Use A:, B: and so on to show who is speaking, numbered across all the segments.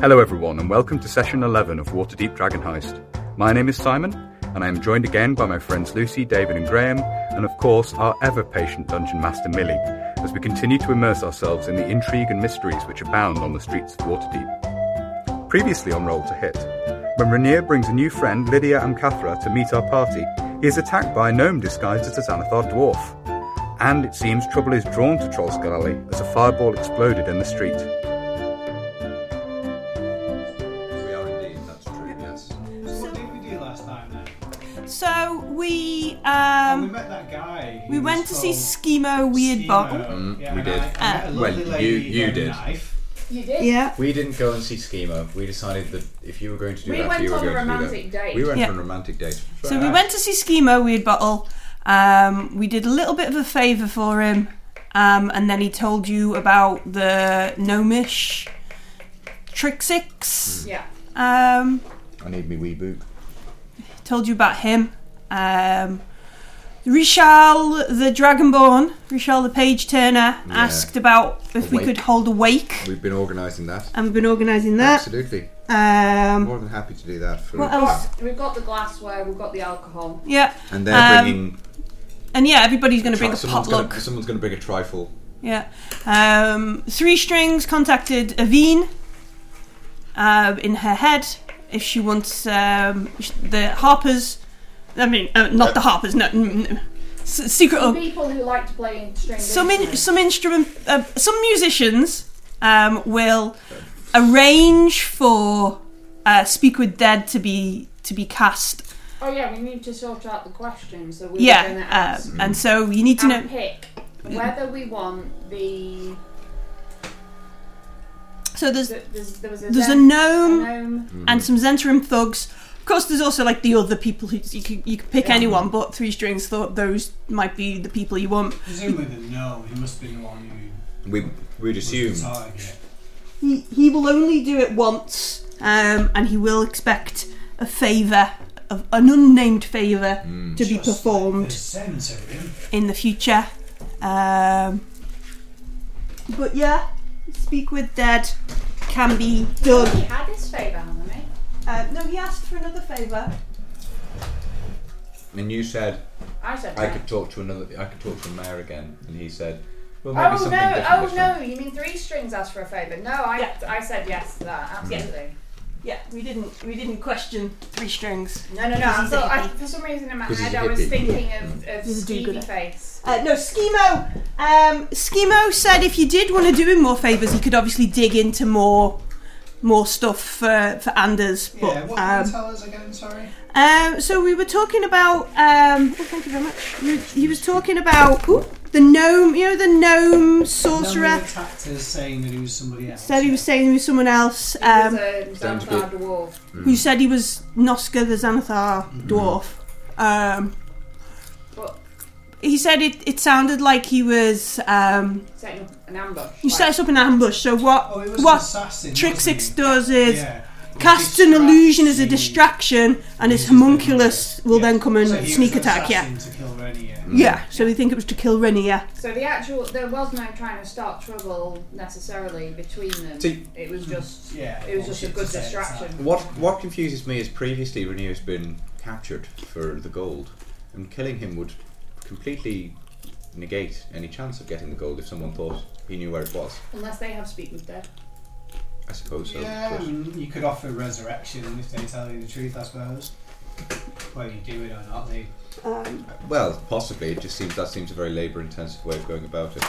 A: Hello, everyone, and welcome to session 11 of Waterdeep Dragon Heist. My name is Simon, and I am joined again by my friends Lucy, David, and Graham, and of course, our ever patient dungeon master Millie, as we continue to immerse ourselves in the intrigue and mysteries which abound on the streets of Waterdeep. Previously on Roll to Hit, when Rainier brings a new friend, Lydia Amcathra, to meet our party, he is attacked by a gnome disguised as a Xanathar dwarf. And it seems trouble is drawn to Trollskull Alley as a fireball exploded in the street.
B: We are indeed, that's true, yes.
C: So what did we do last time then?
D: So we
C: we
D: um
C: met that guy. who
D: we
C: was
D: went to see
C: called
D: Schemo Weird
C: Schemo.
D: Bog.
C: yeah,
B: Mm, we
C: and
B: did.
C: I- I met a
B: Uh,
C: lovely
B: Well, you-
C: lady
B: you
C: with a
B: did.
C: Knife.
E: You did?
D: Yeah.
B: We didn't go and see Schema. We decided that if you were going to do
E: We
B: that,
E: went
B: you were
E: on a
B: going to do
E: romantic
B: that.
E: date.
B: We went
D: Yeah.
B: on a romantic date.
D: So we went to see Schemo Weird Bottle. Um, we did a little bit of a favour for him, um, and then he told you about the gnomish trick six.
E: Yeah.
D: Um,
B: I need me wee boot.
D: told you about him. Um, Rishal the Dragonborn, Rishal the Page Turner, asked about if we
B: Awake.
D: could hold a wake,
B: We've been organising that.
D: and we've been organising that.
B: Absolutely.
D: Um,
B: More than happy to do that. For,
D: what else?
E: We've got the glassware, we've got the alcohol.
D: Yeah,
B: and they're
D: Um,
B: bringing.
D: and yeah, everybody's going to bring a
B: someone's
D: potluck.
B: Gonna, someone's going to bring a trifle.
D: Yeah. Um, three Strings contacted Aveen um, in her head if she wants um, sh- the Harpers. I mean, uh, not the Harpers. No, n- n- s- secret.
E: The
D: Up.
E: people who like to play in string
D: Some in,
E: instruments.
D: some instrument. Uh, some musicians um, will arrange for uh, Speak with Dead to be to be cast.
E: Oh yeah, we need to sort out the questions that we were going to
D: Yeah,
E: ask.
D: um, and so you need to
E: and
D: know.
E: pick whether we want the,
D: So there's
E: the there's, there was a
D: there's a
E: zen-
D: gnome.
B: Hmm.
E: gnome.
D: and some Zentrum thugs. Of course, there's also like the other people who you could, you could pick
E: Yeah.
D: anyone, but Three Strings thought those might be the people you want.
C: Presumably the gnome. He must be the one who
B: We, we'd assume.
C: was the target.
D: He, he will only do it once, um, and he will expect a favour, of an unnamed favour, to be
C: Just like The
D: performed
C: sense of him.
D: in the future. Um, but yeah, Speak with Dead can be
E: He
D: done.
E: had his favour, haven't he?
D: Uh, no, he asked for another favour.
B: And you said
E: I said
B: I
E: no.
B: could talk to another. I could talk to a mayor again, and he said, "Well, maybe
E: Oh
B: something
E: no!
B: different
E: Oh
B: this time."
E: no! You mean three strings asked for a favour? No, I
D: Yeah.
E: I said yes to that.
B: Hmm.
E: Absolutely.
D: Yeah, we didn't we didn't question Three Strings.
E: No, no, no.
D: Because he's
E: I
D: a
E: thought I,
D: hippie.
E: for some reason in my
B: 'Cause he's
E: head I
B: a
E: was
B: hippie.
E: thinking of, of
D: He's a do-gooder.
E: Stevie Face.
D: Uh, no, Schemo. Um, Schemo said if you did want to do him more favours, he could obviously dig into more more stuff for, for Anders. But,
C: Yeah, what can you
D: um,
C: tell us again, sorry?
D: um, so we were talking about. Um, oh, thank you very much. You- He was talking about ooh, the gnome. You know the gnome
C: No
D: sorcerer.
C: one attacked us saying that he was somebody else.
D: Said he was saying he was uh, someone else. Um,
E: He's a
B: Sounds
E: Xanathar dwarf.
D: who said he was Noska the Xanathar
C: Mm-hmm.
D: dwarf. Um,
E: But
D: he said it, it sounded like he was. Um,
E: setting up an ambush.
D: you
E: like,
D: set us up an ambush. So what?
C: Oh, he was an
D: what?
C: assassin.
D: Trick
C: wasn't
D: Six
C: he?
D: does is
C: Yeah.
D: casts an
C: Distract
D: illusion as a
C: you.
D: distraction, and his
C: Uses the
D: homunculus will
C: Yeah.
D: then come and
C: So he was
D: sneak
C: an
D: attack. Yeah,
C: assassin To kill Renier.
B: Mm.
D: yeah. So we think it was to kill Renia.
E: So the actual there was no trying to start trouble necessarily between them.
B: See-
E: it was just
C: Yeah,
E: it was just a
C: bullshit
E: good
C: to say it's
E: distraction.
B: What what confuses me is previously Renew has been captured for the gold, and killing him would completely negate any chance of getting the gold if someone thought he knew where it was.
E: Unless they have speak with dead.
B: I suppose so. of
C: Yeah, I
B: course.
C: mean, you could offer resurrection if they tell you the truth, I suppose. Whether you do it or not, they
D: Um,
B: Well, possibly. It just seems that seems a very labour-intensive way of going about it.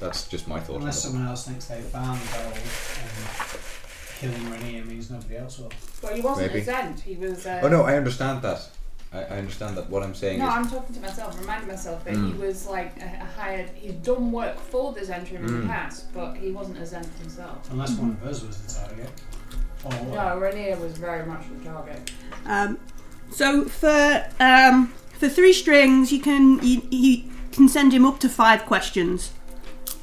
B: That's just my thought. on
C: Unless
B: it.
C: someone else thinks they found the gold, and killing Rainier means nobody else will.
E: Well, he wasn't
B: Maybe.
E: a Zend. He was. Uh,
B: Oh no, I understand that. I, I understand that. What I'm saying
E: No,
B: is,
E: I'm talking to myself. Remind myself that
B: Hmm.
E: he was like a, a hired. He's done work for the Zentrum
B: Hmm.
E: in the past, but he wasn't a Zend himself.
C: Unless one of us was the target. Or
E: No, Renier was very much the target.
D: um, so for um, for three strings, you can you, you can send him up to five questions.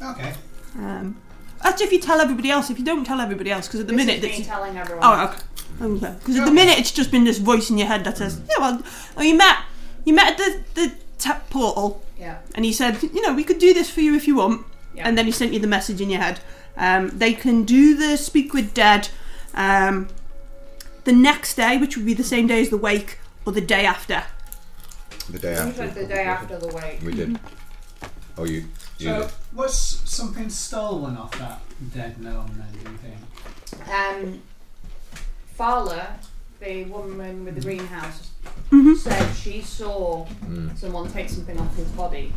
C: Okay.
D: Um, that's if you tell everybody else. If you don't tell everybody else, because at the
E: This
D: minute
E: is me
D: that's
E: telling everyone.
D: oh okay. Because at the minute it's just been this voice in your head that says, "Yeah, well, oh, you met, you met at the the tap portal,
E: Yeah.
D: and he said, you know, we could do this for you if you want.
E: Yeah.
D: And then he sent you the message in your head. Um, they can do the speak with dead um, the next day, which would be the same day as the wake, or the day after.
B: The day
E: Seems
B: after.
E: like the day after the wake.
B: We did. Oh, you. you
C: So, was something stolen off that dead gnome then, do you think?
E: Um, Fowler, the woman
C: Mm-hmm.
E: with the greenhouse,
D: Mhm.
E: said she saw
B: Mm.
E: someone take something off his body,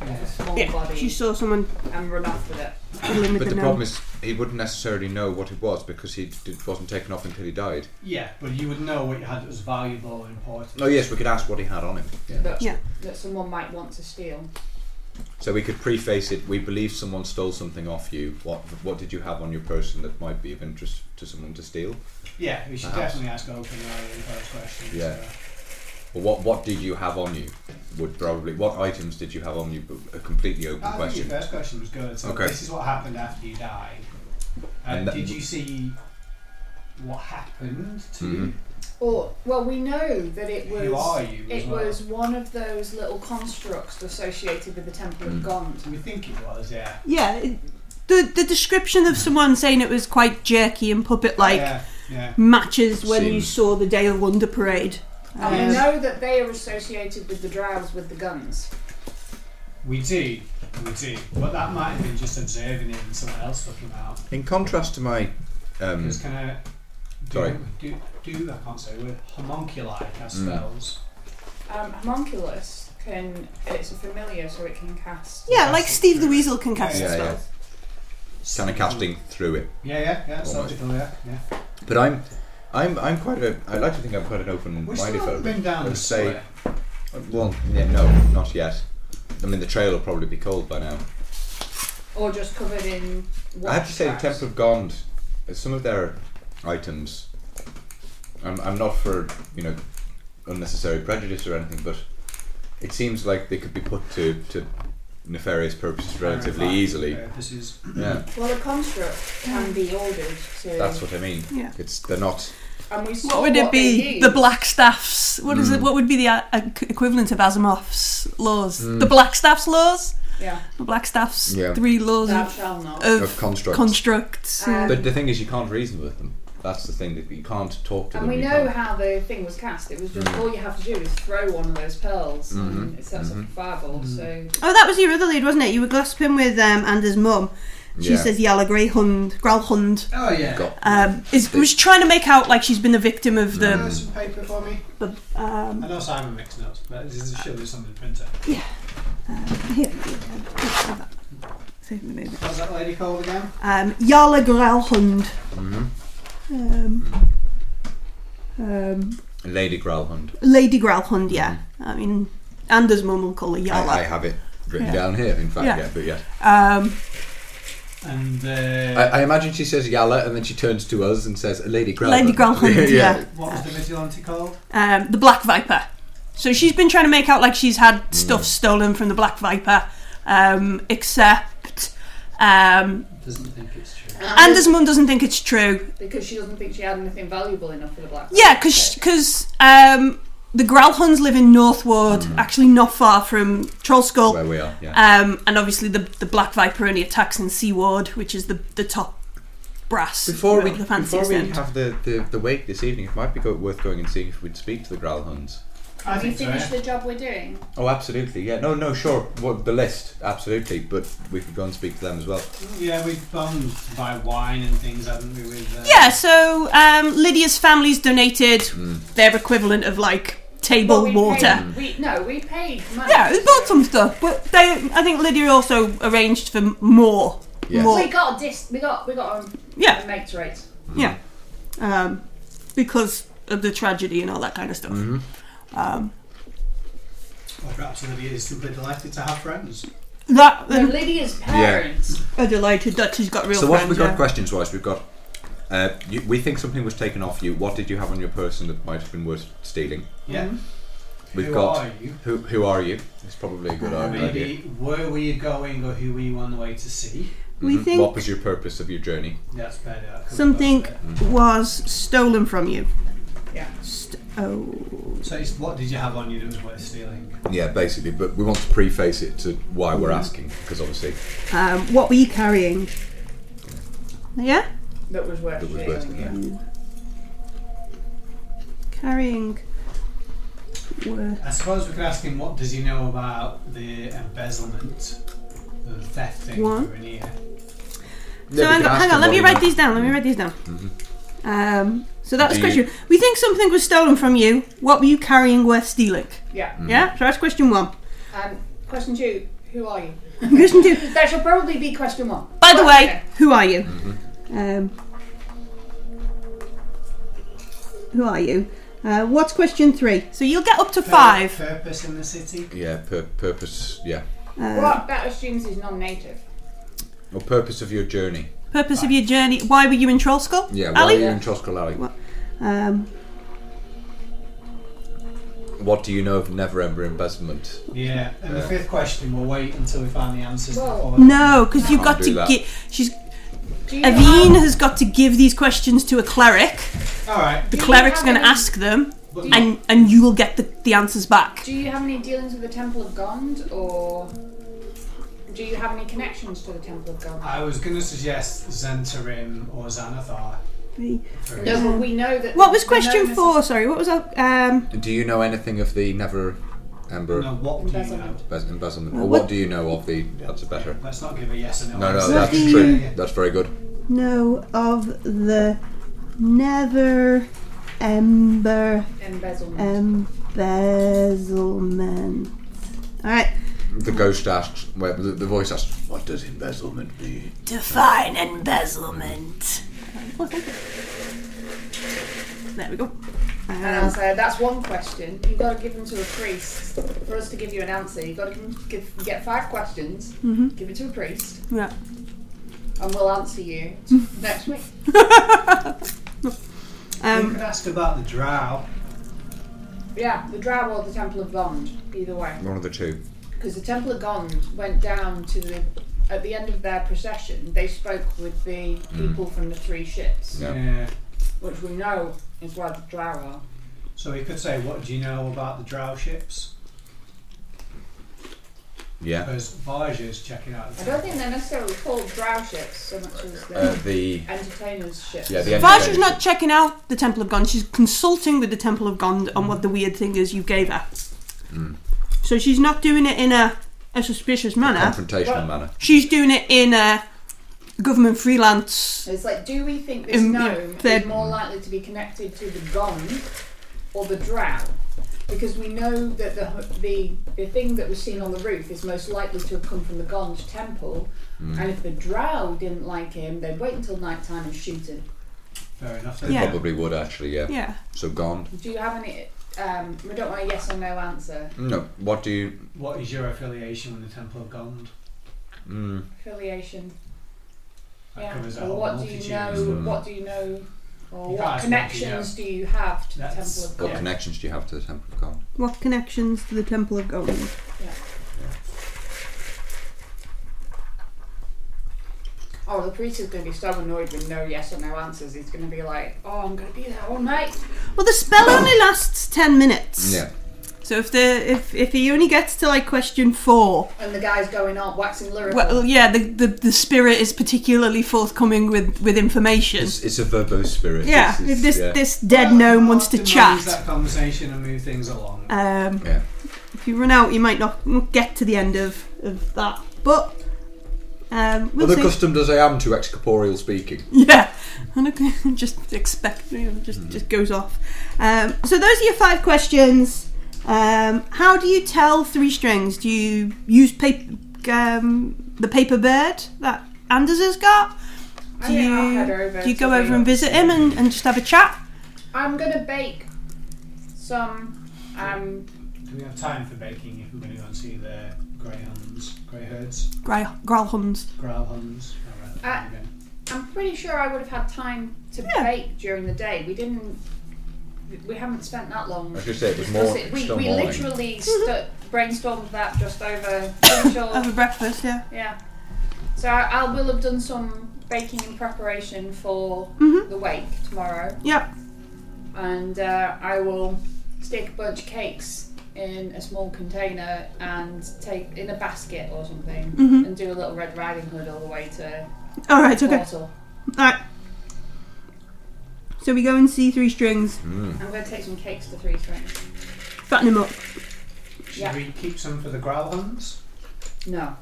E: like a
C: Yes.
E: small
D: Yeah,
E: body,
D: she saw someone
E: and run off with it.
D: fiddling with
B: But
D: the,
B: the
D: gnome.
B: problem is, he wouldn't necessarily know what it was because he did, wasn't taken off until he died.
C: Yeah, but you would know what you had that was valuable and important.
B: Oh, yes, we could ask what he had on him. Yeah.
E: That,
D: Yeah.
E: that someone might want to steal.
B: So we could preface it. We believe someone stole something off you. What What did you have on your person that might be of interest to someone to steal?
C: Yeah, we should
B: Perhaps.
C: definitely ask open and those questions.
B: Yeah.
C: so.
B: Or what What did you have on you? Would probably what items did you have on you? But A completely open
C: I think
B: question.
C: your first question was good. So
B: Okay.
C: this is what happened after you died.
B: And
C: And
B: that-
C: did you see what happened to you?
B: Mm-hmm.
E: Or well, we know that it was.
C: Who are you? as
E: It
C: well?
E: was one of those little constructs associated with the Temple
B: Mm.
E: of Gond.
C: We think it was, yeah.
D: Yeah, it- the the description of someone saying it was quite jerky and puppet like
C: yeah, yeah.
D: matches when you
B: Seems-
D: saw the Day of Wonder parade.
E: And
D: Um,
E: we know that they are associated with the drows with the guns.
C: We do, we do. But that might have been just observing it and someone else looking out.
B: In contrast to my. Um,
C: Because kind of.
B: Sorry. Mm.
C: Do, do, do, I can't say the word, homunculi cast spells.
E: Um, homunculus can it's a familiar, so it can cast.
D: yeah, like Steve the Weasel can cast
B: Yeah, yeah.
D: spells.
B: kind of casting through it.
C: Yeah, yeah, yeah, it's
B: Almost.
C: logical, yeah, yeah.
B: But I'm, I'm, I'm quite a. I like to think I'm quite an
C: We
B: open-minded
C: still haven't
B: fellow.
C: been down
B: I'd
C: the
B: say-
C: square.
B: Well, yeah, no, not yet. I mean, the trail will probably be cold by now.
E: Or just covered in.
B: I have to say, the
E: wax
B: Temple
E: tracks.
B: of Gond, uh, some of their items. I'm, I'm not for you know unnecessary prejudice or anything, but it seems like they could be put to to nefarious purposes relatively
C: Clarify
B: easily.
C: Purposes.
B: Yeah,
E: Well, a construct can be ordered to.
B: that's what I mean.
D: Yeah.
B: It's they're not.
E: And we saw
D: What would it
E: they
D: be?
E: used.
D: The black staffs. What is
B: Mm.
D: it? What would be the uh, equ- equivalent of Asimov's laws? The black staffs laws.
E: Yeah.
D: The black staffs.
B: Yeah.
D: Three laws
E: Thou
D: of,
E: shall not.
D: of
B: Of constructs.
D: constructs. and-
B: but the thing is, you can't reason with them. That's the thing that you can't talk to
E: And
B: them.
E: we
B: you
E: know
B: can't-
E: how the thing was cast. It was just
B: Mm.
E: all you have to do is throw one of those pearls,
B: Mm-hmm.
E: and it sets up a fireball. So
D: oh, that was your other lead, wasn't it? You were gossiping with um, Anders' mum. She
B: Yeah.
D: says Yalla Grey Hund, Growl Hund,
C: Oh, yeah.
B: got
D: um, is was trying to make out like she's been a victim of
C: Can I
D: the.
C: have some paper for me?
D: the um,
C: I know Simon makes notes, but this is surely something printer.
D: here, yeah, save me a moment.
C: What's that lady called again?
D: Um, Jarla Growlhund.
B: Mm-hmm.
D: Um, um,
B: Lady Growlhund.
D: Lady Growlhund, yeah. I mean, Anders' mum will call her
B: I, I
D: Jarla.
B: have it written
D: Yeah.
B: down here. In fact,
D: Yeah.
B: yeah, but yeah.
D: Um,
C: And uh,
B: I, I imagine she says Yalla, and then she turns to us and says, "Lady Growlhund."
D: Lady Growlhund, yeah.
C: what was the vigilante called?
D: Um, the Black Viper. So she's been trying to make out like she's had stuff
B: Mm.
D: stolen from the Black Viper, um, except um,
C: Doesn't think it's true.
D: Anders' mum doesn't think it's true.
E: because she doesn't think she had anything valuable enough for the black.
D: Yeah, because um, the Growlhunds live in Northward,
B: Mm.
D: actually not far from Trollskull.
B: Where we are, yeah.
D: Um, and obviously the the Black Viper only attacks in Seaward, which is the the top brass.
B: Before we,
D: the
B: before
D: fanciest
B: we
D: end.
B: have the, the, the wake this evening, it might be go, worth going and seeing if we'd speak to the Growlhunds.
C: I
E: Have you
C: think so,
E: finished
C: yeah.
E: the job we're doing?
B: Oh, absolutely, yeah. No, no, sure. What the list, absolutely. But we could go and speak to them as well.
C: Yeah, we bummed by wine and things, haven't we? With, uh,
D: yeah, so um, Lydia's family's donated
B: Hmm.
D: their equivalent of like table
E: Well, we
D: water.
E: Paid, we, no, we paid money.
D: Yeah, they bought some stuff, but they I think Lydia also arranged for more.
B: Yes.
D: More,
E: We got a dis. We got we got um,
D: yeah,
E: a mate's rate.
B: Hmm.
D: yeah, um, because of the tragedy and all that kind of stuff.
B: Mm-hmm.
D: Um,
C: Or perhaps Olivia is simply delighted to have friends.
D: that
E: So
D: and
E: Lydia's parents.
D: I'm delighted that she's got real
B: So what
D: friends.
B: have we got?
D: yeah.
B: Questions wise, we've got. Uh, you, we think something was taken off you. What did you have on your person that might have been worth stealing?
C: Yeah.
B: We've
C: Who
B: got
C: are you?
B: who? Who are you? It's probably a good idea.
C: Maybe where were you going or who were you on the way to see?
D: We
B: Mhm.
D: think
B: What was your Mm-hmm. purpose of your journey?
C: That's better. I covered
D: something
C: most of
D: was stolen from you.
E: Yeah.
D: St- oh.
C: it. So it's what did you have on you that was worth stealing?
B: Yeah, basically. But we want to
D: Mm-hmm.
B: preface it to why we're asking, because obviously
D: Um, what were you carrying? Yeah?
E: That was worth
B: That was
E: doing,
B: worse than
E: yeah.
B: that.
D: Carrying. Were.
C: I suppose we could ask him what does he know about the embezzlement, the theft thing
D: What?
C: in here.
D: So hang on, hang on, let me write these down. Let me write these down.
B: Mm-hmm.
D: Um, so that's
B: Do
D: question. We think something was stolen from you. What were you carrying worth stealing?
B: Mm-hmm.
E: Yeah.
D: Yeah? So that's question one.
E: And question two, who are you?
D: question two.
E: That should probably be question one.
D: By the
E: But, you
D: way,
E: know,
D: who are you?
B: Mm-hmm.
D: Um, who are you? Uh, what's question three? So you'll get up to five.
C: Purpose in the city.
B: Yeah, pur- purpose. Yeah,
D: Uh,
E: What that assumes he's non-native.
B: or purpose of your journey.
D: purpose of your journey. Why were you in Trollskull?
B: Yeah, why
D: Ali?
B: are you in Troskal Alley?
D: What? Um,
B: What do you know of Never Ember embezzlement?
C: Yeah. And the
B: Yeah.
C: fifth question, we'll wait until we find the answers.
E: Well-
C: before
D: no, because you've got
B: do
D: to
B: that.
D: get. She's
E: Do you
D: Aveen
E: have-
D: has got to give these questions to a cleric.
C: All right.
D: The
E: Do you
D: cleric's
E: have
D: going to
E: any-
D: ask them,
C: But
E: Do you-
D: and and you will get the, the answers back.
E: Do you have any dealings with the Temple of Gond, or do you have any connections to the Temple of Gond?
C: I was going to suggest Zentarim or Xanathar. for
E: No, but we know that.
D: What was
E: the- the
D: question
E: known-
D: four? Sorry, what was that? Um,
B: Do you know anything of the Never Ember
C: No, what do you know?
E: Embezzlement.
B: embez- embezzlement, or
D: Well,
B: what
D: what-
B: do you know of the? That's a better.
C: Let's not give a yes or no.
B: No, no,
C: answer.
B: that's
D: Nothing.
B: true. That's very good.
D: no, of the never ember
E: Embezzlement.
D: Um, embezzlement. All right,
B: The ghost asked. Well, the, the voice asked, "What does embezzlement mean?"
D: define embezzlement. There we go.
E: and
D: uh,
E: I'll say Um, that's one question. You've got to give them to a priest for us to give you an answer. You've got to give, give, get five questions,
D: Mm-hmm.
E: give it to a priest,
D: Yeah.
E: and we'll answer you next week.
D: Um,
C: we could ask about the drow.
E: Yeah, the Drow or the Temple of Gond, either way.
B: One of the two.
E: Because the Temple of Gond went down to the. At the end of their procession, they spoke with the
B: Hmm.
E: people from the three ships,
B: Yeah.
C: Yeah.
E: which we know is where the Drow are.
C: So we could say, what do you know about the drow ships?
B: Yeah.
C: Because Voyager's checking out
E: I
C: the
E: don't think they're necessarily called Drow ships so much as
B: Uh,
E: the
B: the
E: entertainers ships.
B: yeah the.
D: Varsha's
B: entertainers.
D: not checking out the Temple of Gond. She's consulting with the Temple of Gond on what the weird thing is you gave her.
B: Hmm.
D: So she's not doing it in a, a suspicious manner.
B: confrontational
E: Well-
B: manner.
D: She's doing it in a government freelance.
E: It's like, do we think this
D: Um,
E: gnome
D: they're-
E: is more likely to be connected to the Gond or the Drow? Because we know that the, the the thing that was seen on the roof is most likely to have come from the Gond temple, and if the Drow didn't like him, they'd wait until night time and shoot him.
C: Fair enough.
B: They
D: Yeah.
B: probably would actually. Yeah.
D: Yeah.
B: So gone.
E: Do you have any? Um, we don't want a yes or no answer.
B: No. What do you?
C: What is your affiliation with the Temple of Gond?
B: Mm,
E: Affiliation.
C: That
E: Yeah.
C: covers a
E: Or
C: whole
E: what do
C: multitude.
E: you know?
B: Mm.
E: What do you know? Or
C: You can't
E: what
C: ask what you
E: connections do you have to
C: That's-
E: the Temple
B: what
E: of God?
B: connections do you have to the Temple of God?
D: What connections to the Temple of Gond?
E: Oh, the priest is going to be so annoyed with no yes or no answers. He's going to be like, "Oh, I'm going to be there all night."
D: Well, the spell only lasts ten minutes.
B: Yeah.
D: So if the if if he only gets to like question four,
E: And the guy's going on waxing lyrical.
D: well, yeah, the, the the spirit is particularly forthcoming with with information.
B: It's, it's a verbose spirit.
D: yeah.
B: It's- it's-
D: if this
B: yeah.
D: this dead gnome wants to
C: Optimise
D: chat,
C: that conversation and move things along.
D: um,
B: yeah.
D: if you run out, you might not get to the end of, of that. But um,
B: Well,
D: we'll
B: the
D: see.
B: custom does I am to excorporeal speaking.
D: yeah, And it just expect you know, just just goes off. Um, so those are your five questions. Um, how do you tell three strings? Do you use paper, um, the paper bird that Anders has got?
E: I
D: Do
E: think I'll
D: you,
E: head over
D: do you
E: to
D: go
E: the-
D: over and visit him and, and just have a chat?
E: I'm going to bake some. Um,
C: Do we have time for baking if we're going to go and see the greyhounds, greyherds,
D: Growl, growl huns.
C: growlhounds? All right,
E: Ah.
C: okay.
E: I'm pretty sure I would have had time to
D: Yeah.
E: bake during the day. We didn't. We haven't spent that long.
B: I was going to say it was
E: Because
B: more.
E: it- we
B: still
E: we
B: morning.
E: literally stu- brainstormed that just over social.
D: Over breakfast, yeah.
E: Yeah. So I, I will have done some baking in preparation for
D: Mhm.
E: the wake tomorrow,
D: Yeah.
E: and uh, I will stick a bunch of cakes in a small container and take in a basket or something,
D: Mhm.
E: and do a little Red Riding Hood all the way to
D: All right, okay.
E: Portal.
D: Alright. So we go and see Three Strings,
B: Mm.
E: I'm going to take some cakes to three strings.
D: fatten him up.
C: Should
E: Yeah.
C: we keep some for the Growlhounds?
E: No.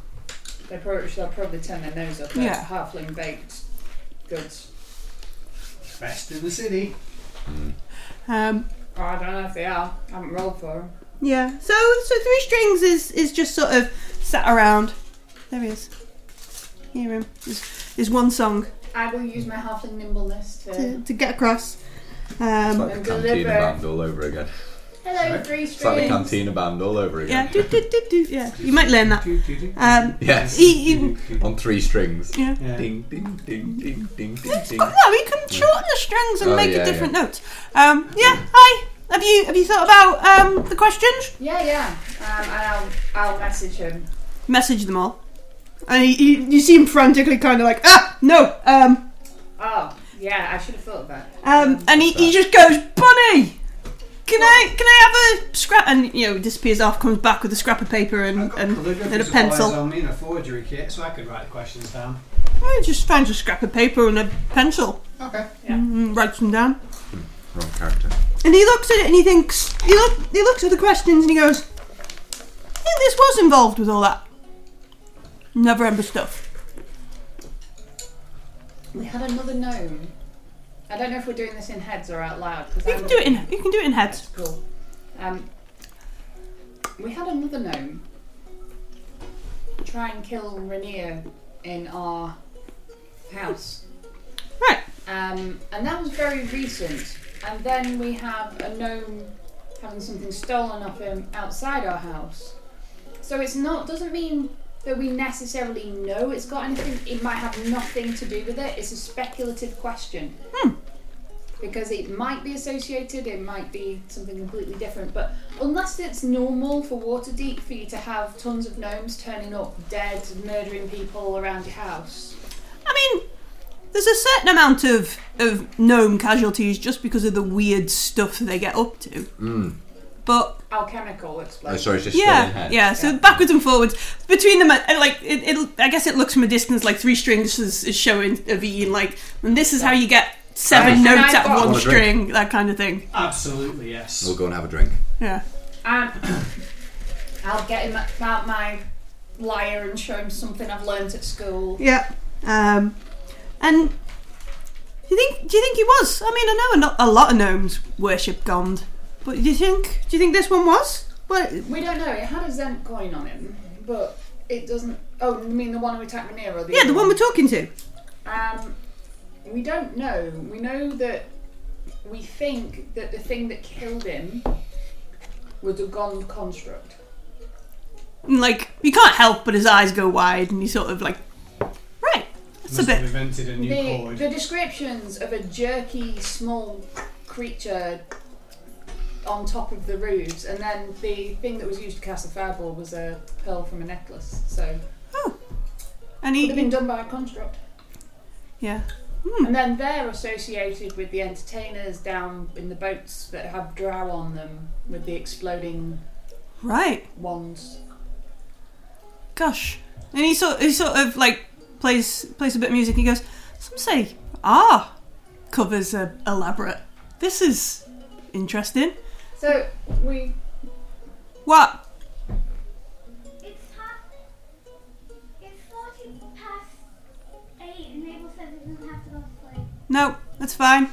E: They probably, they'll probably turn their nose up at
D: Yeah.
E: halfling baked goods.
C: Best in the city.
D: Um,
E: Oh, I don't know if they are. I haven't rolled for them.
D: yeah. So so Three Strings is is just sort of sat around. There he is. Hear him. There's, there's one song
E: I will use my halfling nimbleness to.
D: to, to get across.
B: It's
D: Um,
B: like
E: and
B: the cantina
E: deliver.
B: band all over again.
E: Hello, three
B: It's like the
E: strings.
B: cantina band all over
D: yeah.
B: again.
D: Do, do, do, do, yeah. You might learn that.
C: Do, do, do.
D: Um,
B: Yes.
D: he, he,
B: On three strings.
D: yeah.
C: Yeah.
B: Ding ding ding ding ding ding ding.
D: Oh no, he can shorten the strings and
B: Mm. Oh,
D: make
B: yeah,
D: a different note. Um, yeah. Hi. Have you have you thought about um, the questions?
E: Yeah, yeah. Um, and I'll, I'll message him.
D: Message them all. And he, he, you see him frantically, kind of like, ah, no, um,
E: Oh, yeah, I should have thought about it.
D: um, and he, he just goes, bunny, can I can I have a scrap? And you know, disappears off, comes back with a scrap of paper
C: I've
D: and,
C: got
D: and,
C: calligraphy
D: and a
C: supplies
D: pencil.
C: on me and a forgery kit, so I could write the questions down.
D: I just find a scrap of paper and a pencil
C: Okay.
D: and writes them down.
B: Wrong character.
D: And he looks at it and he thinks he look he looks at the questions and he goes, I think this was involved with all that. Never ember stuff.
E: We had another gnome. I don't know if we're doing this in heads or out loud. Cause
D: You
E: I'm
D: can do it in you can do it in heads.
E: That's cool. Um, we had another gnome try and kill Rainier in our house.
D: Right.
E: Um, and that was very recent. And then we have a gnome having something stolen off him outside our house. So it's not doesn't mean that we necessarily know it's got anything. It might have nothing to do with it. It's a speculative question because it might be associated, it might be something completely different. But unless it's normal for Waterdeep for you to have tons of gnomes turning up dead, murdering people around your house,
D: I mean, there's a certain amount of, of gnome casualties just because of the weird stuff they get up to. But
E: alchemical
B: Oh,
E: explosion.
B: sorry, it's Hmm. just still in
D: yeah,
B: head.
D: yeah. So backwards and forwards between them, and like it, it, I guess it looks from a distance like three strings is, is showing a V, and like, and this is how you get seven
E: Right.
D: notes
E: And I've
D: out of
E: got-
D: one
B: Wanna drink?
D: string, that kind of thing.
C: Absolutely, yes.
B: We'll go and have a drink.
D: Yeah.
E: And Um, I'll get him about my liar and show him something I've learnt at school.
D: Yeah. Um, and do you think? Do you think he was? I mean, I know a no- a lot of gnomes worship Gond, but do you think? Do you think this one was? Well,
E: We don't know, it had a Zent coin on him, but it doesn't. Oh, you mean the one who attacked Rhaenyra? Or the
D: yeah,
E: other
D: the one we're talking to.
E: Um, we don't know. We know that we think that the thing that killed him was a gone construct.
D: And like, you can't help but his eyes go wide, and he sort of like, right,
C: Must
D: that's a
C: have
D: bit.
C: invented a new
E: The,
C: chord.
E: the descriptions of a jerky small creature on top of the roofs, and then the thing that was used to cast a fireball was a pearl from a necklace. So
D: oh. And
E: it would have been
D: he,
E: done by a construct.
D: yeah,
E: And then they're associated with the entertainers down in the boats that have drow on them with the exploding
D: right,
E: wands.
D: gosh. And he sort, he sort of like plays plays a bit of music. And he goes, some say ah, covers are elaborate. This is interesting.
E: So we
D: What?
F: It's half. It's forty past eight, and Mabel says it doesn't have to go to sleep.
D: No, that's fine.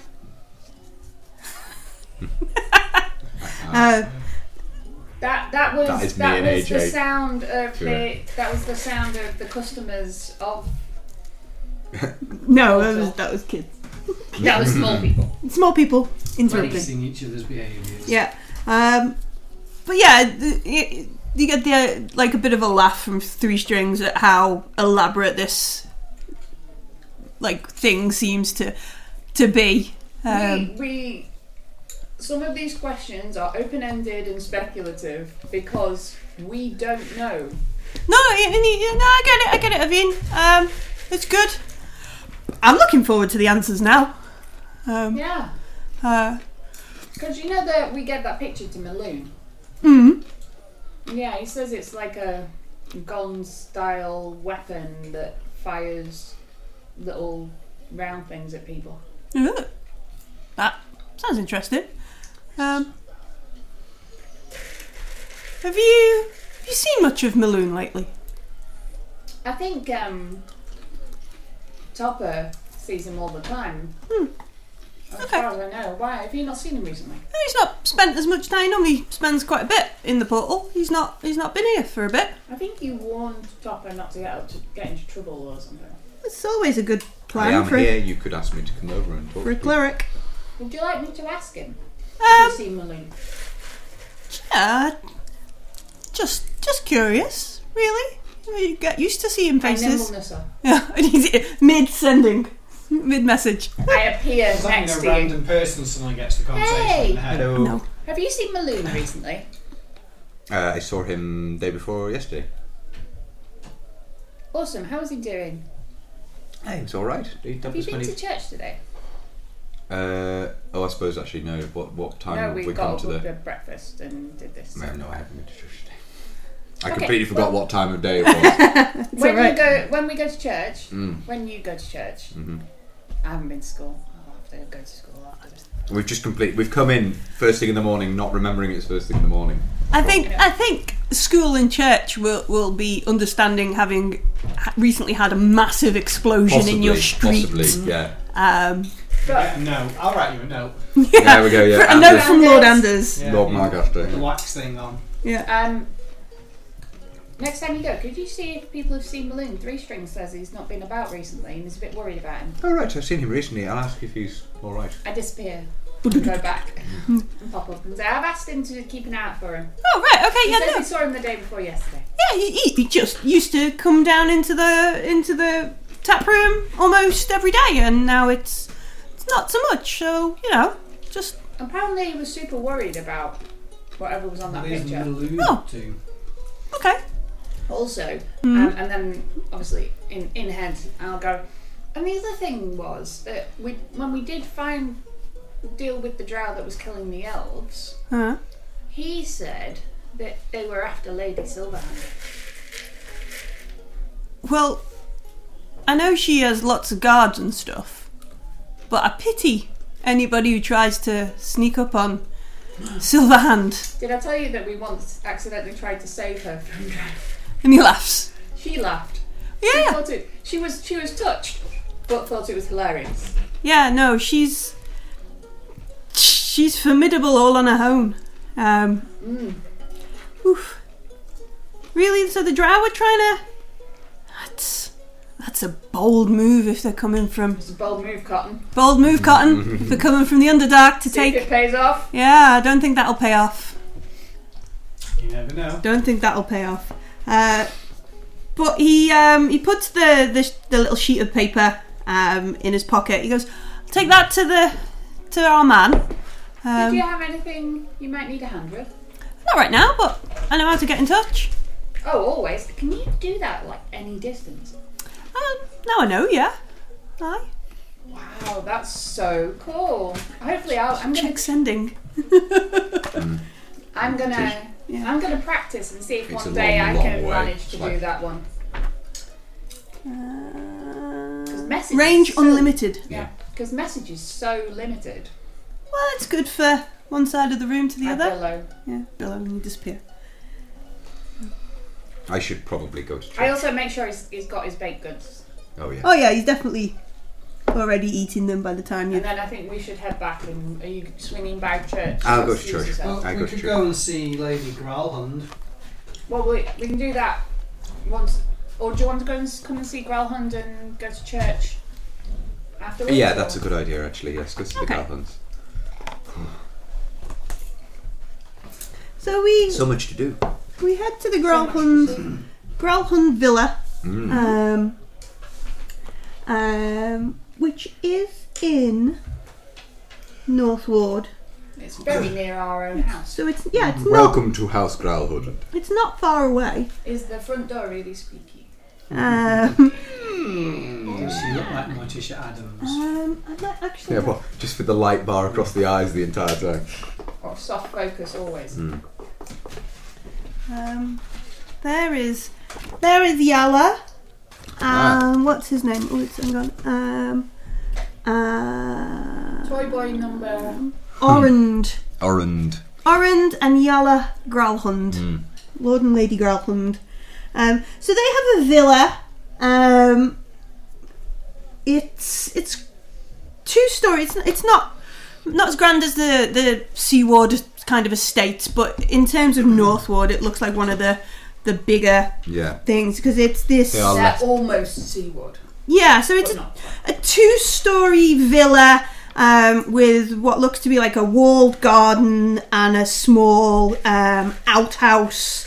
D: uh,
E: That that was
B: That is me
E: that
B: and
E: was the
B: AJ.
E: sound of
B: Sure.
E: the that was the sound of the customers of
D: no, that was, that was kids.
E: that was small people.
D: Small people interrupting.
C: Policing each other's behaviours.
D: Yeah. Um, but yeah, th- y- you get the uh, like a bit of a laugh from Three Strings at how elaborate this like thing seems to to be. Um,
E: we, we some of these questions are open ended and speculative because we don't know.
D: no, y- y- y- no, I get it. I get it, Avine. Um, it's good. I'm looking forward to the answers now. Um,
E: Yeah,
D: uh,
E: because you know that we gave that picture to Maloon.
D: mm,
E: Yeah, he says it's like a gun style weapon that fires little round things at people.
D: Ooh, that sounds interesting. Um, have you have you seen much of Maloon lately?
E: I think um, Topper sees him all the time. As
D: Okay.
E: far as I know. Why? Have you not seen him recently?
D: No, He's not spent as much time. He normally spends quite a bit in the portal. He's not he's not been here for a bit.
E: I think you warned Topper not to get, out, to get into trouble or something.
D: It's always a good
B: I
D: plan
B: am
D: for, a-
B: here. You could ask me to come over and talk.
D: for a
B: to you.
D: cleric.
E: Would you like me to ask him?
D: Um,
E: Have you seen Maloon?
D: yeah, just just curious, really. You get used to seeing
E: I
D: faces.
E: nimbleness up.
D: Yeah, mid sending, mid message.
E: I appear
C: It's like
E: next
C: a
E: to you.
C: random person someone gets the conversation
E: Hey!
C: in the head.
B: Hello.
D: No.
E: Have you seen Maloon recently?
B: Uh, I saw him day before yesterday.
E: Awesome. How is he doing?
B: Hey, it was all right. He
E: Have you been to church today?
B: Uh, oh, I suppose actually no. What what time
E: no,
B: have
E: we,
B: Um, we come
E: got
B: to
E: up
B: the?
E: the breakfast and did this.
B: No, no, I haven't been to church today. I
E: Okay,
B: completely forgot
E: well-
B: what time of day it was.
E: when
D: alright.
E: we go when we go to church,
B: Mm.
E: when you go to church,
B: Mhm.
E: I haven't been to school. I'll have to go to school after this.
B: we've just complete. We've come in first thing in the morning, not remembering it's first thing in the morning.
D: I think
E: Yeah.
D: I think school and church will will be understanding having ha- recently had a massive explosion
B: Possibly,
D: in your street.
B: possibly, yeah.
D: Um,
E: But
C: Yeah, no, I'll write you a note.
B: There we go. Yeah,
D: a note
B: Anders,
D: from Lord Anders.
C: Yeah,
B: Lord
C: you-
B: Margaster.
C: The wax thing on.
E: um, next time you go, could you see if people have seen Balloon? Three String says he's not been about recently and is a bit worried about him.
B: Oh right, I've seen him recently. I'll ask if he's all right.
E: I disappear, and go back, and pop up and say I've asked him to keep an eye out for him.
D: Oh right, okay,
E: He
D: yeah,
E: says
D: no,
E: he saw him the day before yesterday.
D: yeah. He, he- he just used to come down into the into the tap room almost every day, and now it's it's not so much. So you know, just
E: Apparently, he was super worried about whatever was on that
C: There's
E: picture.
C: Maloon
D: Oh.
C: too.
D: okay.
E: also
D: Mm-hmm.
E: um, and then obviously in, in head i'll go and the other thing was that we when we did find deal with the drow that was killing the elves
D: Huh.
E: he said that they were after lady silverhand
D: Well, I know she has lots of guards and stuff, but I pity anybody who tries to sneak up on Silverhand.
E: did i tell you that we once accidentally tried to save her from drow
D: And he laughs.
E: she laughed she
D: Yeah,
E: thought it she was she was touched but thought it was hilarious
D: yeah. No, she's she's formidable all on her own. Um,
E: Mm.
D: oof. Really? So the Drow are trying to. That's that's a bold move if they're coming from
E: it's a bold move cotton
D: bold move, Cotton. if they're coming from the Underdark to
E: see if
D: take.
E: it pays off
D: Yeah, I don't think that'll pay off.
C: You never know.
D: Don't think that'll pay off. Uh, but he um, he puts the, the the little sheet of paper um, in his pocket. He goes, "Take that to the to our man."
E: did you
D: Um,
E: have anything you might need a hand with
D: not right now, but I know how to get in touch.
E: oh always can you do that like any distance
D: Um, now I know. Yeah. Aye.
E: Wow, that's so cool. Hopefully, I'll, I'm gonna,
D: Check sending.
E: I'm gonna,
D: Yeah.
E: I'm gonna practice and see if
B: It's a
E: one day
B: long,
E: I
B: long
E: can
B: way.
E: manage
B: It's
E: to
B: like-
E: do that one.
D: Uh,
E: 'Cause message
D: range
E: is so,
D: unlimited.
E: Yeah, because message is so limited.
D: Well, it's good for one side of the room to the
E: I
D: other.
E: billow.
D: Yeah. Below and you disappear.
B: I should probably go to
E: I
B: church.
E: also make sure he's, he's got his baked goods,
B: Oh yeah.
D: Oh yeah, he's definitely already eating them by the time you.
E: and then I think we should head back. And are you swinging by church?
B: I'll go to
E: Excuse
B: church.
E: yourself.
C: Well,
B: I
C: we
B: got
C: could
B: you.
C: go and see Lady Growlhund.
E: Well, we, we can do that once. Or do you want to go and s- come and see Growlhund and go to church afterwards?
B: Yeah,
E: or-
B: that's a good idea actually. Yes, go to the
D: Okay.
B: Galvans.
D: So we
B: So much to do.
D: we head to the
E: So much to see.
D: Growlhund Growlhund Villa.
B: Mm.
D: um, um, which is in North Ward.
E: It's very near our own house.
D: So it's yeah, it's not
B: Welcome to House Growlhood.
D: it's not far away.
E: Is the front door really squeaky?
B: Mm-hmm.
D: Um,
C: Does she look like Morticia Adams?
D: um, I might actually.
B: Yeah, well, just with the light bar across the eyes the entire time.
E: Or soft focus always?
C: Mm.
D: Um, there is
B: Ah.
D: there is Yala. Um, what's his name? Oh, it's hang on. Um, Uh,
G: Toy boy number.
D: Orund.
B: Orund.
D: Orund and Yala Gralhund.
B: Hmm.
D: Lord and Lady Gralhund. Um, so they have a villa. Um, it's it's two story. It's, it's not not as grand as the the Seaward kind of estate, but in terms of Northward, it looks like one of the the bigger
B: Yeah.
D: things because it's this.
B: They are
G: They're
B: left.
G: almost seaward.
D: Yeah, so it's
G: But not.
D: a two-story villa um, with what looks to be like a walled garden and a small um, outhouse,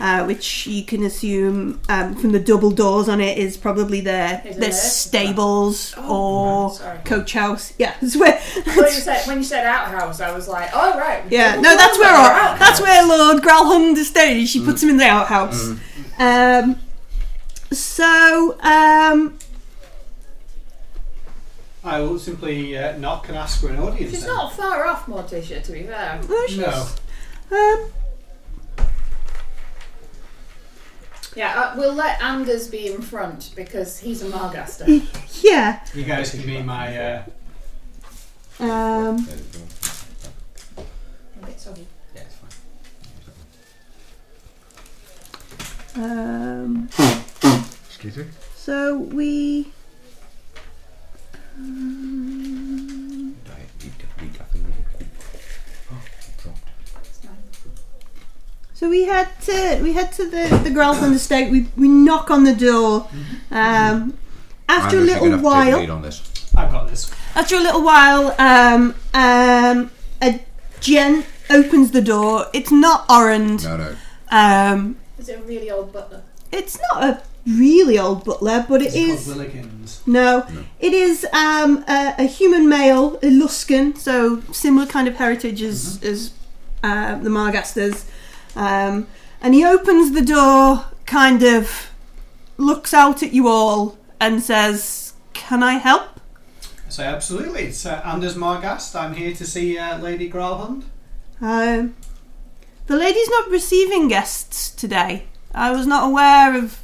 D: uh, which you can assume um, from the double doors on it is probably their
G: Is it Oh,
D: their
G: theirs?
D: stables or
G: Sorry.
D: coach house. Yeah, that's where.
G: When you, said, when you said outhouse, I was like, oh, right.
D: Yeah,
G: Double
D: no, that's where
G: doorway,
D: our, that's where Lord Gralhund is staying. She puts him in the outhouse. Um, so um,
C: I will simply uh, knock and ask for an audience.
G: She's
C: then.
G: not far off Morticia, to be fair.
D: oh, she's-
C: No.
D: um,
G: Yeah, uh, we'll let Anders be in front because he's a Margaster.
D: yeah.
C: You guys can be my. Uh,
D: Um,
G: A bit soggy.
B: Yeah, it's fine.
D: um,
B: Excuse me?
D: so we.
B: Diet, eat, eat, caffeine. Oh, it dropped.
G: It's fine.
D: So we head to we head to the the Gralton estate. We we knock on the door. Um, after a
B: Anders,
D: little
B: you're gonna have to take the
D: while,
B: lead on this.
C: I've got this.
D: after a little while, um, um, a gent opens the door. It's not Orand.
B: No, no.
D: Um,
G: Is it a really old butler?
D: it's not a really old butler, but it
C: It's called
D: is.
C: Willikins.
D: No, it is um, a, a human male, a Luskan, so similar kind of heritage as, as uh, the Margasters. Um, and he opens the door, kind of looks out at you all, and says, Can I help?
C: So absolutely, it's uh, Anders Margast. I'm here to see uh, Lady Gralhund.
D: Um, the lady's not receiving guests today. I was not aware of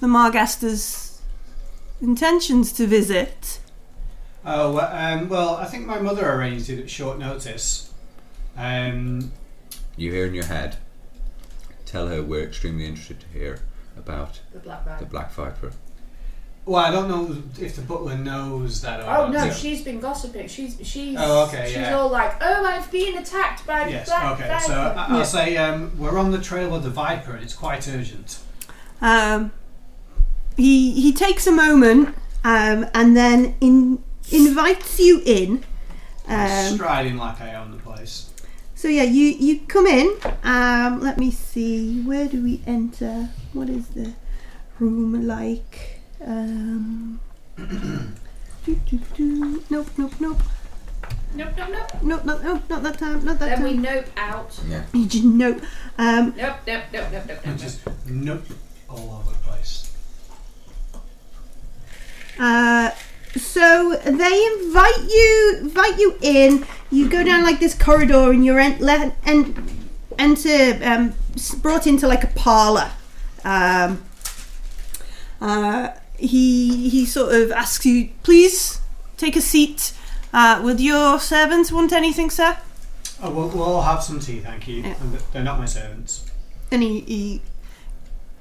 D: the Margasters' intentions to visit.
C: Oh, well, um, well, I think my mother arranged it at short notice. Um,
B: You hear in your head. Tell her we're extremely interested to hear about
G: The black
B: the
G: bag.
B: Black Viper.
C: well, I don't know if the butler knows that. Or
G: Oh
C: not.
G: no,
B: Yeah.
G: she's been gossiping. She's she's
C: Oh, okay,
G: she's
C: yeah.
G: all like, oh, I've been attacked by the
C: Yes.
G: black
C: Okay.
G: bag.
C: So I- I'll
D: Yeah.
C: say um, we're on the trail of the Viper, and it's quite urgent.
D: Um, he he takes a moment um, and then in, invites you in. Um,
C: Striding like I own the place.
D: so yeah, you you come in. Um, let me see. Where do we enter? What is the room like? Um, do, do, do. Nope, nope, nope,
G: nope, nope, nope.
D: nope, nope, nope, not that time, not that
G: Then we
D: time.
G: nope out.
B: Yeah.
D: You just nope. Um,
G: Nope, nope, nope, nope, nope, nope.
C: And just nope, all over the place.
D: Uh, so they invite you invite you in. You go down like this corridor, and you're en- le- en- enter um, s- brought into like a parlor. Um, uh, he he sort of asks you, please take a seat. Uh, would your servants want anything, sir?
C: Oh, we'll, we'll all have some tea, thank you.
D: Yeah.
C: And th- they're not my servants,
D: And he, he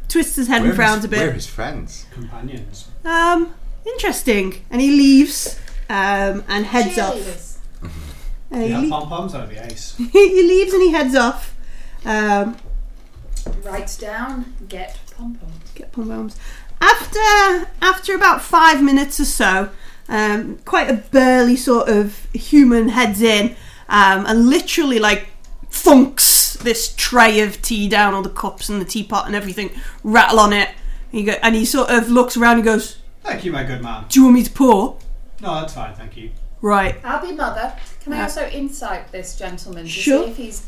D: twists his head
B: We're
D: and frowns
B: his,
D: a bit.
B: We're his friends.
C: companions.
D: Um, interesting. And he leaves um, and heads off.
G: Cheerleaders.
D: Uh, he
C: Yeah,
D: le-
C: pom poms, that'd be ace.
D: he leaves and he heads off. Um,
G: Writes down, get pom pom.
D: get pom poms. After after about five minutes or so, um, quite a burly sort of human heads in um, and literally like thunks this tray of tea down, all the cups and the teapot and everything rattle on it. And he, go, and he sort of looks around and goes,
C: Thank you, my good man.
D: "Do you want me to pour?"
C: No, that's fine, thank you.
D: Right.
G: I'll be mother. Can I
D: Uh,
G: also insight this gentleman to
D: Sure.
G: see if he's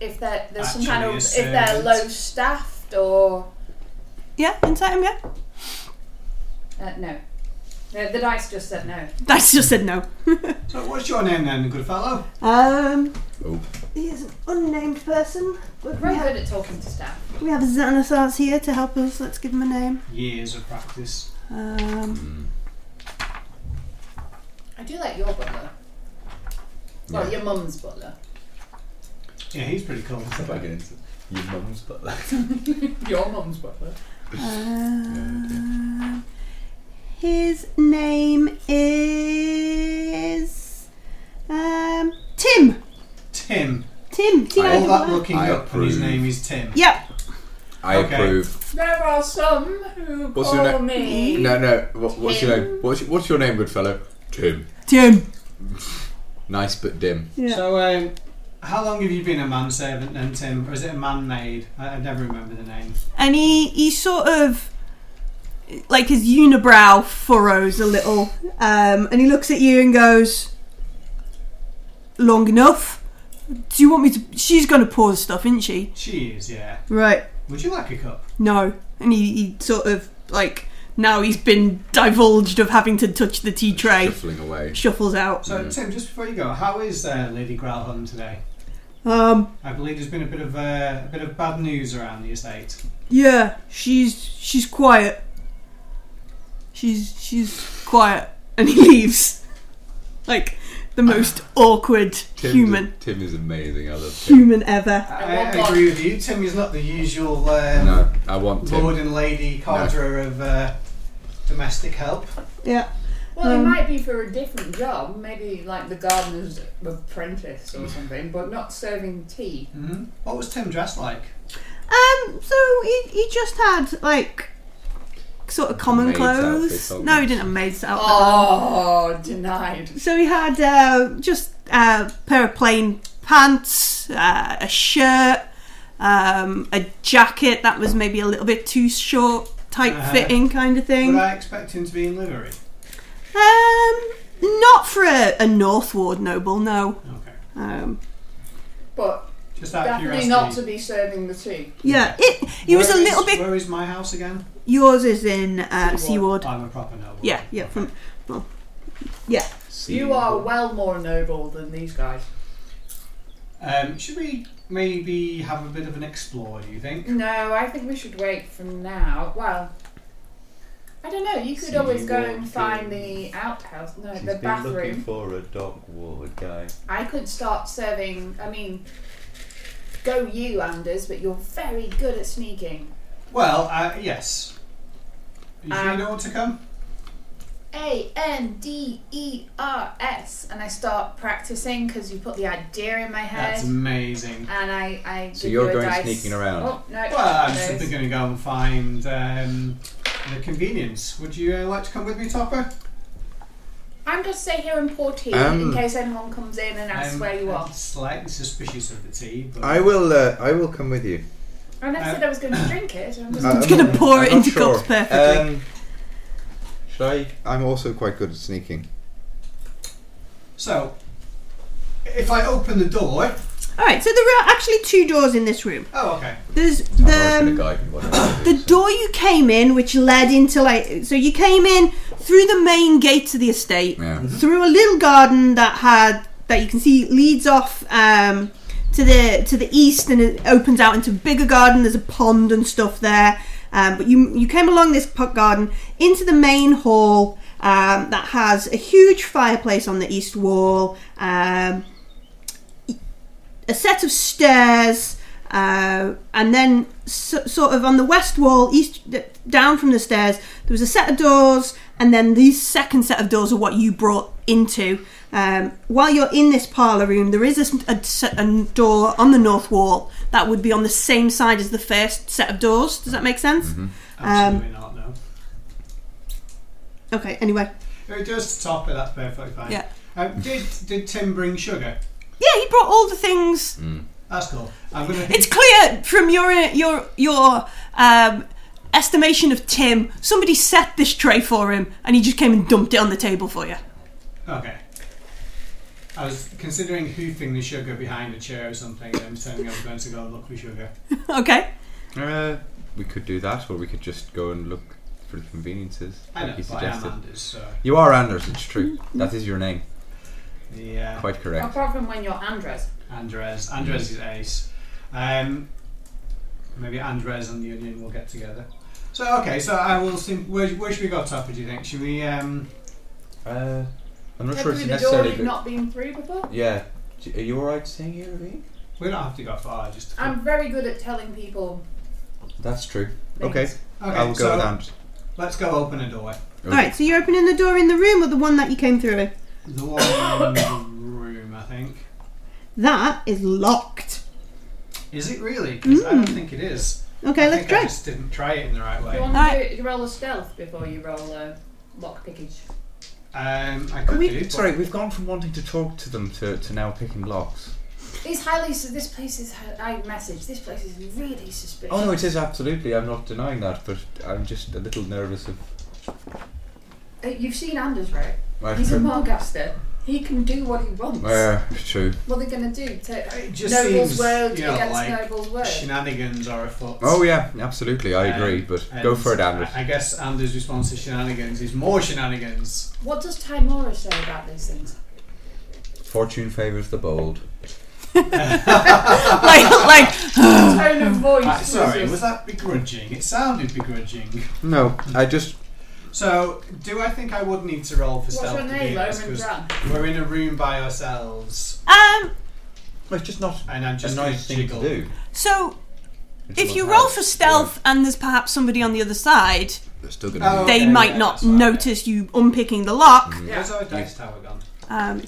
G: if they're, there's some kind of
C: Actually
G: if
C: a
G: they're
C: servant.
G: low staffed or
D: Yeah. Inside him. Yeah.
G: uh, no. The, the dice just said no.
D: That's just said no.
C: So, what's your name then, good fellow?
D: um,
B: Oh,
D: he is an unnamed person. We
G: We're
D: have,
G: good at talking to staff.
D: we have Xanathars here to help us. Let's give him a name.
C: Years of practice.
D: Um,
E: I do like your butler. Well,
B: Yeah.
E: your mum's butler.
C: Yeah, he's pretty cool.
B: If I get into your mum's butler.
E: Your mum's butler.
D: Uh, his name is um, Tim.
C: Tim.
D: Tim. Tim.
C: All that
D: Overwood.
C: looking
B: I
C: up, and his
B: approve.
C: name is Tim.
D: Yep.
B: I
C: Okay.
B: approve.
E: There are some who
B: What's your
E: call
B: na-
E: me.
B: No, no. What, what's your name? What's, what's your name, good fellow? Tim.
D: Tim.
B: Nice but dim.
D: Yeah.
C: So, um, how long have you been a manservant then, Tim? Or is it a man-maid? I, I never remember the name.
D: And he he sort of like his unibrow furrows a little, um, and he looks at you and goes, "Long enough." Do you want me to? She's going to pour the stuff, isn't she?
C: She is, yeah.
D: Right.
C: Would you like a cup?
D: No. And he, he sort of like now he's been divulged of having to touch the tea tray.
B: Shuffling away.
D: Shuffles out.
C: So, Tim, just before you go, how is uh, Lady Growlhorn today?
D: Um.
C: I believe there's been a bit of uh, a bit of bad news around the estate.
D: Yeah. She's she's quiet. She's she's quiet, and he leaves. Like the most awkward
B: Tim's-
D: human
B: Tim is amazing. I love Tim.
D: human ever.
C: I,
E: And what
C: I agree with you. Tim is not the usual uh,
B: No, I want Tim.
C: lord and lady cadre of uh, domestic help.
D: Yeah.
E: Well,
D: Um,
E: it might be for a different job, maybe like the gardener's apprentice or something, but not serving tea.
C: Mm-hmm. What was Tim dressed like?
D: Um. So he he just had like sort of common
B: Maid's
D: clothes.
B: outfit,
D: no, he didn't have maids outfit.
E: Oh, denied.
D: So he had uh, just a pair of plain pants, uh, a shirt, um, a jacket that was maybe a little bit too short, tight
C: Uh-huh.
D: fitting kind of thing.
C: Would I expect him to be in livery?
D: Um, not for a, a Northward noble, no.
C: Okay.
D: Um,
E: But
C: Just out of
E: definitely
C: curiosity.
E: not to be serving the tea.
D: yeah, it. He was a
C: Where
D: little
C: is-
D: bit.
C: Where is my house again?
D: Yours is in uh, Seaward.
C: I'm a proper noble.
D: Yeah, yeah, from
E: You are well more noble than these guys.
C: Um, should we maybe have a bit of an explore? Do you think?
E: No, I think we should wait from now. Well, I don't know. You could
B: See
E: always
B: you
E: go
B: walking.
E: and find the outhouse, no,
B: She's
E: the
B: been looking
E: bathroom.
B: for a dog ward guy.
E: I could start serving. I mean, go you, Anders, but you're very good at sneaking.
C: Well, uh, yes. Do you
E: Um,
C: know what to come?
E: A N D E R S, and I start practicing because you put the idea in my head,
C: That's
D: uh,
C: amazing.
E: and I, I.
B: So
E: give
B: you're
E: you a
B: going
E: dice.
B: sneaking around?
E: Oh no!
C: Well, I'm
E: no.
C: simply going to go and find um, the convenience. Would you uh, like to come with me, Topper?
E: I'm just stay here and pour tea
B: Um,
E: in case anyone comes in and asks
C: Um, I'm
E: where you are.
C: Slightly suspicious of the tea, but
B: I will. Uh, I will come with you.
E: I never
C: Um,
E: said I was going to drink it. I'm just
B: I'm
D: It's gonna
B: not-
D: pour it
B: I'm not
D: into
B: sure.
D: cups perfectly.
B: Um, should I? I'm also quite good at sneaking.
C: so if I open the door.
D: All right. So there are actually two doors in this room.
C: Oh, okay.
D: There's
B: I'm
D: the. um,
B: always gonna guide me what I'm gonna do,
D: the door you came in, which led into like, so you came in through the main gate to the estate,
B: Yeah.
D: through a little garden that had that you can see leads off um, to the to the east, and it opens out into a bigger garden. There's a pond and stuff there, um, but you you came along this pot garden into the main hall um, that has a huge fireplace on the east wall. Um, a set of stairs, uh, and then so, sort of on the west wall, east d- down from the stairs, there was a set of doors, and then the second set of doors are what you brought into. Um, while you're in this parlor room, there is a s- a, s- a door on the north wall that would be on the same side as the first set of doors. Does that make sense? Um,
C: Absolutely not, no.
D: Okay. Anyway,
C: If it does top it, that's perfectly fine.
D: Yeah.
C: Um, did, did Tim bring sugar?
D: yeah, he brought all the things.
C: That's cool. I'm going to.
D: It's clear from your your your um, estimation of Tim, somebody set this tray for him, and he just came and dumped it on the table for you.
C: Okay. I was considering hoofing the sugar behind a chair or something, um, and I'm telling you I'm going to go and look for sugar.
D: Okay.
B: Uh, we could do that, or we could just go and look for the conveniences.
C: I know,
B: like you
C: but I am
B: suggested.
C: Anders, so.
B: You are Anders. It's true. That is your name.
C: Yeah.
B: Quite correct.
E: apart from when you're Andres.
C: Andres. Andres is ace. Um, maybe Andres and the Union will get together. So okay, so I will. Sim- where, where should we go, Topper? Do you think? Should we? Um,
B: Uh, I'm not
E: Head
B: sure it's
E: through the door
B: necessarily.
E: you've
B: good-
E: not been through before.
B: Yeah. Do- Are you alright staying here, Ravine?
C: We don't have to go far. Just
D: Um,
E: I'm very good at telling people.
B: That's true.
E: Things.
B: Okay,
C: okay.
B: I'll go
C: so
B: with Ant.
C: let's go open a doorway.
D: Alright, so you're opening the door in the room or the one that you came through in?
C: The one in the room, I think.
D: That is locked.
C: Is it really? 'Cause I don't think it is.
D: Mm. Okay,
C: I
D: let's
C: think
D: try.
C: I just didn't try it in the right
E: Do you
C: way.
E: want
D: Alright.
E: to do, roll a stealth before you roll a lock pickage?
C: Um, I could do. but-
B: sorry, we've gone from wanting to talk to them to, to now picking locks.
E: It's highly. So this place is. hi- I message. This place is really suspicious.
B: Oh no, it is absolutely. I'm not denying that, but I'm just a little nervous of.
E: Uh, you've seen Anders, right?
B: I've
E: He's a
B: heard-
E: Margaster. He can do what he wants.
B: Yeah, true.
E: What are they going to do? Take
C: It just
E: Noble's
C: seems,
E: word
C: you know,
E: against
C: like
E: Noble's word?
C: Shenanigans are afoot.
B: Oh yeah, absolutely. I
C: Um,
B: agree, but
C: and
B: go for it, Anders.
C: I I guess Anders' response to shenanigans is more shenanigans.
E: What does Timora say about these things?
B: Fortune favours the bold.
D: like, like,
E: Tone of voice.
C: Uh, sorry,
E: just-
C: was that begrudging? It sounded begrudging.
B: No, I just
C: So, do I think I would need to roll for
E: What's
C: stealth?
E: your
C: to be
E: name?
C: honest,
E: Omen
C: 'cause
E: Dran.
C: We're in a room by ourselves,
D: um,
B: It's just not
C: and I'm
B: a
C: just going
B: nice thing to
C: jiggle.
B: do.
D: so
B: It's
D: if
B: not
D: you
B: bad.
D: roll for stealth and there's perhaps somebody on the other side,
B: they're still going
C: Oh.
D: they
C: Okay,
D: might
C: yeah,
D: not
C: that's fine. Mm.
D: notice you unpicking the lock.
B: Mm.
C: Where's our dice tower gone?
D: Um,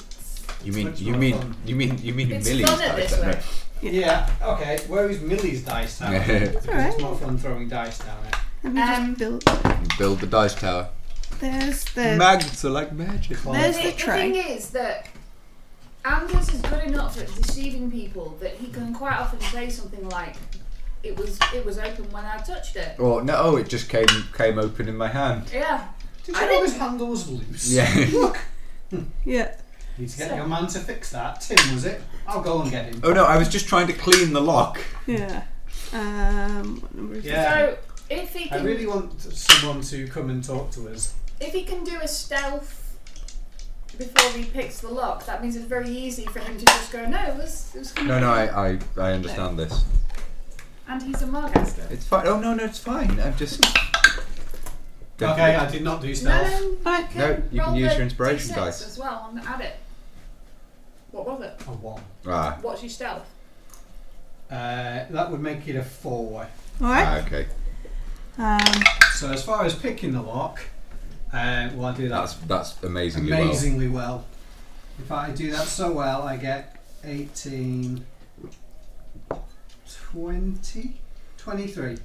B: You mean
C: Much
B: you
C: more
B: mean
C: fun.
B: you mean you mean
E: It's
B: Millie's
E: fun at
B: dice,
E: this
B: don't
E: way.
C: Yeah, okay. Where is Millie's dice tower?
B: That's
C: Because
D: alright.
C: It's more fun throwing dice down it.
D: let me just
E: Um,
D: build.
B: they? Build the dice tower.
D: There's the.
B: Magnets are like magic.
D: there's
E: The,
D: the
E: the
D: tray.
E: thing is that Anders is good enough at deceiving people that he can quite often say something like, "It was it was open when I touched it."
B: Well, no, oh, it just came came open in my hand.
E: Yeah.
C: Did
E: I
C: you know
E: didn't-
C: his handle was loose?
B: Yeah.
D: Yeah.
C: Need to get your man to fix that. Tim, was it? I'll go and get him.
B: oh no, I was just trying to clean the lock.
D: Yeah. Um, what number is it?
C: Yeah.
E: So if he
C: I
E: can
C: really want someone to come and talk to us.
E: if he can do a stealth before he picks the lock, that means it's very easy for him to just go, "No, it was it was."
B: No, no, I I, I understand this.
E: And he's a Margaster.
B: It's fine. Oh no, no, it's fine. I'm just.
C: Okay, I did not do
E: No,
C: stealth.
E: no,
D: Fine.
B: No, you can
E: roll
B: use
E: the
B: your inspiration
E: D6
B: dice.
E: as well and add it. What was it?
C: A one.
B: Ah,
E: What's your stealth?
C: Uh, that would make it a four.
D: All right.
B: ah, okay.
D: Um,
C: So as far as picking the lock, uh, well, I do that
B: That's that's amazingly
C: amazingly well. In fact, I do that so well, I get 18, 20, 23.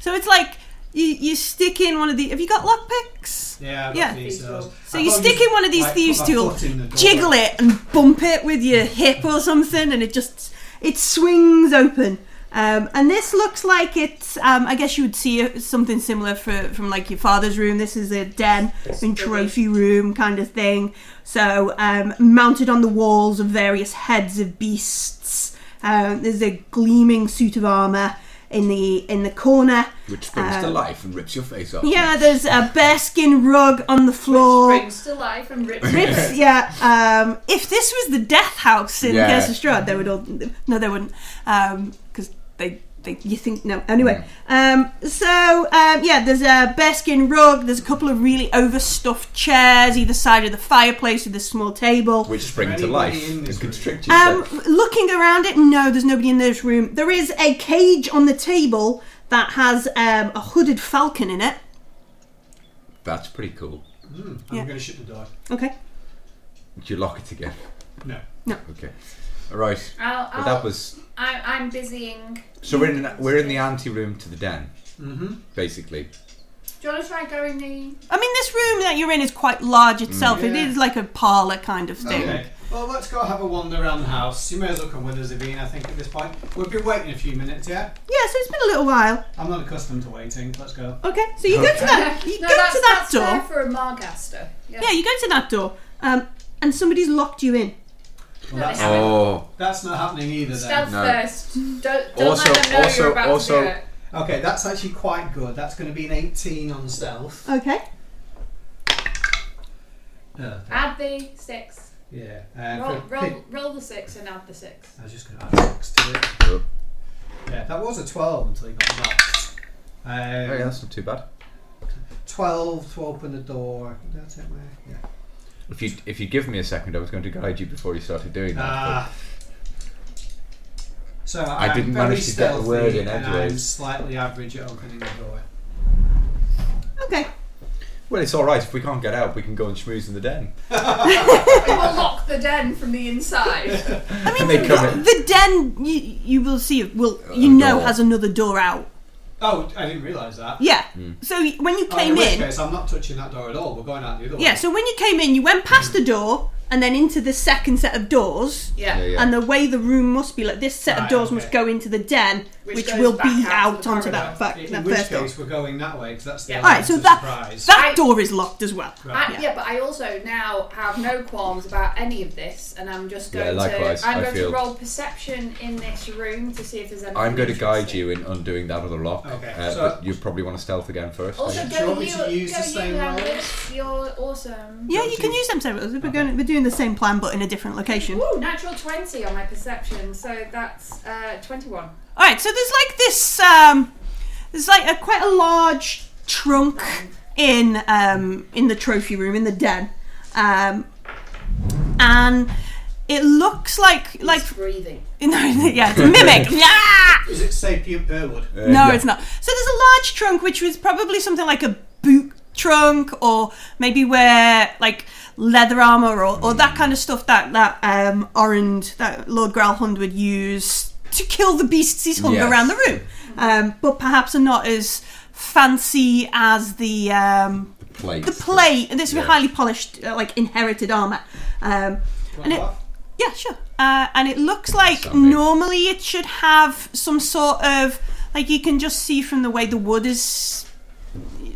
D: so it's like you, you stick in one of the. Have you got lockpicks?
C: Yeah, I've got
D: Yeah.
C: thieves' tools.
D: So
C: I've
D: you
C: got
D: stick
C: these-
D: in one of these
C: like,
D: thieves'
C: put my
D: tools,
C: foot in the door.
D: jiggle it, and bump it with your hip or something, and it just it swings open. Um, and this looks like it's. Um, I guess you would see something similar for, from like your father's room. This is a den and trophy room kind of thing. So um, mounted on the walls of various heads of beasts. Um, there's a gleaming suit of armor in the in the corner.
B: well, which springs to
D: Um,
B: life and rips your face off.
D: Yeah, there's a bearskin rug on the floor.
E: Springs to life and rips.
D: Rips, yeah. Um, if this was the Death House in
B: Yeah.
D: yeah. Strad, they would all. No, they wouldn't, because they, they. You think no. Anyway,
B: Mm.
D: um, so um, yeah, there's a bearskin rug. There's a couple of really overstuffed chairs either side of the fireplace with a small table.
B: Which spring to
C: anybody
B: life
C: in
B: and
C: this room?
B: constrict
D: Um,
B: yourself.
D: looking around it, no, there's nobody in this room. There is a cage on the table that has um, a hooded falcon in it.
B: That's pretty cool.
C: I'm
D: Yeah.
C: going to shut the door.
D: Okay.
B: Did you lock it again?
C: No.
B: Okay. All right.
E: I'll,
D: Uh,
B: Well,
E: I'll,
B: that was
E: I'm, I'm busying.
B: so we're in an, we're in the ante room to the den,
C: Mm-hmm.
B: basically.
E: Do you want to try going the?
D: I mean, this room that you're in is quite large
B: Mm.
D: itself. It
C: Yeah.
D: is like a parlor kind of thing.
C: Okay. Well, let's go have a wander around the house. You may as well come with us, Evine, I think, at this point. We've been waiting a few minutes, yeah?
D: Yeah, so it's been a little while.
C: I'm not accustomed to waiting. Let's go.
D: Okay, so you go to that. You
E: no,
D: go
E: that's,
D: to that
E: that's
D: door.
E: There for a Margaster. Yeah.
D: Yeah, you go to that door, um, and somebody's locked you in.
C: Well, that's,
E: Yeah.
B: Oh,
C: that's not happening either, then.
E: Stealth
B: No.
E: first. Don't, don't
B: Also-
E: let them know
B: also-
E: you're about
B: also-
E: to do it.
C: Okay, that's actually quite good. That's going to be an 18 on stealth.
D: Okay.
C: Uh,
E: Add the six.
C: yeah. Uh,
E: Roll,
C: for-
E: roll, roll the six and add the six.
C: I was just going to add 6 to it.
B: oh
C: Yeah, that was a 12 until he got knocked. Um,
B: yeah, that's not too bad.
C: 12 to open the door. Did I take my. Yeah.
B: If you if you give me a second, I was going to guide you before you started doing that. but-
C: Ah. so
B: I
C: I'm
B: didn't
C: very
B: manage to get a word
C: stealthy
B: in
C: and I'm
B: edgeways.
C: slightly average at opening the door.
D: Okay.
B: well, it's all right if we can't get out. We can go and schmooze in the den.
E: We will lock the den from the inside.
D: I mean,
B: they
D: the,
B: come in.
D: the den you, you will see will you
B: Uh,
D: know
B: door.
D: has another door out.
C: Oh, I didn't realise that.
D: Yeah.
B: Hmm.
D: So y- when you
C: Oh, in
D: came
C: which
D: in,
C: case, I'm not touching that door at all. We're going out the other
D: yeah.
C: way.
D: So when you came in, you went past the door and then into the second set of doors.
E: Yeah.
B: Yeah, yeah.
D: And the way the room must be, like this set of
C: Right,
D: doors
C: okay.
D: must go into the den,
E: Which
D: which,
E: goes
D: will
E: back
D: be
E: out to
D: out
E: the
D: onto
E: corridor.
D: that, fact,
C: In
D: that
C: which
D: first door.
C: case, we're going that way because that's the
E: Yeah.
C: yeah.
D: All right, so that
C: surprise.
D: that
E: I-
D: door is locked as well.
E: I,
C: Right.
E: yeah. but I also now have no qualms about any of this, and I'm just
B: Yeah,
E: going
B: likewise,
E: to. I'm
B: I
E: going
B: feel-
E: to roll perception in this room to see if there's anything.
B: I'm going to guide
E: interesting.
B: you in undoing that other lock.
C: Okay,
B: uh,
C: so-
B: but you probably want to stealth again first.
E: Also,
C: Do you
E: go
C: want me
E: you,
C: to use
E: go
C: the
E: you,
C: same
E: Alice.
C: rolls?
E: You're awesome.
D: Yeah,
C: Don't
D: you can
C: you-
D: use them separately. We're going, we're doing the same plan but in a different location.
E: Ooh, natural 20 on my perception, so that's uh, 21.
D: All right, so there's like this. Um, there's like a quite a large trunk in um, in the trophy room in the den, um, and it looks like like
E: It's breathing.
D: no, yeah, it's a mimic. yeah.
C: Is it sapient Burwood?
B: Uh,
D: No,
B: yeah.
D: it's not. So there's a large trunk, which was probably something like a boot trunk, or maybe where like leather armor or, or that kind of stuff that that um, Orrond, that Lord Growlhund would use to kill the beasts he's hung
B: Yes.
D: around the room. Um, but perhaps are not as fancy as the um,
B: The plate.
D: the plate. This was
B: Yeah.
D: highly polished, uh, like inherited armor. Um, and it,
C: What?
D: yeah, sure. Uh, and it looks like
B: Sounding.
D: normally it should have some sort of like you can just see from the way the wood is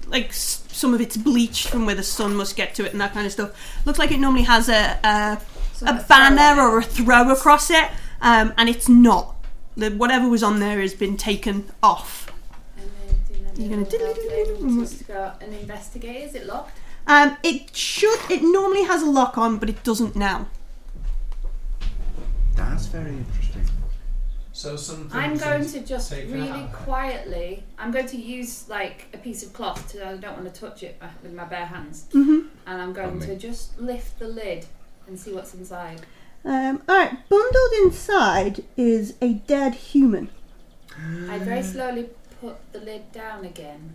D: like s- some of it's bleached from where the sun must get to it and that kind of stuff. Looks like it normally has a a,
E: So
D: a
E: throw
D: banner
E: on it.
D: or a throw across it, um, and it's not. The, whatever was on there has been taken off.
E: And then do
D: You're gonna
E: another
D: diddly-diddly-diddly.
E: roll, just got an investigate. Is it locked?
D: Um, it should. It normally has a lock on, but it doesn't now.
B: That's very interesting.
C: So something.
E: I'm going to just
C: taken
E: really
C: out.
E: quietly. I'm going to use like a piece of cloth. To, I don't want to touch it uh, with my bare hands. And I'm going
B: me.
E: to just lift the lid and see what's inside.
D: Um, all right. Bundled inside is a dead human.
E: I
D: Ah.
E: very slowly put the lid down again.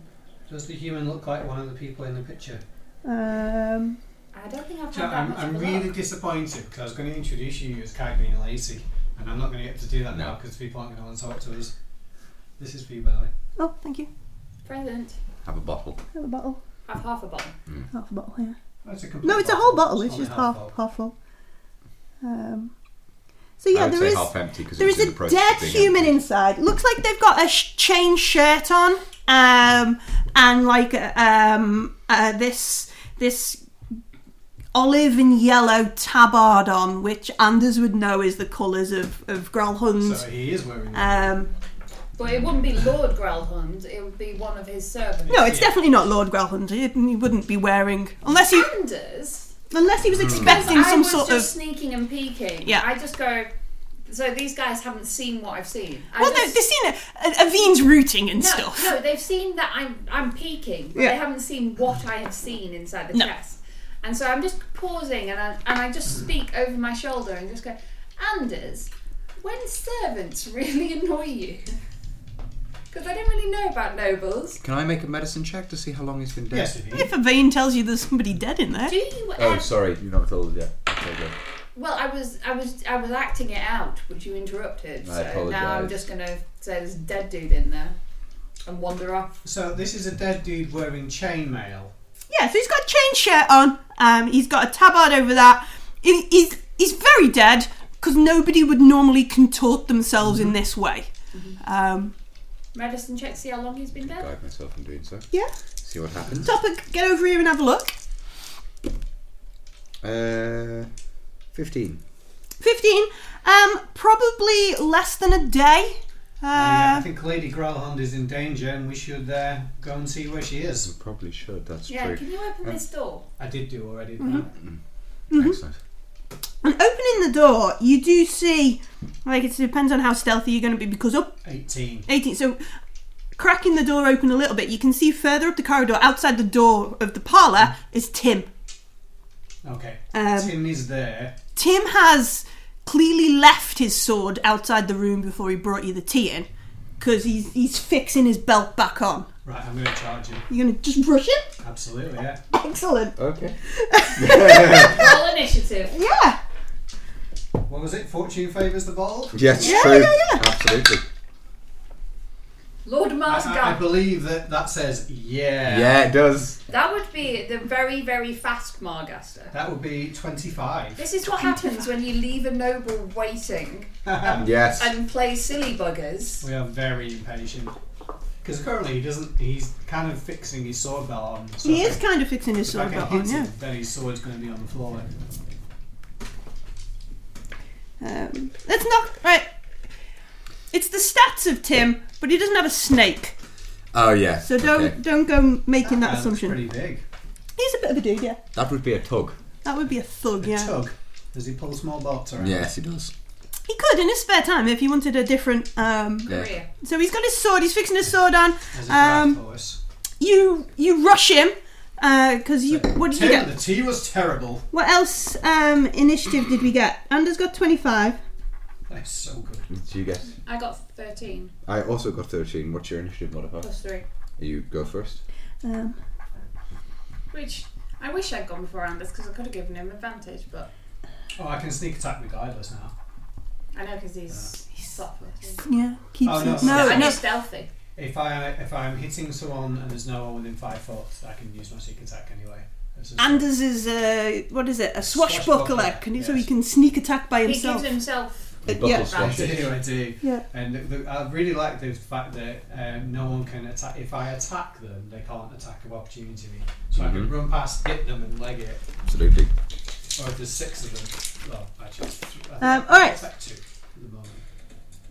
C: Does the human look like one of the people in the picture?
D: Um,
E: I don't think I've
C: Do you know,
E: had that
C: I'm,
E: much.
C: I'm
E: of a
C: really
E: look.
C: disappointed because I was going to introduce you as Kai being lazy, and I'm not going to get to do that
B: No.
C: now because people aren't going to want to talk to us. This is for you, by the way.
D: oh, thank you.
E: present.
B: Have a bottle.
D: Have a bottle.
E: I've half a bottle.
D: Half a bottle, yeah.
C: Oh, it's a complete
D: No, it's a whole bottle. It's
C: only
D: just half
C: bottle.
D: half full. Um, so yeah,
B: I would
D: there
B: say
D: is
B: half empty because
D: there is
B: in
D: a
B: the process
D: dead
B: of being
D: human
B: empty.
D: inside. Looks like they've got a sh- chain shirt on, um, and like uh, um, uh, this this olive and yellow tabard on, which Anders would know is the colours of of Growlhund.
C: So he is wearing.
D: Um,
E: But it wouldn't be Lord Grelhund, it would be one of his servants.
D: no, it's
C: Yeah.
D: definitely not Lord Growlhund. He, he wouldn't be wearing unless he
E: Anders.
D: unless
B: Hmm.
D: he was expecting
E: I
D: some
E: was
D: sort
E: just
D: of
E: sneaking and peeking.
D: Yeah.
E: I just go. So these guys haven't seen what I've seen. I
D: Well, no,
E: just,
D: they've seen it. Uh, Aveen's rooting and
E: no,
D: stuff.
E: no, they've seen that I'm I'm peeking, but
D: Yeah.
E: they haven't seen what I have seen inside the
D: No.
E: chest. And so I'm just pausing, and I, and I just speak over my shoulder and just go, Anders, when servants really annoy you. Because I don't really know about nobles.
B: Can I make a medicine check to see how long he's been dead?
C: yes, if he
D: If Aveen tells you there's somebody dead in there,
E: Do you
B: Oh,
E: ever-
B: sorry, you're not told yet. Okay, good.
E: Well, I was, I was, I was acting it out, but you interrupted.
B: I
E: so now I'm
B: apologise.
E: just gonna say there's a dead dude in there, and wander off.
C: So this is a dead dude wearing chainmail.
D: yeah. So he's got a chain shirt on. Um, he's got a tabard over that. He, he's he's very dead because nobody would normally contort themselves in this way. Um,
E: Medicine check, see how long he's been dead.
B: Guide myself in doing so.
D: yeah.
B: See what happens.
D: Topic, get over here and have a look.
B: Uh, 15.
D: Fifteen. Um, probably less than a day.
C: Oh, Yeah, I
D: Uh,
C: think Lady Growlhund is in danger, and we should uh, go and see where she
B: We
C: is.
B: probably should, that's
E: Yeah,
B: true.
E: can you open this door?
C: I did do already.
D: Mm-hmm.
B: Excellent.
D: and opening the door, you do see. Like it depends on how stealthy you're going to be because up
C: Uh, Eighteen.
D: 18. So, cracking the door open a little bit, you can see further up the corridor, outside the door of the parlour, is Tim.
C: Okay.
D: Um,
C: Tim is there.
D: Tim has clearly left his sword outside the room before he brought you the tea in because he's, he's fixing his belt back on.
C: Right, I'm going to charge him.
D: You're gonna just brush it?
C: Absolutely, yeah.
D: Excellent.
B: Okay.
E: Roll initiative.
D: Yeah.
C: What was it? Fortune favours the bold?
B: Yes,
D: Yeah,
B: true.
D: yeah, yeah.
B: Absolutely.
E: Lord
C: I,
E: Mars
C: I- I
E: Gab.
C: believe that that says yeah.
B: Yeah, it does.
E: That would be the very, very fast Margaster.
C: That would be 25.
E: This is what happens when you leave a noble waiting
B: Yes.
E: and play silly buggers.
C: We are very impatient. Because currently he doesn't, he's kind of fixing his sword belt on. So
D: He is kind of fixing his
C: If I
D: sword
C: can
D: belt
C: hit
D: on, yeah.
C: him, then his sword's going to be on the floor.
D: Um, let's not. Right. It's the stats of Tim, but he doesn't have a snake.
B: Oh yeah.
D: So don't
B: okay.
D: don't go making
C: Uh,
D: that
C: that's
D: assumption.
C: pretty big.
D: He's a bit of a dude, yeah.
B: That would be a tug.
D: That would be a thug, yeah.
C: Tug. Does he pull small bolts around?
B: Yes, it does.
D: He could in his spare time if he wanted a different. Um,
B: Yeah.
E: Korea.
D: so he's got his sword. He's fixing his sword on.
C: As a
D: Um,
C: draft horse.
D: You you rush him because you. What did you
C: Tim,
D: get?
C: the tea was terrible.
D: What else um, initiative did we get? Anders got 25.
C: That is so good.
B: Did you get?
E: I got 13
B: I also got thirteen. What's your initiative modifier?
E: plus 3.
B: You go first.
D: Um,
E: Which I wish I'd gone before Anders because I could have given him advantage, but
C: Oh, I can sneak attack regardless now.
E: I know because he's, he's suffer.
D: yeah, keeps
C: Oh, no,
D: it.
C: so-
D: No,
E: I
D: no.
E: know stealthy.
C: If I if I'm hitting someone and there's no one within five foot, I can use my sneak attack anyway. That's a-
D: Anders is a what is it? A
C: Swashbuckler,
D: swashbuckler, can he, so he
C: yes.
D: can sneak attack by
E: He gives
D: himself.
E: himself.
B: You
D: Uh,
B: buckle
D: yeah.
C: I
B: slash it.
C: do, I do.
D: Yeah.
C: And the, the, I really like the fact that um, no one can attack. If I attack them, they can't attack of opportunity me. So I can
B: Mhm.
C: run past, hit them, and leg it.
B: Absolutely.
C: Or if there's six of them, well, actually, it's th- I think
D: Um,
C: I can
D: all right.
C: attack two at the moment.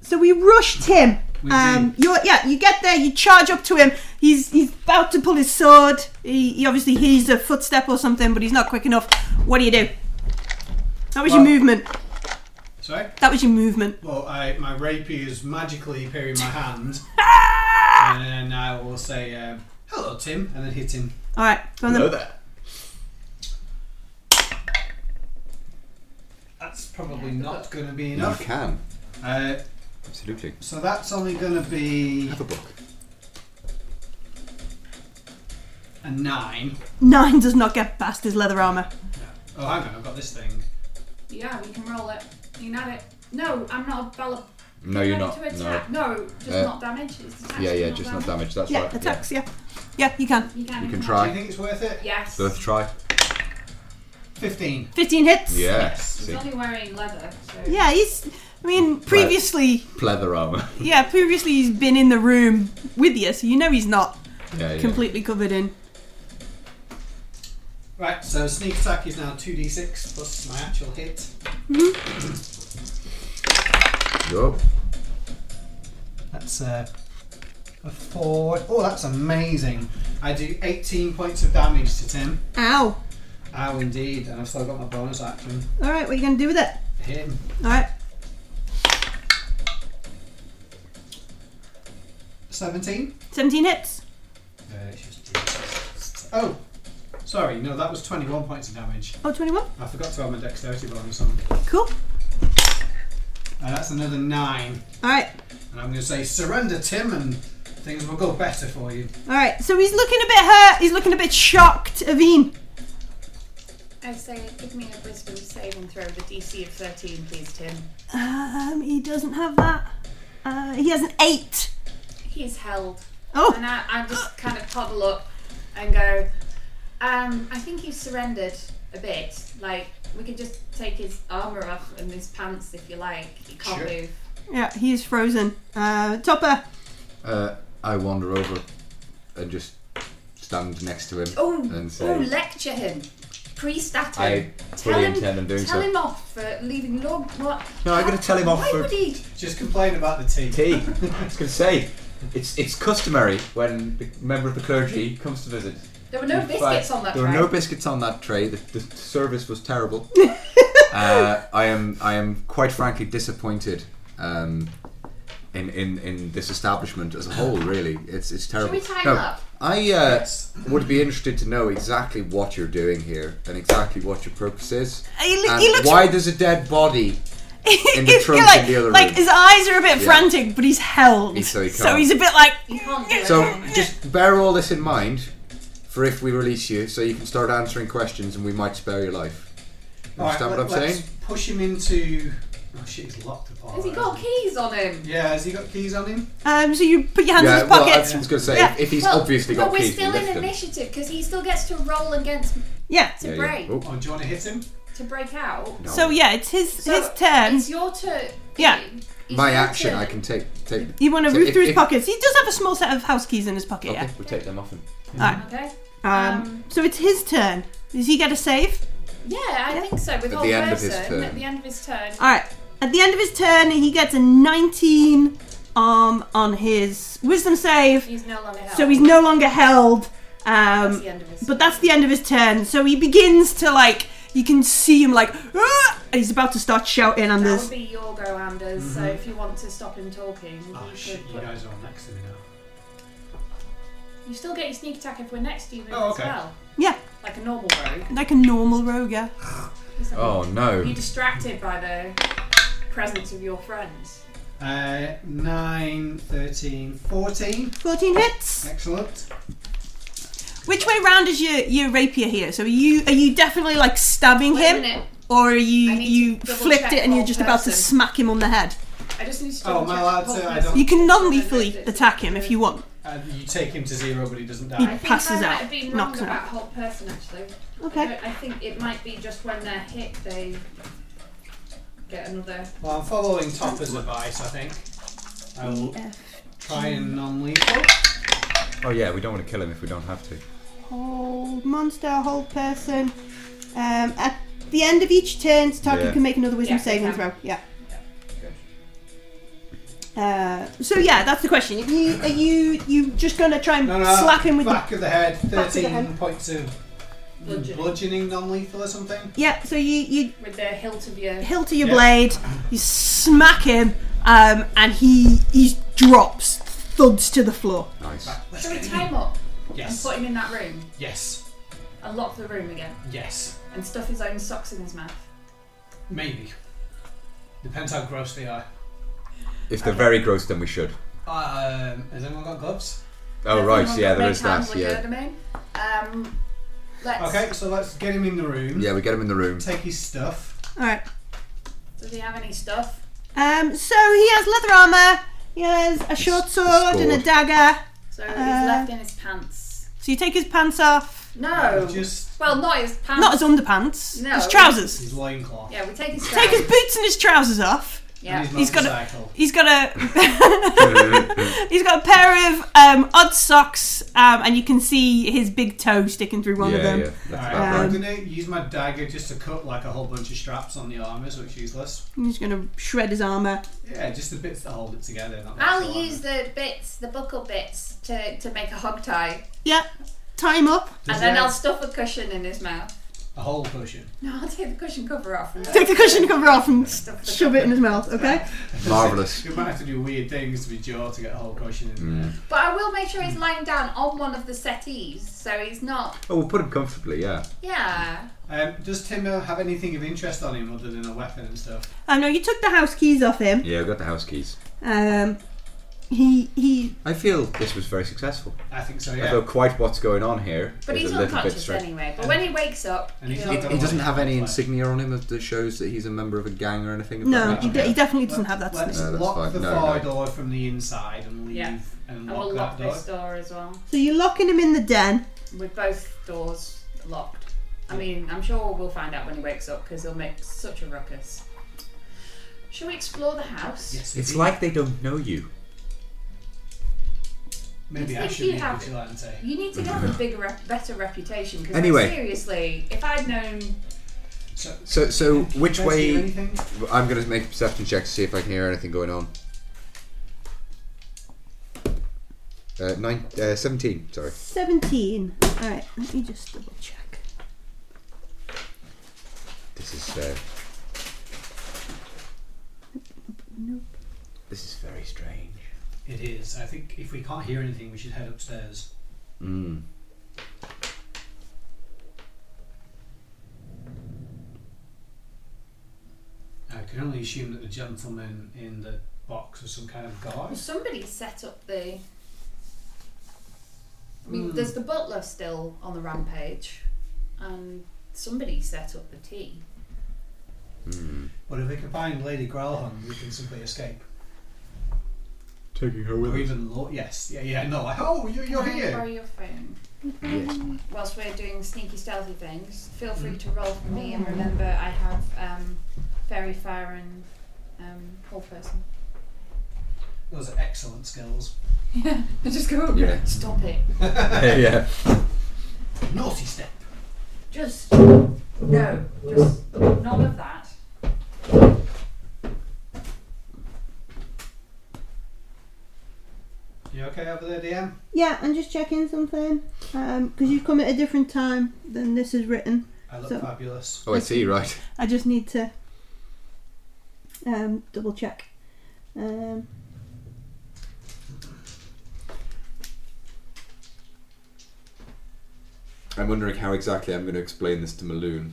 D: So we rush Tim.
C: We
D: Um, you yeah, you get there, you charge up to him. He's he's about to pull his sword. He, he obviously hears a footstep or something, but he's not quick enough. What do you do? That was
C: Well-
D: your movement.
C: Sorry.
D: That was your movement.
C: Well, I, my rapier is magically appearing in my hand, and then I will say, um, "Hello, Tim," and then hit him.
D: All right, go on then.
B: there.
C: That's probably not going to be
B: You
C: enough.
B: can.
C: Uh,
B: Absolutely.
C: so that's only going to be
B: Have a book.
C: a nine.
D: Nine does not get past his leather armor.
C: Oh, hang on, I've got this thing.
E: Yeah, you can roll it. You can add it. No, I'm not a ballad.
B: No, you're
E: add it
B: not.
E: To
B: No.
E: attack. No, just
B: Uh,
E: not damage. It's attack,
B: Yeah, yeah, just not damage. That's
D: Yeah,
B: right.
D: attacks. Yeah. yeah, you can.
E: You can,
B: You can
C: Do you
B: try.
C: think it's worth it?
E: Yes.
B: Both try.
C: Fifteen.
D: Fifteen hits.
B: Yeah.
E: He's
B: See.
E: only wearing leather, so
D: Yeah, he's. I mean, previously,
B: Pleather armor.
D: yeah, previously he's been in the room with you, so you know he's not
B: yeah, yeah.
D: completely covered in.
C: Right. So sneak attack is now two d six plus my actual hit.
B: Yup.
C: That's uh, a four. Oh, that's amazing. I do eighteen points of damage to Tim.
D: Ow!
C: Ow, indeed, and I've still got my bonus action.
D: All right, what are you gonna do with it?
C: Hit him.
D: All right.
C: 17?
D: 17 hits.
C: Uh, it's just- oh, sorry, no, that was 21 points of damage.
D: Oh, 21.
C: I forgot to add my dexterity bonus on.
D: Cool.
C: And that's another 9.
D: All right.
C: And I'm going to say, surrender, Tim, and things will go better for you.
D: All right. So he's looking a bit hurt. He's looking a bit shocked. Aveen.
E: I say give me a wisdom saving throw with DC of thirteen, please, Tim.
D: Um, he doesn't have that. Uh, he has an 8.
E: He's held.
D: Oh,
E: And I, I just kind of toddle up and go, um, I think he's surrendered a bit. Like, we can just take his armour off and his pants if you like. He can't
C: Sure.
E: move.
D: yeah. He is frozen. Uh, Topper.
B: Uh, I wander over and just stand next to him
E: Oh,
B: and say,
E: oh lecture him. Priest at
B: I
E: him.
B: fully intend on doing
E: tell
B: so.
E: him off for leaving Lord. What?
B: No, I'm going to tell him off
E: Why
B: for
E: would he?
C: Just complain about the tea.
B: tea. I was going to say, it's it's customary when a member of the clergy comes to visit.
E: There were no
B: In fact,
E: biscuits on that
B: There
E: tray.
B: were no biscuits on that tray. The, the service was terrible. uh, I am I am quite frankly disappointed um, in, in in this establishment as a whole. Really, it's it's
E: Should
B: terrible.
E: we tie him
B: No,
E: up?
B: I uh, would be interested to know exactly what you're doing here and exactly what your purpose is.
D: He, loo-
B: And
D: he looks.
B: why there's a dead body in the
D: You're
B: trunk in
D: like,
B: the other
D: like
B: room.
D: his eyes are a bit frantic, but he's held.
B: He's- so he
D: so
B: can't.
D: he's a bit like.
G: You can't do it.
B: So just bear all this in mind for if we release you, so you can start answering questions and we might spare your life. You
C: Alright,
B: understand
C: let-
B: what I'm
C: let's
B: saying?
C: Push him into. Oh shit, he's locked apart.
G: Has he got keys on him?
C: Yeah, has he got keys on him?
D: Um, so you put your hands in
B: Yeah,
D: his
B: well, I
D: pockets.
B: was going to say,
D: Yeah.
B: if he's
E: Well,
B: obviously
E: but
B: got
E: we're
B: keys,
E: still
B: we lift
E: in
B: him.
E: initiative because he still gets to roll against
D: yeah.
E: to
B: Yeah, yeah.
E: break
B: Oh,
C: Oh, do you want to hit him?
E: to break out.
B: no.
D: So yeah, it's his
E: So
D: his turn.
E: It's your turn.
D: Yeah.
E: It's
B: My
E: your
B: action,
E: turn.
B: I can take take.
D: You want to
B: So
D: root
B: if-
D: through his
B: if-
D: pockets. He does have a small set of house keys in his pocket.
B: Okay, we'll take them off him.
E: Okay.
D: Yeah. Um,
E: Um,
D: so it's his turn. Does he get a save?
E: Yeah, I think so. With
B: At
E: all
B: the end of his
E: person,
B: turn.
E: at the end of his turn.
D: All right. At the end of his turn, he gets a 19 um, on his wisdom save,
E: He's no longer held.
D: so he's no longer held.
E: That's
D: Um,
E: the end of his
D: but that's the end of his turn. So he begins to like. You can see him like. "Ah!" and he's about to start shouting, and
E: That
D: there's
E: would be your go, Anders. So
B: Mm-hmm.
E: if you want to stop him talking,
C: Oh
E: you,
C: shit,
E: could
C: you
E: put,
C: guys are all next to me now.
E: you still get your sneak attack if we're next to you
C: Oh, okay.
E: as well.
D: Yeah.
E: Like a normal rogue.
D: like a normal rogue. yeah.
E: isn't it?
B: Oh
E: You're
B: no!
E: distracted by the presence of your friends.
C: Uh, 9, 13, 14.
D: 14 hits.
C: Excellent.
D: Which way round is your, your rapier here? So are you are you definitely like stabbing
E: Wait a
D: him?
E: minute.
D: or are you
E: I need
D: you
E: to double
D: flipped
E: check
D: it and you're
E: all
D: just about to
E: person.
D: smack him on the head?
E: I just need to.
C: Oh, am I
E: double-check
C: allowed
E: the whole
C: to? I
E: person.
C: don't-
D: You can
E: Then
D: non-lethally
E: it's-
D: attack him if you want.
C: Uh, you take him to zero, but he doesn't
E: I
C: die.
E: think
D: passes
E: I might
D: out,
E: have been wrong
D: knocks him
E: about
D: out.
E: whole person actually. I,
D: Okay.
E: don't- I think it might be just when they're hit they get another.
C: Well, I'm following Topper's advice, I think. I will try and non lethal.
B: Oh yeah, we don't want to kill him if we don't have to.
D: Hold monster, hold person. Um, at the end of each turn, the target
B: Yeah.
D: can make another wisdom
E: Yeah, they
D: saving
E: can.
D: throw. Yeah. Uh, so yeah, that's the question. If you are you you just gonna try and
C: No, no,
D: slap him with
C: back of the head,
D: back of the
C: 13
D: head.
C: points of
E: Bludgeoning.
C: bludgeoning non lethal or something.
D: the yeah? So you you
E: With the hilt of your.
D: hilt of your
C: Yeah.
D: blade, you smack him, um, and he he drops, thuds to the floor.
B: Nice.
E: Shall we tie him up and
C: Yes.
E: put him in that room
C: Yes.
E: and lock the room again
C: Yes.
E: and stuff his own socks in his mouth?
C: Maybe. Depends how gross they are.
B: If they're very gross, then we should.
C: Um, has anyone got gloves?
B: Oh
E: Everyone
B: right,
E: got
B: yeah, there
E: made
B: is that.
E: hands,
B: Yeah,
E: You know what I mean? Um, let's.
C: Okay, so let's get him in the room.
B: yeah, we get him in the room.
C: Take his stuff.
D: All right.
E: Does he have any stuff?
D: Um, so he has leather armor. He has a short sword and a
B: sword.
D: dagger.
E: So he's
D: Uh,
E: left in his pants.
D: So you take his pants off.
E: No.
C: Just
E: Well, not his pants.
D: Not his underpants.
E: No.
D: His trousers.
C: his loincloth.
E: Yeah, we take his.
D: Take his
E: trousers.
D: boots and his trousers off.
E: Yeah.
C: And his
D: He's got a-
C: motorcycle.
D: He's got a he's got a pair of um, odd socks, um, and you can see his big toe sticking through one
B: yeah,
D: of them.
B: yeah. That's
C: Alright,
B: about
D: Um,
B: right.
C: I'm gonna use my dagger just to cut like a whole bunch of straps on the armour so it's useless.
D: I'm just gonna shred his armor.
C: Yeah, just the bits that hold it together. Not the
E: I'll
C: actual
E: use
C: armour.
E: the bits, the buckle bits, to, to make a hog tie,
D: Yeah, tie him up.
C: Does
E: and then
C: that-
E: I'll stuff a cushion in his mouth.
C: a whole cushion.
E: No, I'll take the cushion cover off. And
D: Take the cushion cover off and shove it in his mouth. Okay.
B: Marvelous.
C: You might have to do weird things to be sure to get a whole cushion in there.
B: Mm.
E: but I will make sure he's lying down on one of the settees, so he's not.
B: Oh, we'll put him comfortably. Yeah.
E: Yeah.
C: Um, does Timber have anything of interest on him other than a weapon and stuff?
D: Um, no, you took the house keys off him.
B: Yeah, we got the house keys.
D: Um, he he
B: I feel this was very successful.
C: I think so.
B: I
C: Yeah.
B: Although quite what's going on here
E: But
B: is
E: he's
B: a little bit
E: unconscious
B: strange.
E: anyway. But when he wakes up,
C: And he's
E: he'll-
C: not
B: He doesn't have any insignia on him of the shows that he's a member of a gang or anything. of
D: no,
B: that
D: he,
B: nature?
D: de- he definitely doesn't have that.
C: Let's
D: Snake.
B: No, that's
C: lock
B: fine.
C: the
B: No,
C: far
B: no.
C: door from the inside and leave
E: Yeah.
C: and
E: I
C: lock
E: will lock
C: that door.
E: this door as well.
D: So you're locking him in the den.
E: With both doors locked. I mean, I'm sure we'll find out when he wakes up because he'll make such a ruckus. Shall we explore the house?
C: Yes,
B: It's
C: we-
B: like they don't know you.
C: maybe
E: It's
C: I
E: like
C: should
E: you
C: be a
E: have-
C: vigilante.
E: You need to have a bigger, rep- better reputation. Because
B: Anyway.
E: seriously, if I'd known,
C: So,
B: So, so which
C: Can I see
B: way?
C: anything?
B: I'm gonna make a perception check to see if I can hear anything going on. Uh, nine, uh, 17, sorry.
D: 17. Alright, let me just double check.
B: This is. Uh, this is very strange.
C: It is. I think if we can't hear anything, we should head upstairs.
B: Mm.
C: I can only assume that the gentleman in the box was some kind of guard.
E: Somebody set up the. I mean,
C: Hmm.
E: there's the butler still on the rampage, and somebody set up the tea.
B: Mm.
C: But if we can find Lady Grelhung, we can simply escape.
B: Taking her
C: Or even Lord. Yes, yeah, yeah, no. like, Oh, you, you're
E: Can I borrow
C: here!
E: your phone?
B: Yes.
E: Whilst we're doing sneaky, stealthy things, feel
C: Hmm.
E: free to roll for me. And remember, I have um, fairy fire and um, whole person.
C: Those are excellent skills.
E: Yeah, just go. over
B: Yeah.
E: it. Stop it.
B: yeah.
C: Naughty step!
G: Just no, just none of that.
C: You okay over there, DM?
D: Yeah, I'm just checking something because you've come at a different time than this is written.
C: I look
D: So-
C: fabulous.
B: Oh, I see. Right.
D: I just need to um, double check. Um,
B: I'm wondering how exactly I'm going to explain this to Maloon.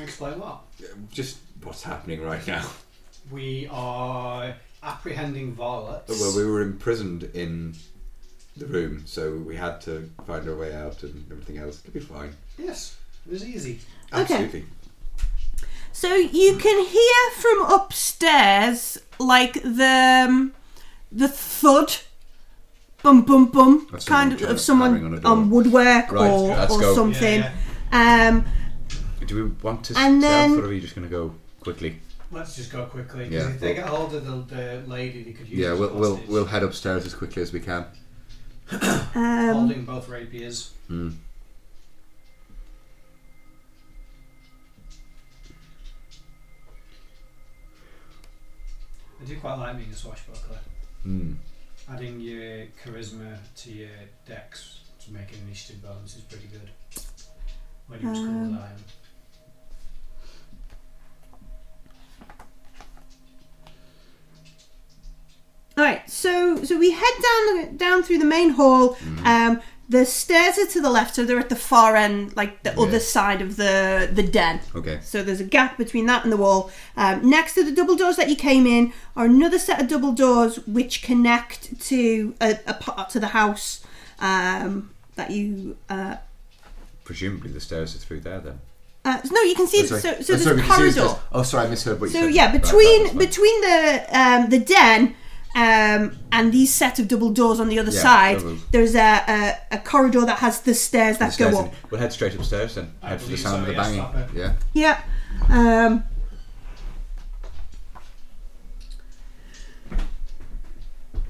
C: Explain what?
B: Just what's happening right now.
C: We are apprehending varlets.
B: Well, we were imprisoned in the room, so we had to find our way out and everything else. It'll be fine.
C: Yes, it was easy.
D: Okay.
B: Absolutely.
D: so you can hear from upstairs like the um, the thud, bum bum bum,
B: That's someone
D: kind of
B: jamming-
D: of someone
B: jamming on a
D: on,
B: door.
D: woodwork
B: Right,
D: or,
B: let's
D: or
B: go.
D: something.
C: Yeah,
D: Um,
B: Do we want to
D: And
B: stealth,
D: then-
B: or are we just going to go quickly?
C: Let's just go quickly. 'cause
B: Yeah,
C: if they
B: well-
C: get hold of the, the lady, they could use
B: Yeah,
C: us
B: we'll,
C: as
B: we'll
C: hostage.
B: we'll head upstairs as quickly as we can.
D: um,
C: holding both rapiers.
B: Mm.
C: I do quite like being a swashbuckler.
B: Mm.
C: Adding your charisma to your dex to make an initiative bonus is pretty good. When you was
D: Um,
C: called iron.
D: All right, so so we head down down through the main hall.
B: Mm.
D: Um, the stairs are to the left, so they're at the far end, like the
B: Yeah.
D: other side of the the den.
B: Okay.
D: So there's a gap between that and the wall. Um, next to the double doors that you came in are another set of double doors which connect to a, a part of the house um, that you. Uh,
B: Presumably the stairs are through there then.
D: uh, no, you can see.
B: Oh, sorry.
D: so so
B: Oh,
D: there's a
B: sorry, we can see the
D: corridor.
B: stairs. Oh, sorry, I misheard what you
D: So
B: said.
D: yeah,
B: Right, that
D: between
B: was fine.
D: between the um, the den um, and these set of double doors on the other
B: Yeah,
D: side,
B: double.
D: there's a, a, a corridor that has the stairs
B: The
D: that
B: stairs
D: go
B: in-
D: up.
B: We'll head straight upstairs then.
C: I
B: head for the
C: believe
B: sound
C: so,
B: of the
C: yes,
B: banging.
C: stop it.
B: yeah.
D: Yeah. Um,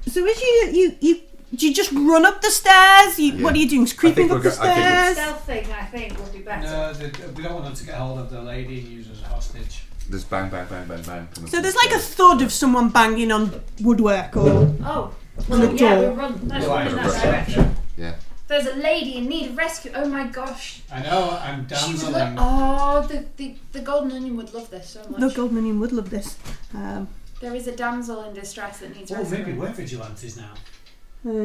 D: so is you you you do you just run up the stairs? You, What are
B: Yeah.
D: you doing?
B: think
D: Creeping
B: we're
D: up the
B: go- I think we're-
D: stairs?
G: Stealthing, I think, would be better.
C: No, the, we don't want them to get hold of the lady and use her as a hostage.
B: There's bang, bang, bang, bang, bang. coming
D: So
B: from
D: there's
B: the
D: like a
B: stairs.
D: thud of someone banging on woodwork or
G: Oh,
D: On
G: well,
D: the
G: yeah,
D: door.
G: we'll run. Let's
C: Right,
G: run in
B: right.
G: that direction.
B: Yeah.
E: There's a lady in need of rescue. Oh my gosh.
C: I know, I'm
E: She's
C: damseling.
E: lo- oh, the, the, the golden onion would love this so much.
D: the Goldman Inn would love this. Um,
E: There is a damsel in distress that needs
C: Oh,
E: rescue.
C: maybe we're vigilantes now.
D: um,
B: In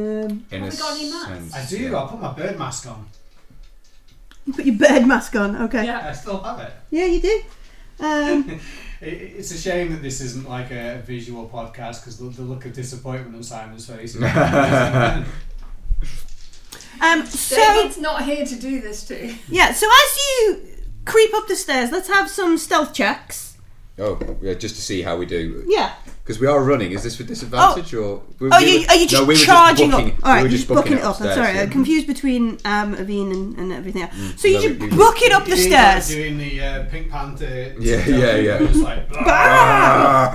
E: Have
B: a
E: we got any mats?
B: sense,
C: I do,
B: yeah.
C: I'll put my bird mask on.
D: You put your bird mask on, okay. Yeah,
E: Yeah.
C: I still have it.
D: you do. Um,
C: It- It's a shame that this isn't like a visual podcast because the, the look of disappointment on Simon's face. Is
D: um, so,
E: David's not here to do this to.
D: yeah, so as you creep up the stairs, let's have some stealth checks.
B: Oh, yeah, just to see how we do.
D: Yeah.
B: Because we are running. Is this with disadvantage or? We,
D: Oh,
B: we
D: you,
B: were-
D: are you just
B: no, we were
D: charging
B: just booking,
D: up? All right,
B: we were
D: you're
B: just booking,
D: it up. I'm
B: upstairs,
D: sorry,
B: yeah. Mm.
D: I'm confused between um, Aveen and, and everything else. So you
B: no,
D: just
B: we- we-
D: book it up the
C: He's
D: stairs.
C: Like doing the uh, Pink Panther.
B: Yeah, yeah, yeah.
C: Just like, "Blah,
D: Bah!
B: Ah!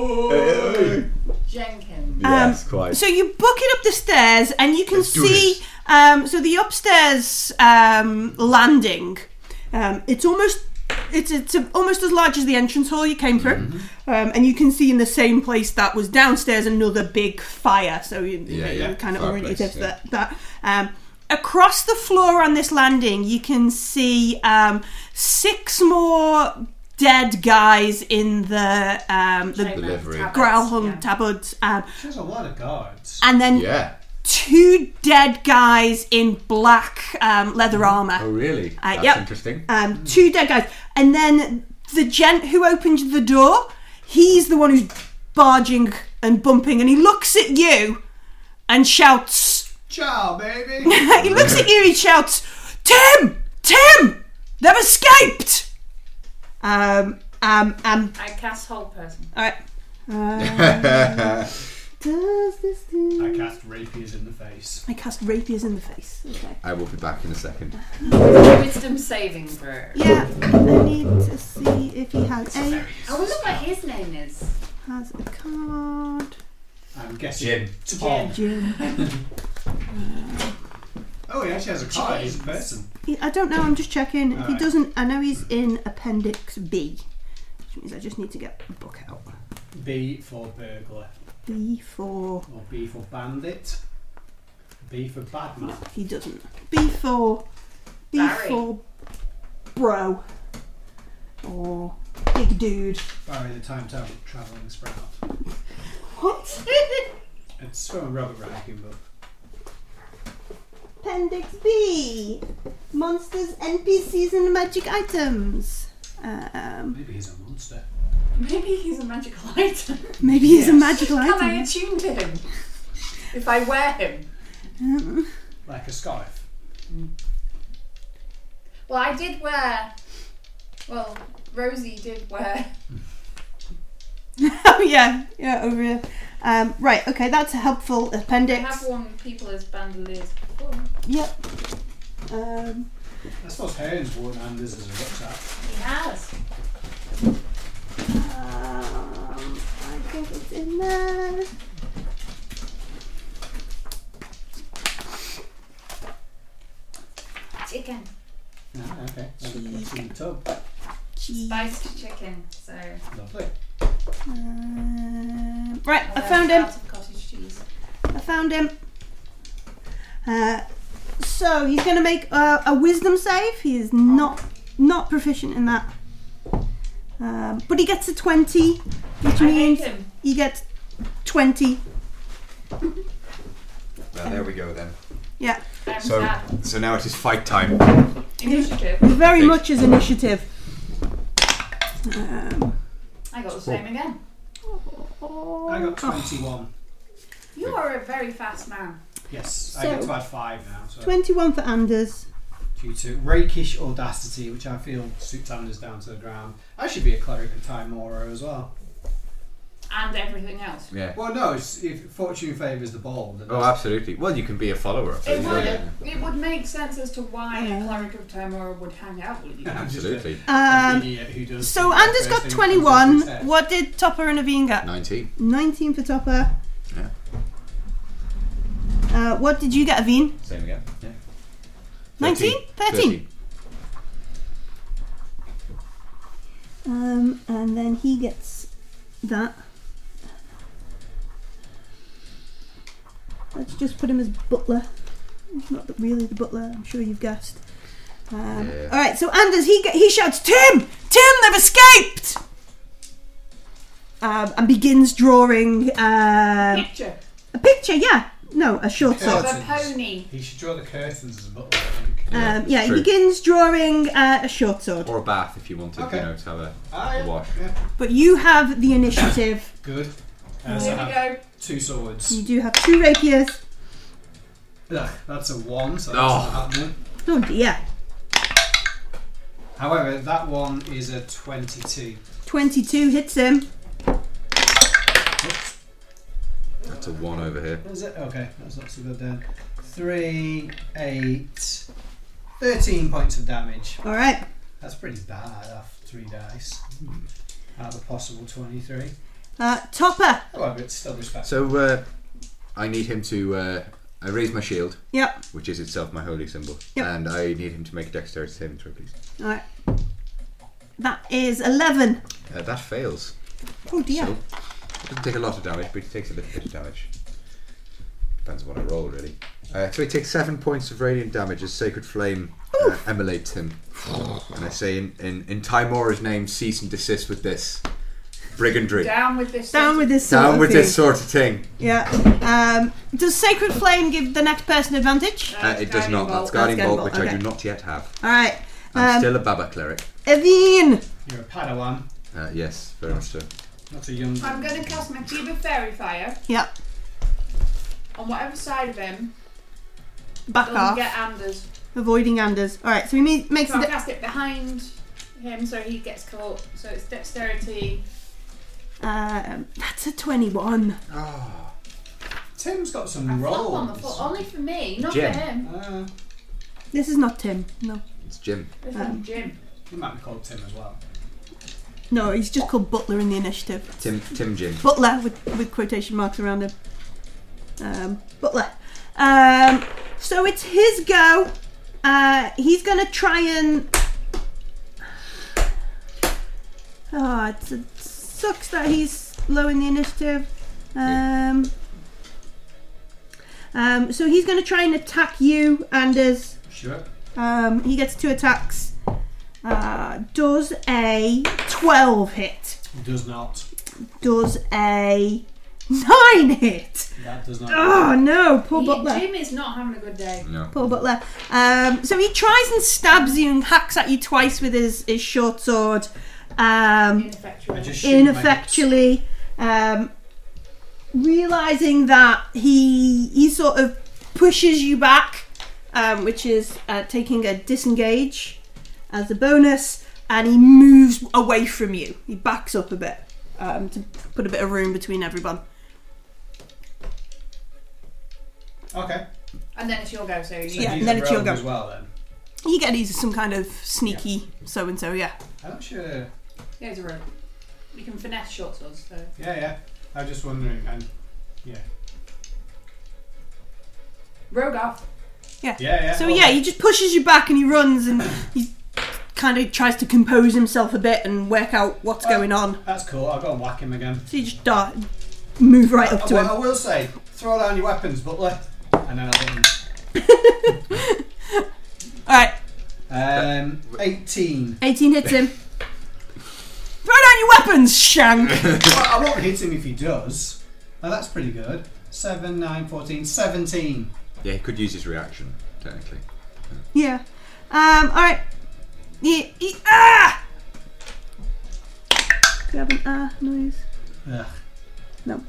C: Leroy!
E: Jenkins.
B: yes, quite.
D: Um, So you book it up the stairs, and you can
B: Let's do
D: see.
B: this.
D: Um, so the upstairs um, landing, um, it's almost it's it's almost as large as the entrance hall you came through,
B: Mm-hmm.
D: um, and you can see in the same place that was downstairs another big fire. So you,
B: Yeah,
D: you
B: yeah,
D: kind of
B: fireplace,
D: oriented to
B: yeah.
D: that. that um, across the floor on this landing, you can see um, six more dead guys in the um, the
B: Delivery.
D: growl hung tabards, um,
C: There's a lot of guards.
D: and then
B: Yeah.
D: two two dead guys in black um, leather armor.
B: Oh, really? That's
D: Uh, yep.
B: interesting.
D: um, two dead guys, and then the gent who opened the door, he's the one who's barging and bumping, and he looks at you and shouts.
C: Ciao, baby.
D: he looks at you, he shouts, "Tim, Tim, they've escaped!" Um, um, um.
E: I cast hold person.
D: All right. Uh, does this do?
C: I cast rapiers in the face.
D: I cast rapiers in the face. Okay.
B: I will be back in a second.
E: Wisdom saving throw.
D: Yeah, I need to see if he has a
E: I wonder what his name is.
D: has a card.
C: I'm guessing. Tom.
D: Jim.
C: Oh, he actually has a card. He's a person.
D: He- I don't know. I'm just checking. If he
C: Alright.
D: doesn't, I know he's in Appendix B, which means I just need to get the book out.
C: B for burglar.
D: B for
C: Or B for bandit. B for bad man.
D: he doesn't. B for B
E: Barry.
D: for bro or big dude.
C: Barry the time travel traveling sprout.
D: What?
C: It's from Robert Rankin book.
D: Appendix B. Monsters, NPCs, and magic items. Um,
C: Maybe he's a monster.
E: Maybe he's a magical item.
D: maybe he's a magical
E: Can I
D: item.
E: attune to him? If I wear him.
D: Um,
C: Like a scarf.
E: Well, I did wear. Well, Rosie did wear.
D: oh yeah, yeah, over here. Um, right, okay, that's a helpful
E: I have
D: appendix.
E: worn people as bandoliers before.
D: Yep. Um,
C: I suppose Hearn's worn Anders as a rucksack.
E: He has.
D: Um, I think it's in there.
E: Chicken.
C: Ah, okay. Well, What's in the tub?
E: Spiced chicken. So.
C: Lovely.
D: Um, right, I
E: wear
D: found him.
E: parts of cottage cheese.
D: I found him. Uh, so he's going to make uh, a wisdom save. He is not not proficient in that, um, but he gets a twenty, which
E: I hate
D: means
E: him.
D: he gets twenty.
B: Well, there we go then.
D: Yeah,
E: I'm
B: So,
E: sad.
B: so now it is fight time.
E: Initiative.
D: very
B: Big.
D: much as initiative. Um,
E: I got the same again.
C: I
D: Oh.
C: got 21.
E: You are a very fast man.
C: Yes, I get
D: So-
C: to add 5 now. So
D: Twenty-one for Anders.
C: Due to rakish audacity, which I feel suits Anders down to the ground. I should be a cleric of Time Moro as well.
E: And everything else.
B: Yeah.
C: Well, no, it's, if fortune favours the bold. And
B: Oh, absolutely. Well, you can be a follower. of
E: It
B: those,
E: would,
B: yeah.
E: it would make sense as to why
D: Yeah.
E: a cleric of Tamora would hang out with
D: Oh,
E: you.
C: I'm just a-
B: Absolutely.
C: an
D: Um,
C: idiot who does
D: So
C: the
D: Anders
C: first
D: got
C: thing that comes into
D: 21.
C: his head.
D: What did Topper and Avine get?
B: 19.
D: 19 for Topper.
B: Yeah.
D: Uh, what did you get, Avine?
B: Same again. Yeah.
D: 19? 13. Um, and then he gets that. Let's just put him as butler. He's not the, really the butler, I'm sure you've guessed. Um,
B: Yeah.
D: All right, so Anders he ge- he shouts, "Tim, Tim, they've escaped!" Um, and begins drawing um,
E: Picture
D: a picture. Yeah, no, a short
C: Yeah.
D: sword.
E: of a pony.
C: He should draw the curtains as a butler, I think.
D: Um, yeah, he
B: true.
D: begins drawing uh, a short sword.
B: Or a bath if you wanted,
C: Okay.
B: you know, to have a,
C: Ah,
B: a wash.
C: yeah.
D: But you have the initiative.
C: Good. Uh,
E: Here
C: so I
E: we
C: have
E: go.
C: two swords.
D: You do have two rapiers.
C: Ugh, that's a 1, so that's
B: Oh.
C: not happening.
D: Oh dear.
C: However, that one is a 22.
D: 22 hits him.
C: Oops.
B: That's a one over here.
C: Is it? Okay, that's not so good then. 3, 8, 13 points of damage.
D: All right.
C: That's pretty bad off 3 dice. Out of a possible 23.
D: Uh, topper.
C: However, it's still respectable.
B: So uh, I need him to. Uh, I raise my shield,
D: Yep.
B: which is itself my holy symbol,
D: Yep.
B: and I need him to make a dexterity saving throw, please.
D: All right. That is 11.
B: Uh, that fails.
D: Oh dear.
B: So it doesn't take a lot of damage, but he takes a little bit of damage. Depends on what I roll, really. Uh, so he takes seven points of radiant damage as sacred flame uh, emulates him, and I say in in, in Timora's name, cease and desist with this. Brigandry.
G: Down with this.
D: Down with this. Sort
B: Down
D: of
B: with
D: thing.
B: this sort of thing.
D: Yeah. Um, does sacred flame give the next person advantage?
B: Uh, it does not. That's guiding
D: Guiding
B: bolt,
D: bolt,
B: which I
D: okay.
B: do not yet have.
D: All right.
B: I'm
D: Um,
B: still a Baba cleric.
D: Evine.
C: You're a Padawan,
B: Uh, yes, very much so.
C: not a young.
G: I'm going to cast my cube of fairy fire
D: Yeah.
G: on whatever side of him
D: Back
G: doesn't
D: off.
G: get Anders.
D: Avoiding Anders. All right. So he me- makes.
G: So I
D: it.
G: cast it behind him so he gets caught. So it's dexterity.
D: um, that's a twenty-one. Ah.
C: Tim's got
G: I
C: some
G: flop
C: rolls.
G: on the foot. Only for me, not
B: Jim.
G: for him.
C: Ah,
D: This is not Tim. No.
B: It's Jim.
G: This is
D: Um,
G: Jim.
C: he might be called Tim as well.
D: No. He's just called Butler in the initiative.
B: Tim. Tim Jim.
D: Butler with, with quotation marks around him. Um, Butler. Um, so it's his go. Uh, he's going to try and. Oh, it's, it sucks that he's low in the initiative. Um, um, so he's going to try and attack you, Anders.
C: Sure.
D: Um, he gets two attacks. Uh, does a 12 hit?
C: He does not.
D: does a nine hit.
C: That does not.
D: Oh no, poor
G: He-
D: Butler.
G: Jim is not having a good day.
C: Hmm.
B: No.
D: Poor Butler. Um, so he tries and stabs you and hacks at you twice with his, his short sword, um,
G: Ineffectual.
C: I just shoot my
D: ineffectually. Um, realizing that he he sort of pushes you back, um, which is uh, taking a disengage as a bonus, and he moves away from you. He backs up a bit um, to put a bit of room between everyone.
C: Okay.
G: And then it's your go, so you
C: So
D: Yeah,
C: he's
D: then
C: a
D: it's your
C: rogue
D: go.
C: as well. Then
D: You get these as some kind of sneaky so and so, yeah.
C: I'm not sure.
G: Yeah, it's a rope. You can finesse short swords, so.
C: Yeah, yeah. I was just wondering. And yeah,
G: Rogue off.
C: yeah, yeah.
D: So
C: well,
D: yeah, he just pushes you back and he runs and he kind of tries to compose himself a bit and work out what's going on.
C: That's cool. I'll go and whack him again.
D: So you just dart, move right up to
C: Well,
D: him.
C: I will say, throw down your weapons, Butler, and then I'll hit him.
D: All right,
C: Um, 18.
D: 18 hits him. Throw down your weapons, Shank.
C: well, I won't hit him if he does. Now that's pretty good. 7, 9, 14, 17.
B: Yeah, he could use his reaction technically.
D: Yeah. Um. All right. Yeah. he- ah. Do you have an ah noise?
C: Ugh.
D: No.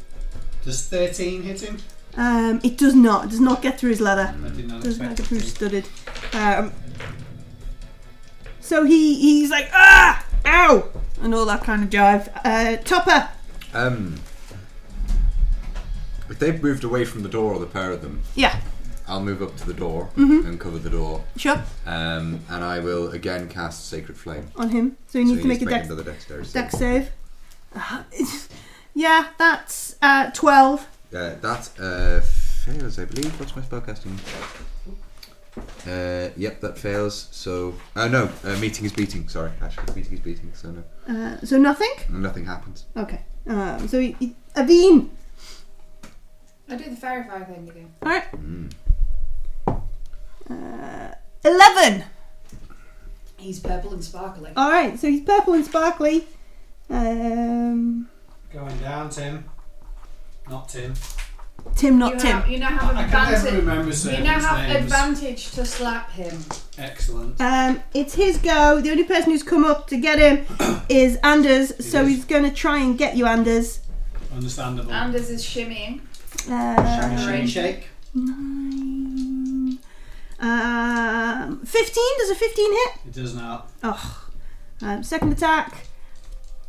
C: Does 13 hit him?
D: Um. It does not. It does not get through his leather.
C: I did not
D: Does not
C: expect
D: get through
C: it. to.
D: studded. Um, so he he's like ah ow and all that kind of jive. Uh, Topper.
B: Um, if they've moved away from the door, or the pair of them,
D: Yeah.
B: I'll move up to the door
D: Mm-hmm.
B: and cover the door,
D: Sure.
B: um, and I will again cast Sacred Flame.
D: On him. So he needs
B: so
D: to
B: he's
D: make a
B: making
D: dex,
B: another dexterity. save.
D: dex save. Uh, yeah, that's uh, twelve.
B: Uh, that uh, fails, I believe. What's my spellcasting? Uh, yep, that fails. So, oh no, uh, meeting is beating. Sorry, actually, meeting is beating. So no,
D: Uh, so nothing.
B: nothing happens.
D: Okay. Um, so he, he, Aveen.
G: I do the fairy fire thing again.
D: All right.
B: Mm.
D: Uh, Eleven.
G: He's purple and sparkling.
D: All right. So he's purple and sparkly. Um,
C: Going down, Tim. Not Tim.
D: Tim, not
G: you
D: Tim.
G: Have, you now have
C: I can never
G: advantage.
C: remember
G: You
C: certain
G: now have
C: names. Oh.
G: advantage to slap him.
C: Excellent.
D: Um, it's his go. The only person who's come up to get him is Anders, so
C: is.
D: he's going to try and get you, Anders.
C: Understandable.
G: Anders is shimmying.
D: Uh,
C: Shimmy, shimmy,
G: Alright.
C: shake.
D: nine, um, fifteen. Does a fifteen hit?
C: It does not.
D: Oh, um, second attack.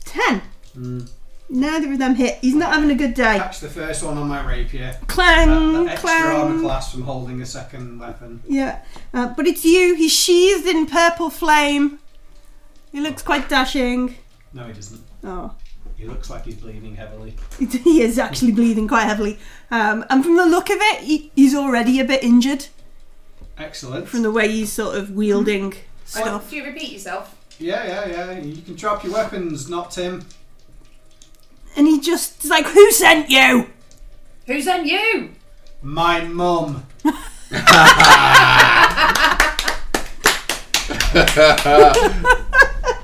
D: Ten.
C: Mm.
D: Neither of them hit. He's not having a good day.
C: Catch the first one on my rapier. that,
D: Clang,
C: that extra armor
D: clang.
C: class from holding a second weapon.
D: Yeah, uh, but it's you. He's sheathed in purple flame. He looks quite dashing.
C: No, he doesn't.
D: Oh.
C: He looks like he's bleeding heavily.
D: he is actually bleeding quite heavily. Um, and from the look of it, he, he's already a bit injured
C: Excellent.
D: from the way he's sort of wielding
G: Oh,
D: stuff.
G: do you repeat yourself?
C: Yeah, yeah, yeah. You can drop your weapons, not Tim.
D: And he just is like, Who sent you?
G: Who's on you?
C: My mum.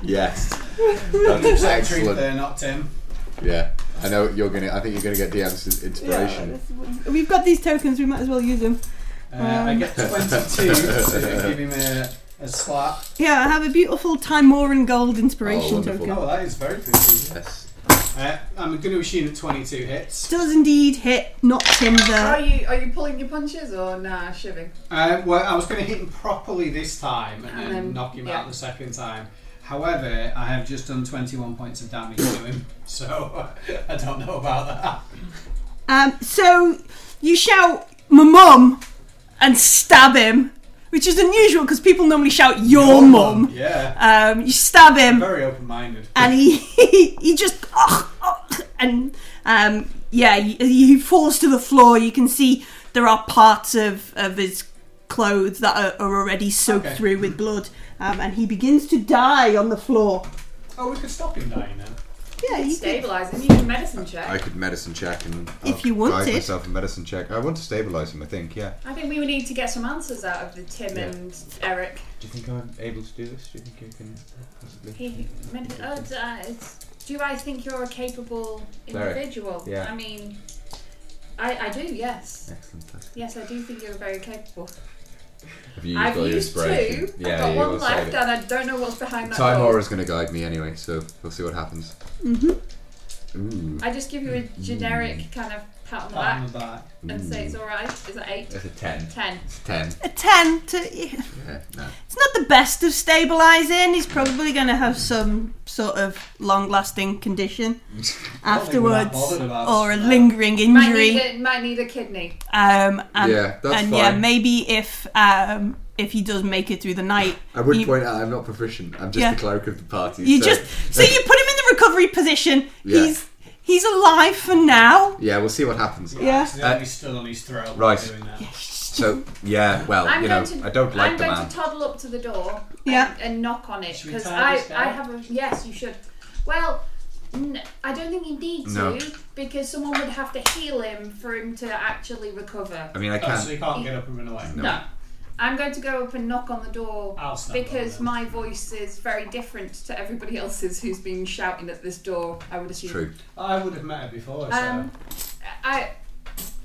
B: Yes,
C: That's
B: that's
C: the truth
B: excellent.
C: there, uh, not Tim.
B: Yeah, I know you're gonna. I think you're gonna get Deanne's inspiration.
D: that's- We've got these tokens, we might as well use them.
C: Uh, I
D: Um,
C: get 22, so give him a, a slap.
D: Yeah, I have a beautiful Timoran gold
B: Oh,
D: inspiration
B: wonderful.
D: token.
C: Oh, that is very pretty.
B: Yes.
C: Uh, I'm going to assume that 22 hits.
D: Does indeed hit, not
E: Are
D: timber.
E: you are you pulling your punches or nah shiving?
C: Uh, well, I was going to hit him properly this time and,
E: And then-
C: then knock him
E: yeah.
C: out the second time. However, I have just done 21 points of damage to him, so I don't know about that.
D: Um, so you shout, "My mum," and stab him, which is unusual because people normally shout, "Your,
C: Your
D: mum."
C: Yeah.
D: Um, you stab him,
C: Very open minded.
D: and he he just "Ugh, ugh," and um, yeah he, he falls to the floor you can see there are parts of, of his clothes that are, are already soaked
C: Okay.
D: through with blood um, and he begins to die on the floor
C: Oh, we could stop him dying then.
D: yeah you could-
E: Stabilising. You can medicine check.
B: I could medicine check and
D: If you
B: want
D: wanted.
B: myself a medicine check. I want to stabilize him. I think. Yeah.
E: I think we would need to get some answers out of the Tim
B: Yeah.
E: and Eric.
B: Do you think I'm able to do this? Do you think you can possibly?
E: He, men- uh, d- uh, it's- do I think you're a capable
B: Cleric.
E: individual?
B: Yeah.
E: I mean, I, I do. Yes.
B: Excellent. that's good.
E: Yes, I do think you're very capable.
B: Have you used
E: I've
B: all your
E: used
B: inspiration?
E: two. I've got
B: you
E: one
B: will save
E: left,
B: it.
E: and I don't know what's behind that.
B: Time
E: door.
B: aura's going to guide me anyway, so we'll see what happens. Mm-hmm. Ooh,
E: I just give you a generic kind of pat on the
C: Pat on
E: back
C: the back.
B: Mm.
E: and say it's all right. Is that eight?
B: that's a ten.
E: Ten.
B: It's a ten.
D: a 10 to
B: Yeah, no.
D: it's not the best of stabilizing he's probably going to have some sort of long-lasting condition
C: I don't think we're that
D: afterwards
C: bothered about-
D: or a lingering
E: Might
D: injury
E: need, a, might need a kidney.
D: Um, and,
B: Yeah, that's
D: and yeah,
B: fine.
D: maybe if um, if he does make it through the night,
B: I would
D: you,
B: point out I'm not proficient. I'm just
D: Yeah.
B: the cleric of the party.
D: you
B: so-
D: just so you put him in the recovery position.
B: Yeah.
D: He's he's alive for now.
B: Yeah, we'll see what happens.
D: Yeah.
C: So then
B: Uh,
C: he's still on his throat.
B: right.
C: Doing that.
B: So yeah, well,
E: I'm
B: you know,
E: going to.
B: I don't like
E: I'm
B: the
E: going
B: man.
E: to toddle up to the door.
D: Yeah.
E: And, and knock on it
C: Should we
E: because
C: tie
E: I,
C: this down?
E: I have a yes. You should. Well, n- I don't think you need to
B: No.
E: because someone would have to heal him for him to actually recover.
B: I mean, I
C: Oh,
B: can't.
C: so he can't get up and run away.
E: No. I'm going to go up and knock on the door
C: I'll stand
E: because
C: on
E: my voice is very different to everybody else's who's been shouting at this door. I would assume.
B: True.
C: I would have met her before, so.
E: Um, I.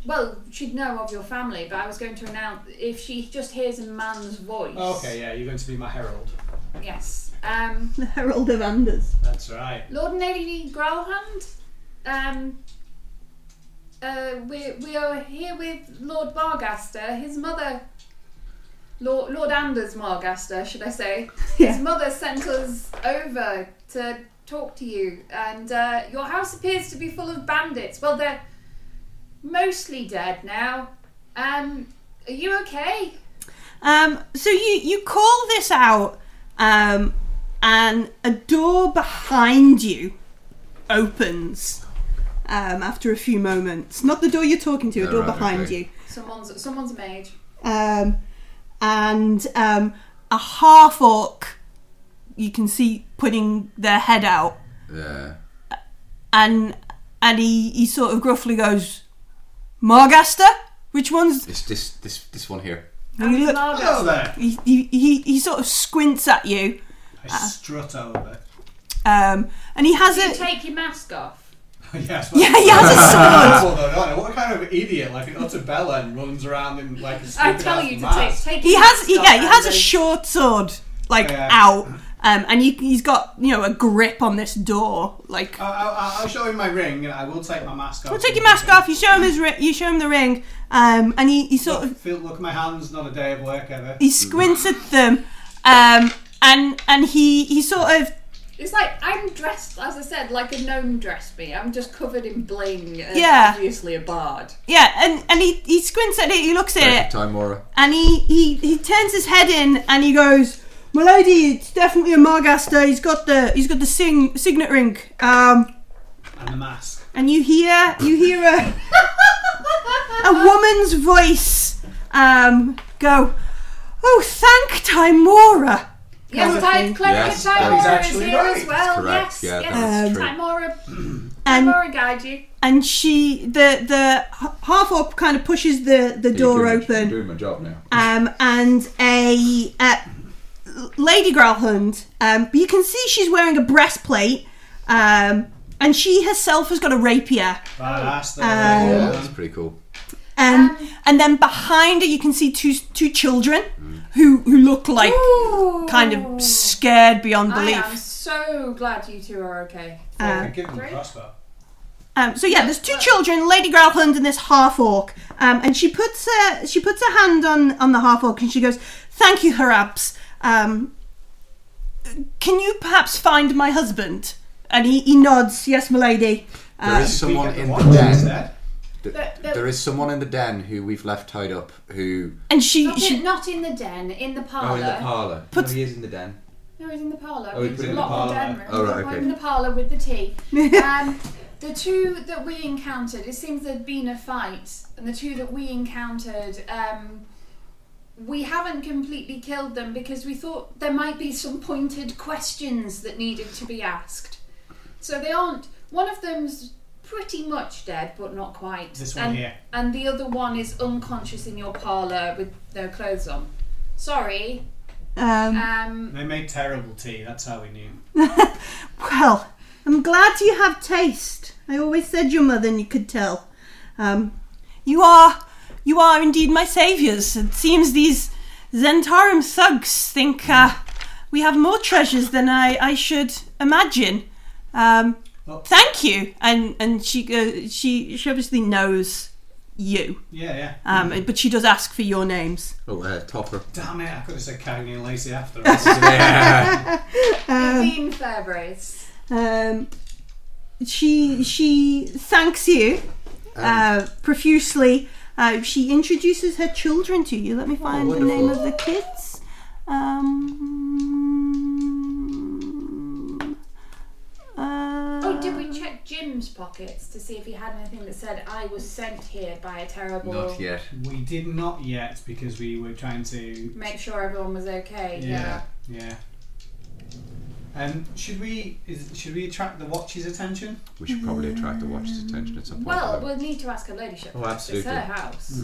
E: Well, she'd know of your family, but I was going to announce if she just hears a man's voice.
C: okay, yeah, you're going to be my herald.
E: Yes. Um,
D: The Herald of Anders.
C: That's right.
E: Lord and Lady Growlhand, um, uh, we, we are here with Lord Margaster, his mother, Lord, Lord Anders Margaster, should I say.
D: Yeah.
E: His mother sent us over to talk to you, and uh, your house appears to be full of bandits. Well, they're mostly dead now. Um, are you okay?
D: Um, so you you call this out, um, and a door behind you opens. Um, after a few moments, not the door you're talking to, a
B: Oh,
D: door
B: right,
D: behind
B: okay.
D: you.
E: Someone's, someone's a mage.
D: um, and um, a half orc you can see putting their head out
B: Yeah.
D: and and he, he sort of gruffly goes Margaster which one's
B: It's this this this one here.
D: and he, look,
E: Margaster.
C: Hello there!
D: he, he, he, he sort of squints at you
C: I strut over.
D: um, and he has
E: You
D: a
E: take your mask off.
C: yes,
D: yeah he has a sword
C: What kind of idiot, like an utter bella, and runs around in like a
E: I
C: stupid
E: tell
C: ass
E: you to take,
C: mask?
E: take
D: he
E: your
D: has
E: mask
D: he,
E: off
D: yeah he has a
E: and-
D: short sword like
C: Yeah.
D: out um, and he, he's got you know a grip on this door like
C: I, I, I'll show him my ring, and I will take my mask off.
D: Well, take your mask off. You show him his. Ri- you show him the ring, um, and he, he sort
C: Look,
D: of
C: feel, look at my hands. Not a day of work ever.
D: he squints at them, um, and and he he sort of
E: It's like I'm dressed, as I said, like a gnome dressed me. I'm just covered in bling. And
D: Yeah.
E: Obviously a bard.
D: yeah, and and he he squints at it. He looks
B: Cleric
D: at
B: of
D: it,
B: Time Mora.
D: and he he he turns his head in, and he goes. My lady, it's definitely a Margaster. He's got the he's got the sing, signet ring. Um,
C: And the mask.
D: and you hear you hear a a woman's voice um, go, "Oh, thank Timora."
E: Yes, Time Cleric
B: Yes,
E: Timora
B: that is
C: actually
E: is here
C: right.
E: as well. Yes,
B: Correct, yeah,
D: Um,
E: yes.
B: that's true.
E: Timora,
D: And
E: Timora guide you.
D: and she the the half orc kind of pushes the the door
B: You're doing my-
D: open
B: You're doing my job now.
D: um and a uh, lady growlhund um but you can see she's wearing a breastplate um And she herself has got a rapier.
E: Oh.
C: Badass.
D: Um,
B: Yeah,
C: there.
B: that's pretty cool.
D: And and then behind her you can see two two children who who look like kind of scared beyond
E: I
D: belief.
E: am so glad you two are okay.
D: Um,
C: Give them the crossbow.
D: Um, so yeah, there's two children, Lady Growlhund and this half orc, um, and she puts her she puts her hand on on the half orc and she goes, "Thank you, Harabs. Um, can you perhaps find my husband?" And he, he nods, "Yes, milady."
B: There
D: Uh,
B: is someone
C: Speak at
B: in
C: once,
B: the den.
C: instead.
B: th-
E: There- there-
B: There is someone in the den who we've left tied up. Who?
D: And she
E: Not, in,
D: she
E: not in the den, in the parlour.
B: Oh, in the parlour. No,
D: Puts-
B: he is in the den.
E: No, he's in the parlour.
B: Oh, he put it in the
E: locked
C: parlour.
E: den room.
B: Oh, right,
E: We're
B: okay.
E: in the parlour with the tea. um, the two that we encountered, it seems there'd been a fight, and the two that we encountered, um, we haven't completely killed them because we thought there might be some pointed questions that needed to be asked. So they aren't. One of them's pretty much dead, but not quite.
C: This one
E: and,
C: here.
E: And the other one is unconscious in your parlour with no clothes on. Sorry.
D: um,
E: Um,
C: They made terrible tea. That's how we knew.
D: well, I'm glad you have taste. I always said your mother and you could tell. Um, you are you are indeed my saviors. It seems these Zentarum thugs think uh, we have more treasures than I, I should imagine. Um,
C: Well-
D: thank you. And and she uh, she she obviously knows you,
C: Yeah, yeah.
D: um, but she does ask for your names.
B: Oh, uh, Topper.
C: Damn it! I could have said Cagney and Lacey after. all.
E: Nadine Fairbreeze.
D: Um, she she thanks you uh, profusely. Uh, she introduces her children to you. Let me find the name of
B: wonderful.
D: the kids. Um, uh,
E: Oh, did we check Jim's pockets to see if he had anything that said I was sent here by a terrible?
B: Not yet.
C: we did not yet because we were trying to.
E: Make sure everyone was okay. Yeah.
C: Yeah. Um, should we is, should we attract the watch's attention?
B: We should probably attract the watch's attention at some point.
E: Well,
B: though.
E: we'll need to ask her ladyship.
B: Oh, absolutely.
E: It's her house.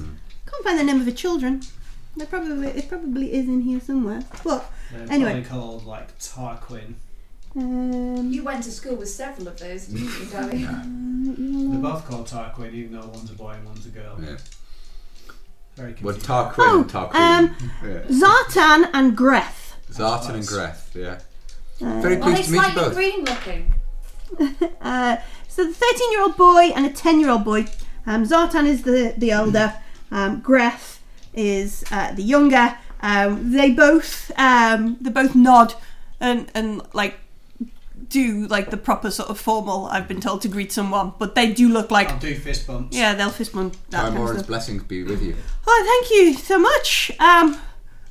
D: Can't find the name of the children. They probably it probably is in here somewhere. But
C: They're
D: Anyway.
C: probably called like Tarquin.
D: um,
E: You went to school with several of those, didn't you, darling?
C: They're both called Tarquin, even though one's a boy and one's a girl.
B: Yeah.
C: Very
B: Well,
C: confusing.
B: Tarquin,
D: oh,
B: Tarquin.
D: um,
B: yeah.
D: Zartan and Greth.
B: Zartan and
C: nice.
B: Greth, yeah.
D: Uh,
B: Very
E: Are they
B: pleased to meet you
E: slightly
B: both.
E: green looking?
D: Uh, so the 13 year old boy and a 10 year old boy. Um, Zartan is the, the older, um, Greth is uh, the younger. Um, they both um, they both nod and, and like do like the proper sort of formal I've been told to greet someone, but they do look like
C: I'll do fist bumps.
D: yeah they'll fist bump that
B: Time
D: kind of
B: Orange
D: stuff.
B: blessings be with you.
D: Oh, thank you so much. Um,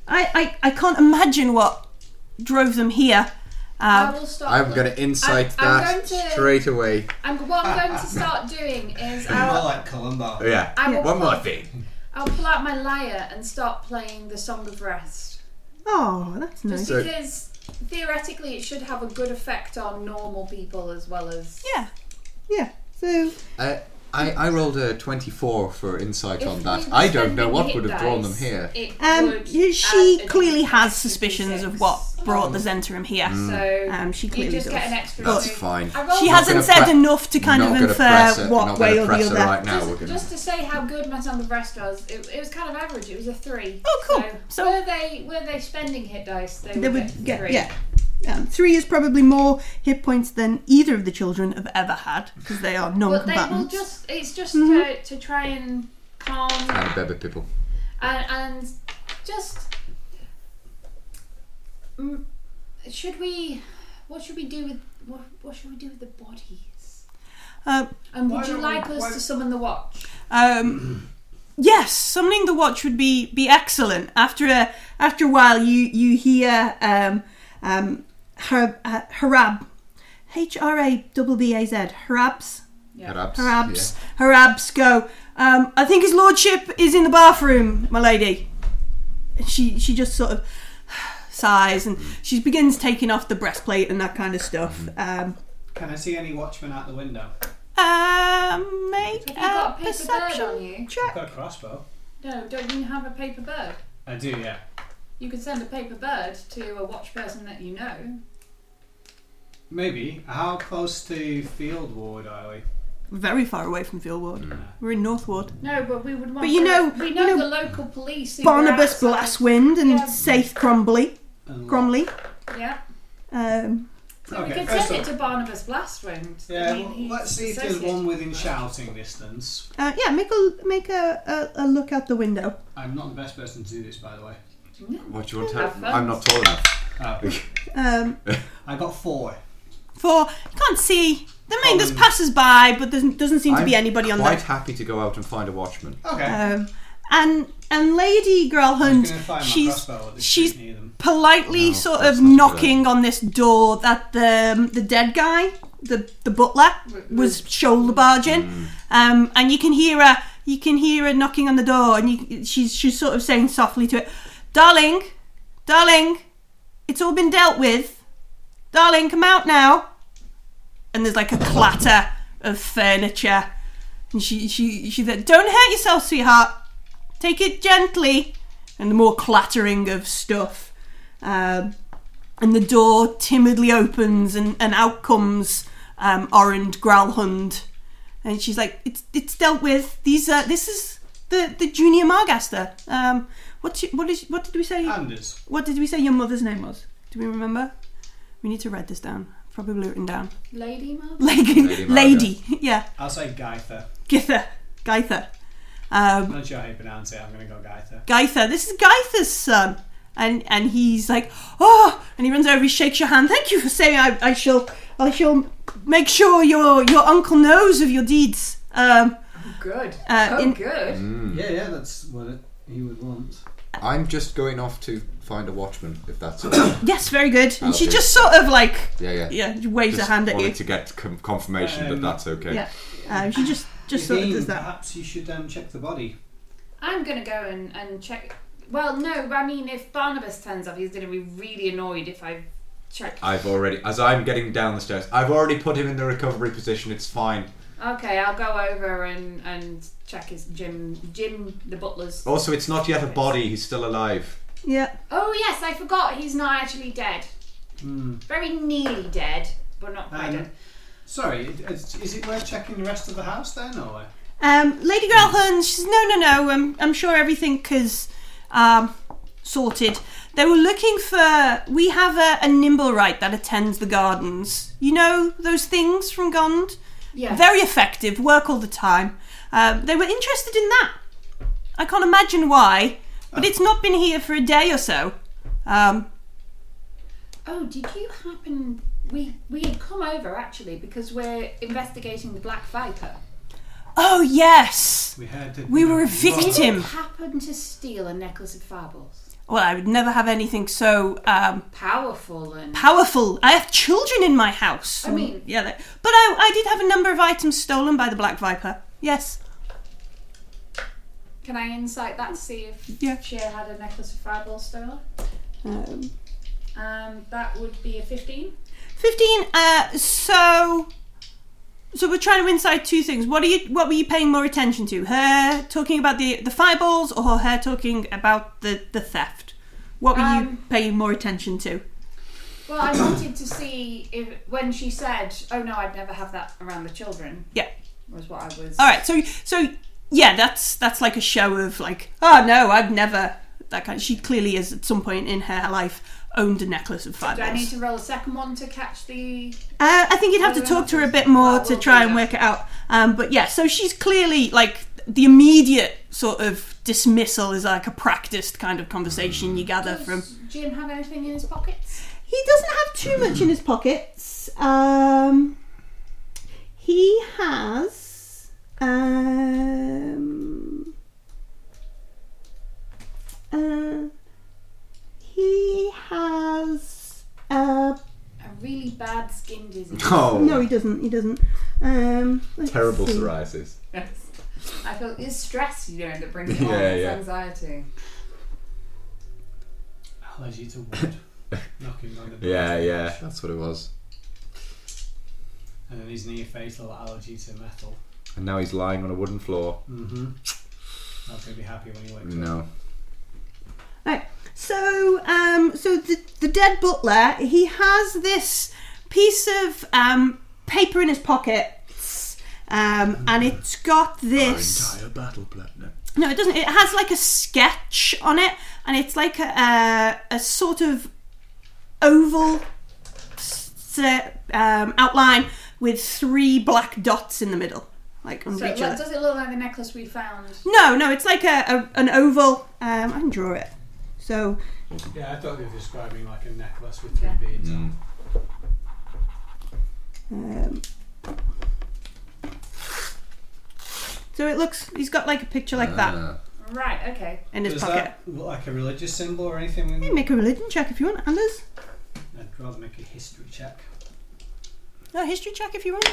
D: I, I I can't imagine what drove them here.
E: I
D: Um,
E: will stop.
B: I'm going
E: look-
B: to insight
E: I'm- I'm
B: that
E: going to-
B: straight away.
E: I'm, what I'm going to start doing is
C: They're more
E: I'll,
C: like Columba.
B: Oh, yeah.
E: I will
B: One more
E: pull-
B: thing.
E: I'll pull out my lyre and start playing the Song of Rest.
D: oh, that's nice.
E: Just
B: So-
E: because theoretically it should have a good effect on normal people as well as
D: Yeah, yeah. So
B: Uh, I, I rolled a 24 for insight
E: If
B: on
E: we
B: that.
E: were
B: I don't
E: spending
B: know what
E: hit
B: would have drawn them
E: dice,
B: here.
E: it
D: Um,
E: would
D: she
E: add a
D: clearly
E: D6
D: has
E: to
D: suspicions
E: D6.
D: of what brought the Zentrum here.
E: So
D: Um, she
E: you
D: clearly
E: just
D: does.
E: get an extra.
B: Mm. That's
E: two.
B: fine.
E: I rolled
D: She
E: a-
B: has-
D: hasn't
B: gonna
D: said
B: pre-
D: enough to kind
B: not
D: of
B: gonna press
D: infer
B: her,
D: what
B: not
D: way
B: gonna
D: or the
B: press
D: other.
B: her right now.
E: Just,
B: We're gonna,
E: just to say how good my son of rest was, it, it was kind of average. It was a three.
D: Oh, cool.
E: So,
D: So-
E: were they were they spending hit dice? They,
D: They would
E: get
D: get
E: three.
D: yeah. Um, three is probably more hit points than either of the children have ever had because they are
E: But they will
D: non-combatants.
E: just. It's just
D: Mm-hmm.
E: to, to try and calm
B: Kind of better people.
E: and, and just mm, should we? What should we do with what? What should we do with the bodies?
D: Uh,
E: And would
C: Why
E: you
C: don't
E: like
C: we-
E: us
C: why-
E: to summon the watch?
D: Um, yes, summoning the watch would be be excellent. After a after a while, you you hear um, um, Har- uh, Harab, H R A B B A Z, Harabs.
B: Perhaps.
D: Harabs, Harabs go. Um, I think his lordship is in the bathroom, my lady. And She she just sort of sighs and she begins taking off the breastplate and that kind of stuff. Um,
C: Can I see any watchmen out the window?
D: um make
E: Have you
D: a
E: got a paper bird on
D: perception
E: you?
C: I've
D: check.
C: got a crossbow.
E: No, don't you have a paper bird?
C: I do, yeah.
E: You could send a paper bird to a watch person that you know.
C: Maybe. How close to Field Ward are we?
D: Very far away from Field Ward. We're in North Ward.
E: No, but we would want.
D: But you
E: to-
D: know-
E: we
D: you
E: know,
D: know
E: the local police. who were
D: Barnabas
E: outside.
D: Blastwind and
E: Yeah.
D: Saith Crombley.
C: And-
D: Cromley.
E: Yeah,
D: Um,
E: so we
C: Okay,
E: could take
C: so-
E: it to Barnabas Blastwind.
C: Yeah,
E: I mean,
C: well,
E: he's
C: let's see if there's
E: associated.
C: one within shouting distance.
D: uh, yeah, make a make a, a, a look out the window.
C: I'm not the best person to do this, by the way.
B: What do you want to
E: Have
B: have?
E: fun.
B: I'm not tall enough.
C: Oh,
D: Um,
C: I got four.
D: for you can't see. I mean, there's
C: Um,
D: passers by, but there doesn't seem to be
B: I'm
D: anybody on
B: Quite
D: there.
B: happy to go out and find a watchman.
C: Okay.
D: Um, and and
C: I'm
D: Lady Grelhund,
C: gonna fire my
D: she's
C: crossbow at the
D: she's
C: street near them.
D: politely
B: No,
D: sort
B: that's
D: of
B: not a good
D: knocking on this door that the um, the dead guy, the the butler, was shoulder barging,
B: Mm.
D: um, and you can hear her. You can hear her knocking on the door, and you, she's she's sort of saying softly to it, "Darling, darling, it's all been dealt with. Darling, come out now." And there's like a clatter of furniture, and she she she said, "Don't hurt yourself, sweetheart. Take it gently." And the more clattering of stuff. Um, and the door timidly opens, and, and out comes um, Orend Growlhund, and she's like, "It's it's dealt with. These uh, this is the the junior Margaster. Um, what's your, what is what did we say?
C: Anders.
D: what did we say your mother's name was? Do we remember? We need to write this down. Probably written down.
E: Lady Mark.
D: Like lady,
B: Marga.
D: yeah,
C: I'll say Gaither.
D: Githa, Gaitha. Um,
C: I'm not sure how you pronounce it. I'm going to go Gaither.
D: Gaither. This is Gaither's son. And and he's like, oh, and he runs over, he shakes your hand. Thank you for saying I, I shall I shall make sure your your uncle knows of your deeds. Um,
G: Good.
D: uh,
G: oh,
D: in,
G: good.
C: Yeah, yeah, that's what it, he would want.
B: I'm just going off to find a watchman, if that's okay.
D: yes, very good. And she
B: Okay.
D: just sort of like
B: yeah, yeah.
D: yeah waves
B: Just
D: a hand at
B: wanted
D: you.
B: to get com- confirmation
C: Um,
B: that that's okay.
D: yeah. Um, she just just sort of
C: Nadine,
D: does that.
C: Perhaps you should um, check the body.
E: I'm gonna go and, and check. Well, no, I mean, if Barnabas turns up, he's gonna be really annoyed if I check.
B: I've already, as I'm getting down the stairs, I've already put him in the recovery position. It's fine.
E: Okay, I'll go over and, and check his Jim Jim the butler's.
B: Also, it's not yet a body. He's still alive.
D: Yeah.
E: Oh yes, I forgot he's not actually dead.
C: Hmm.
E: Very nearly dead, but not quite
C: Um,
E: dead.
C: Sorry, it- it's- is it worth checking the rest of the house then, or?
D: Um, Lady Grelhorn, she says, no, no, no, um, I'm sure everything is um, sorted. They were looking for. We have a, a Nimblewright that attends the gardens. You know those things from Gond?
E: Yeah.
D: Very effective, work all the time. Um, they were interested in that. I can't imagine why, but it's not been here for a day or so. Um,
E: Oh, did you happen? We we had come over actually because we're investigating the Black Viper.
D: oh, yes!
C: We heard that
D: We were a
E: Did
D: victim.
E: you happen to steal a necklace of fireballs?
D: Well, I would never have anything so um,
E: Powerful and
D: powerful. I have children in my house.
E: I mean-
D: yeah, they- but I, I did have a number of items stolen by the Black Viper. Yes,
E: can I insight that to see if
D: Yeah.
E: she had a necklace of fireballs stolen?
D: um,
E: Um, that would be a fifteen.
D: fifteen. Uh, so, so we're trying to insight two things. What are you? What were you paying more attention to? Her talking about the the fireballs, or her talking about the the theft? What were you
E: Um,
D: paying more attention to?
E: Well, I wanted to see if when she said, "Oh no, I'd never have that around the children."
D: Yeah.
E: was what I was.
D: All right. So, so yeah, that's that's like a show of like, oh no, I've never. That kind. she clearly is at some point in her life owned a necklace of
E: Do
D: fireballs.
E: I need to roll a second one to catch the?
D: Uh, I think you'd have to
E: Well,
D: talk to her a bit
E: well,
D: more to
E: we'll
D: try
E: do
D: and
E: that.
D: work it out. Um, but yeah, so she's clearly like the immediate sort of dismissal is like a practiced kind of conversation you gather from.
E: Does Jim have anything in his pockets?
D: He doesn't have too much in his pockets. Um, he has. Um, uh, he has. Uh,
E: A really bad skin disease.
B: Oh,
D: no, he doesn't. He doesn't. Um, let's
B: terrible
D: see.
B: psoriasis.
E: Yes. I feel it's stress, you know, that brings it
B: Yeah,
E: on. It's
B: yeah.
E: anxiety.
C: allergy to wood. Knocking on the door.
B: Yeah, yeah, that's what it was.
C: And then his near fatal allergy to metal.
B: And now he's lying on a wooden floor.
C: Mm-hmm. Not
D: Mm-hmm.
C: going to be happy when he wakes up.
B: No.
D: So, um, so the the dead butler, he has this piece of um, paper in his pocket, um, and it's got this.
B: battle plan. No.
D: No, it doesn't. It has like a sketch on it, and it's like a, a, a sort of oval s- um, outline with three black dots in the middle, like on
E: So
D: each
E: it lo-
D: other.
E: does it look like the necklace we found?
D: No, no, it's like a, a an oval. Um, I can draw it. So
C: Yeah, I thought they were describing like a necklace with three
E: Yeah.
C: beads on.
B: Mm.
D: Um, so it looks. He's got like a picture like that
B: Ah.
E: Right, okay.
D: in his
C: Does
D: pocket.
C: that look like a religious symbol or anything?
D: You can make a religion check if you want, Anders.
C: I'd rather make a history check.
D: No, a history check if you want.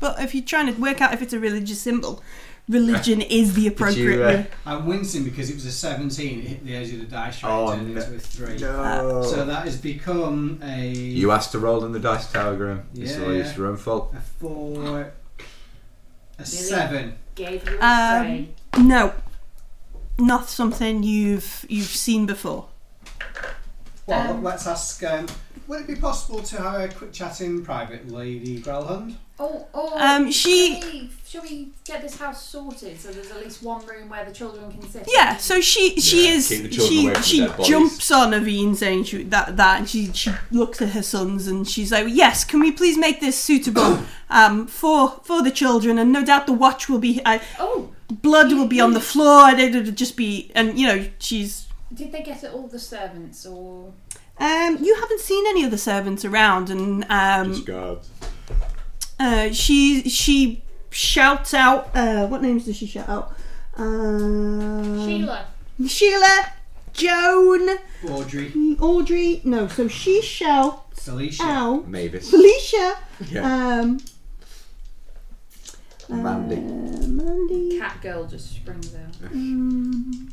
D: But if you're trying to work out if it's a religious symbol, religion is the appropriate.
B: uh,
D: one.
C: I'm wincing because it was a 17, it hit the edge of the die straight
B: Oh,
C: and it
B: no.
C: is with three.
B: No.
C: So that has become a,
B: Oh. you asked to roll in the dice tower, Graham. It's,
C: Yeah,
B: all- it's
C: yeah.
B: your own fault.
C: a four, a seven.
G: Gave you a
D: Um,
G: three.
D: No, not something you've you've seen before.
C: Well,
E: Um,
C: let's ask. Um, would it be possible to have a quick chat in private, Lady Grelhund?
E: Oh, oh.
D: Um, she-
E: Should we, should we get this house sorted so there's at least one room where the children can sit?
D: Yeah, so she she
B: Yeah,
D: is
B: keep the children
D: she
B: away from
D: she
B: dead bodies.
D: jumps on Avine saying she, that that and she she looks at her sons and she's like, "Yes, can we please make this suitable um, for for the children and no doubt the watch will be uh,
E: Oh,
D: blood will be on the floor and it'll just be and you know she's
E: did they get all the servants or.
D: um, you haven't seen any of the servants around and um,
B: Just guards.
D: Uh, she she shouts out. Uh, what names does she shout out? Uh,
E: Sheila.
D: Sheila, Joan,
C: Audrey,
D: Audrey. No, so she shouts
C: Felicia.
D: out.
B: Mavis.
D: Felicia.
B: Yeah.
D: Um,
E: Um,
B: Mandy.
D: uh, Mandy.
E: Cat girl just springs out.
D: Um,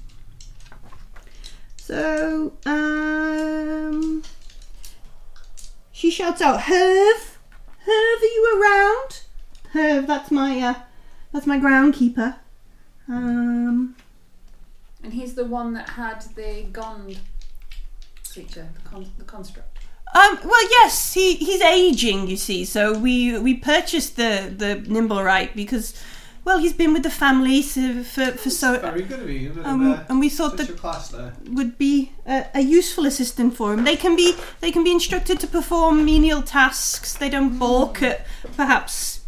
D: so um, she shouts out, "Herve, Herve, are you around? Herve, that's my uh, that's my groundkeeper. Um,
E: And he's the one that had the Gond creature, the, con- the construct.
D: um, well, yes, he, he's aging, you see. So we we purchased the the Nimblerite because, well, he's been with the family so, for for so."
C: Very good of you. a bit
D: Um,
C: of, uh,
D: and we thought that
C: such a class there.
D: would be a, a useful assistant for him. They can be they can be instructed to perform menial tasks. They don't balk at perhaps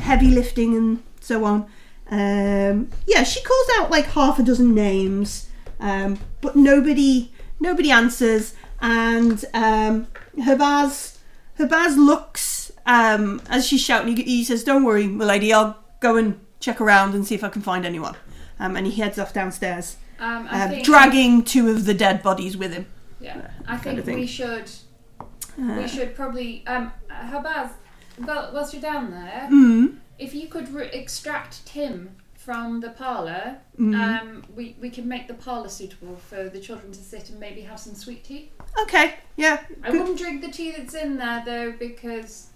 D: heavy lifting and so on. Um, yeah, she calls out like half a dozen names, um, but nobody nobody answers. And um, Herbaz Herbaz looks um, as she's shouting. He, he says, "Don't worry, milady. I'll go and check around and see if I can find anyone." Um, and he heads off downstairs
E: Um, I
D: um,
E: think,
D: dragging two of the dead bodies with him.
E: Yeah, I
D: kind
E: think
D: of thing. Uh.
E: we should. We should probably. Um, Habaz, well, whilst you're down there,
D: Mm.
E: if you could re- extract Tim from the parlour, um, we, we can make the parlour suitable for the children to sit and maybe have some sweet tea.
D: Okay. Yeah.
E: I wouldn't drink the tea that's in there though because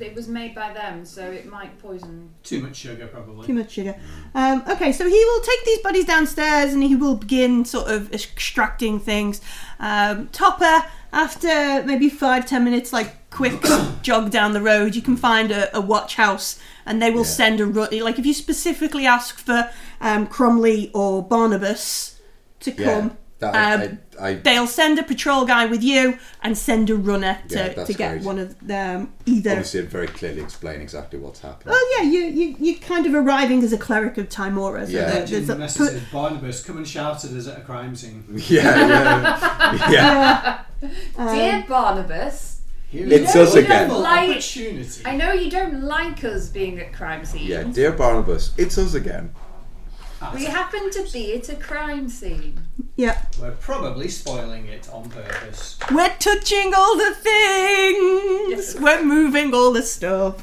E: it was made by them, so it might poison.
C: Too much sugar,
D: Too
C: probably.
D: much sugar. Um, okay, so he will take these bodies downstairs and he will begin sort of extracting things. Um, Topper, after maybe five ten minutes, like quick jog down the road, you can find a, a watch house and they will
B: Yeah.
D: send a run. Like if you specifically ask for um, Cromley or Barnabas to
B: Yeah.
D: come,
B: That, I,
D: Um,
B: I, I,
D: they'll send a patrol guy with you and send a runner to,
B: Yeah, that's
D: to get
B: great.
D: one of them either.
B: obviously very clearly explain exactly what's happened.
D: Oh yeah, you you you're kind of arriving as a cleric of Timora. So
B: Yeah.
D: there-
C: Imagine
D: there's
C: the
D: a
C: message
D: put-
C: says, Barnabas, come and shout at us at a crime scene.
B: Yeah, yeah, yeah.
E: Dear Barnabas,
C: Here
B: It's
C: is a
B: us again.
C: wonderful
E: Like-
C: Opportunity.
E: I know you don't like us being at crime scenes.
B: Yeah, dear Barnabas, it's us again.
E: We happen to be at a crime scene.
D: yeah,
C: We're probably spoiling it on purpose.
D: we're touching all the things. We're moving all the stuff.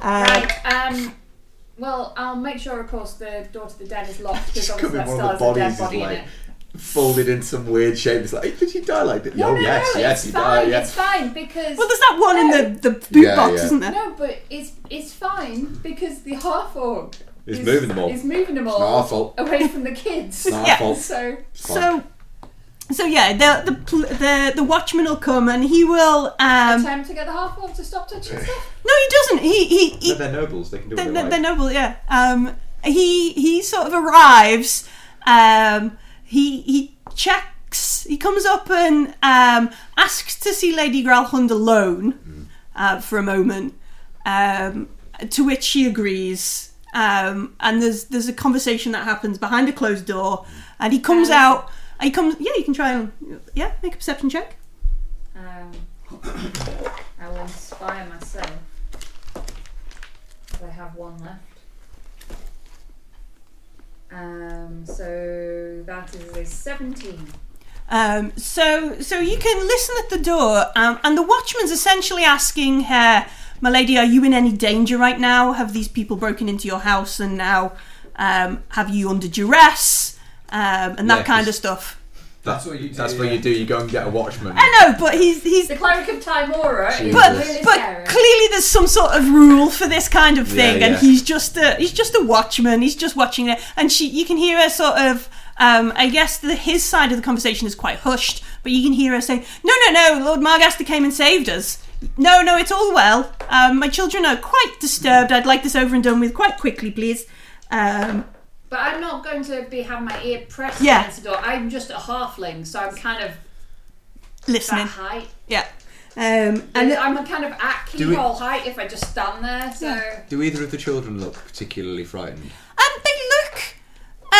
D: Uh,
E: Right. Um. Well, I'll make sure, of course, the door to the dead is locked because
B: Just
E: obviously
B: coming
E: that
B: one of
E: still
B: the
E: has a
B: bodies
E: dead
B: is
E: body in
B: like
E: it.
B: folded in some weird shape. It's like, "Hey, did you die like that?
E: No,
B: oh
E: no,
B: yes,
E: no,
B: yes,
E: it's
B: you
E: fine.
B: died.
E: It's
B: Yes.
E: fine because
D: Well, there's that one in the the boot
B: Yeah,
D: box,
B: yeah.
D: isn't there?
E: no, but it's it's fine because the half orc
B: It's moving them all.
E: Is moving them
B: Not our
E: all
B: fault.
E: away from the kids.
B: It's not our
D: Yeah.
B: fault.
E: So
B: It's fine.
D: So, So yeah, the the pl- the, the watchman will come and he will. Um,
E: Attempt to get the half orc to stop touching stuff.
D: no, he doesn't. He he, he
B: But they're nobles. They can do what
D: they're,
B: they
D: they're-
B: like.
D: they're noble, yeah. Um, he he sort of arrives. Um, he he checks. He comes up and um, asks to see Lady Gralhund alone uh, for a moment. Um, to which she agrees. Um, and there's there's a conversation that happens behind a closed door, and he comes
E: Uh,
D: out. He comes. Yeah, you can try and yeah make a perception check.
E: Um, I will inspire myself. 'Cause I have one left. Um, so that is a 17.
D: Um, so, so you can listen at the door, um, and the watchman's essentially asking her, "My lady, are you in any danger right now? Have these people broken into your house, and now um, have you under duress, um, and that
B: Yeah,
D: kind of
B: 'cause-
D: stuff?"
B: That's what you do. That's what
C: yeah.
B: you do. You go and get a watchman.
D: I know, but he's he's
E: The cleric of Timora is
D: but
E: really scary.
D: but clearly there's some sort of rule for this kind of
B: Yeah,
D: thing, and
B: yeah.
D: he's just a he's just a watchman. He's just watching it, and she you can hear her sort of. Um, I guess the, his side of the conversation is quite hushed, but you can hear her saying, "No, no, no! Lord Margaster came and saved us. No, no, it's all well. Um, my children are quite disturbed. I'd like this over and done with quite quickly, please." Um,
E: But I'm not going to be have my ear pressed
D: Yeah.
E: against the door. I'm just a halfling, so I'm kind of that
D: listening,
E: height.
D: yeah. Um,
E: And
D: and
E: I'm a kind of at
B: Do we-
E: keyhole height if I just stand there. So
B: Do either of the children look particularly frightened?
D: Um, they look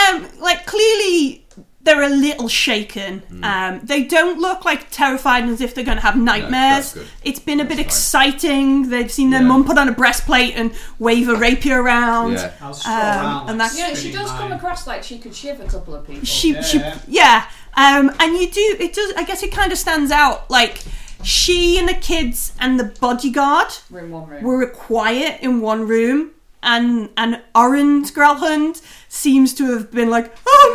D: um like clearly they're a little shaken. Um, they don't look like terrified and as if they're going to have nightmares.
B: Hmm. that's good.
D: it's been a bit
B: That's fine.
D: exciting. They've seen their
B: Yeah.
D: mum put on a breastplate and wave a rapier around.
B: Yeah.
C: I'll stroll
D: Um,
C: around like
D: and that's
E: you know, she
C: spinning
E: does come
C: mine.
E: across like she could shiv a couple of people.
D: she
C: Yeah,
D: she
C: yeah.
D: yeah um and you do it does i guess it kind of stands out like she and the kids and the bodyguard
E: We're in one room.
D: were quiet in one room and and Orange Grelhund seems to have been like,
E: mess
D: oh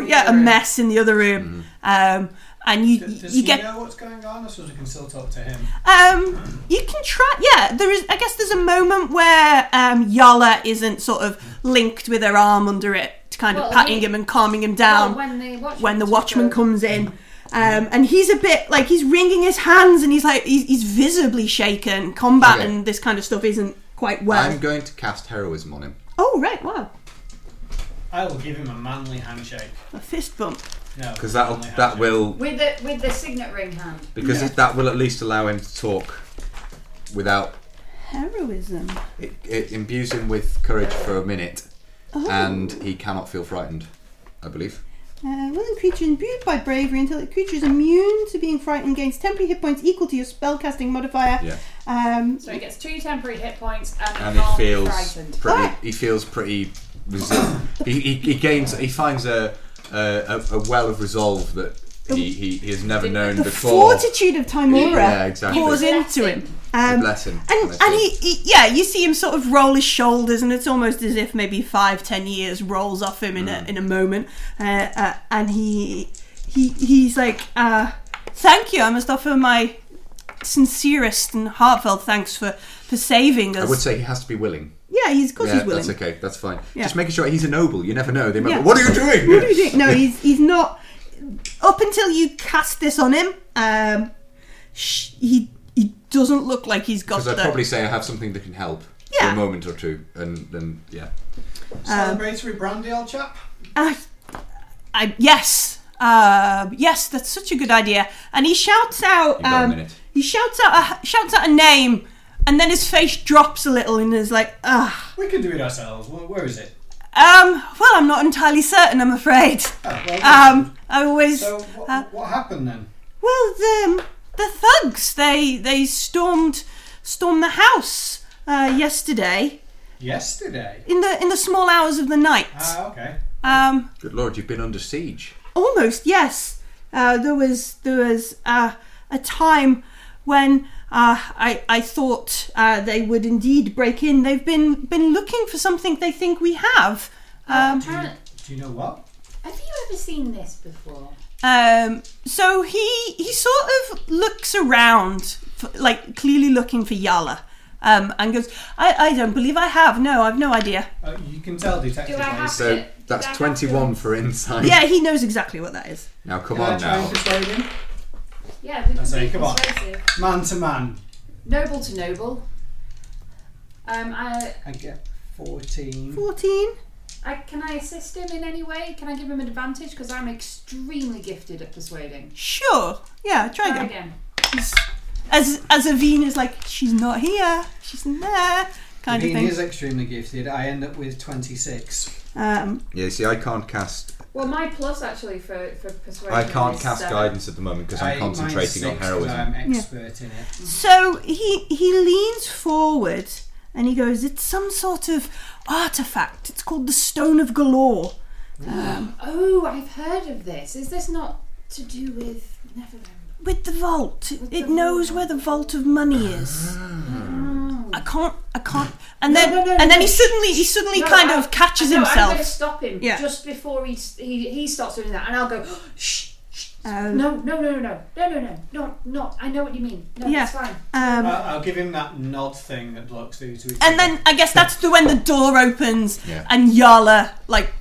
D: no,
E: the
D: yeah, a
E: other room.
D: mess in the other room.
B: Mm-hmm.
D: Um, and you
C: Does, does
D: you
C: he
D: get
C: know what's going on? I suppose we can still talk to him.
D: um you can try yeah there is I guess there's a moment where um Yala isn't sort of linked with her arm under it, kind of
E: Well,
D: patting
E: he-
D: him and calming him
E: Well,
D: down
E: when the watchman,
D: when the
E: took
D: watchman
E: her-
D: comes in. Um, and he's a bit like he's wringing his hands and he's like he's, he's visibly shaken. Combat
B: Okay.
D: and this kind of stuff isn't quite well.
B: I'm going to cast heroism on him.
D: Oh right, wow,
C: I will give him a manly handshake.
D: a fist bump.
C: No,
B: Because that'll
C: manly
B: that
C: handshake.
B: will
E: with the with the signet ring hand.
B: because
D: Yeah.
B: that will at least allow him to talk without
D: Heroism.
B: it, it imbues him with courage for a minute,
D: Oh.
B: and he cannot feel frightened. I believe.
D: Uh, willing creature imbued by bravery until the creature is immune to being frightened gains temporary hit points equal to your spellcasting modifier.
B: Yeah.
D: Um,
E: So he gets two temporary hit points and,
B: and
E: he
B: he feels
E: frightened.
B: pretty.
D: Alright.
B: He feels pretty. Resi- he, he, he gains. He finds a, a a well of resolve that he, he, he has never known
D: the
B: before.
D: fortitude of Timora
B: Yeah, exactly.
D: pours
E: Bless
D: into him.
E: him.
D: Um,
B: Bless him.
D: and
B: honestly.
D: and he, he, yeah, you see him sort of roll his shoulders, and it's almost as if maybe five, ten years rolls off him in
B: Mm.
D: a in a moment. Uh, uh, and he he he's like, uh, "Thank you. I must offer my sincerest and heartfelt thanks for for saving us."
B: I would say he has to be willing.
D: Yeah, he's of course
B: Yeah,
D: he's willing.
B: that's okay. That's fine.
D: Yeah.
B: Just making sure he's a noble. You never know. They might.
D: Yeah.
B: Be, what are you doing?
D: What are you doing? No, he's he's not. Up until you cast this on him, um, sh- he he doesn't look like he's got
B: Because
D: the.
B: I'd probably say I have something that can help
D: Yeah.
B: for a moment or two, and then yeah.
D: Um,
C: Celebratory brandy, old chap.
D: I, I, yes, uh, yes, that's such a good idea. And he shouts out.
B: You've got a
D: um,
B: minute.
D: he shouts out a shouts out a name, and then his face drops a little, and is like, ah,
C: We can do it ourselves. Where, where is it?
D: um, well, I'm not entirely certain. I'm afraid.
C: Oh, well,
D: Um, I always.
C: so what,
D: uh,
C: what happened then?
D: Well, the the thugs they they stormed stormed the house uh, yesterday
C: Yesterday.
D: in the in the small hours of the night.
C: Ah, okay.
D: Um,
B: Good lord, you've been under siege.
D: almost yes. Uh, there was there was uh, a time when uh, I I thought uh, they would indeed break in. They've been been looking for something they think we have. Um,
E: Apparent-
C: Do you know what?
E: Have you ever seen this before?
D: Um, so he he sort of looks around, f like clearly looking for Yala, um, and goes, I, I don't believe I have. No, I've no idea.
C: Uh, you can tell
E: Do
C: detective.
E: I have
B: So
E: to?
B: that's
E: do I have to-
B: 21 for insight.
D: Yeah, he knows exactly what that is.
B: Now come
C: Can I
B: on
C: try
B: now.
C: and persuade him?
E: Yeah, we
C: I
E: can
C: say,
E: be
C: come on.
E: persuasive.
C: Man to man.
E: Noble to noble. Um, I,
C: I get 14.
D: 14?
E: I can I assist him in any way? Can I give him an advantage because I'm extremely gifted at persuading?
D: Sure. Yeah, try
E: Try
D: again.
E: again.
D: As, as Avine is like, she's not here, she's in there, kind
C: Bean
D: of
C: is
D: thing.
C: extremely gifted. I end up with 26.
D: Um,
B: Yeah, see, I can't cast.
E: Well, my plus actually for for persuasion.
B: I can't
E: is
B: cast
E: seven.
B: guidance at the moment because I'm
C: I- mine's
B: concentrating on
C: six 'cause
B: heroism.
C: I'm expert in it.
D: So he he leans forward and he goes, "It's some sort of artifact. It's called the Stone of Galore."
E: Oh, I've heard of this. Is this not to do with Neverland?
D: With the vault,
E: With
D: it
E: the
D: knows
E: vault. Ah.
D: where the vault of money is. I can't, I can't. And
E: No,
D: then,
E: no, no,
D: and then
E: no,
D: he suddenly, he suddenly
E: No,
D: kind
E: I-
D: of catches
E: I know, I'm going to
D: himself.
E: stop him
D: Yeah.
E: just before he, s- he he starts doing that, and I'll go. Shh. shh.
D: Um,
E: no, no, no, no, no, no, no, no, no, not. I know what you mean. No,
D: Yeah.
E: it's fine.
D: Um,
C: I'll, I'll give him that nod thing that blocks through to each
D: and then I guess that's the, when the door opens
B: Yeah.
D: and Yala like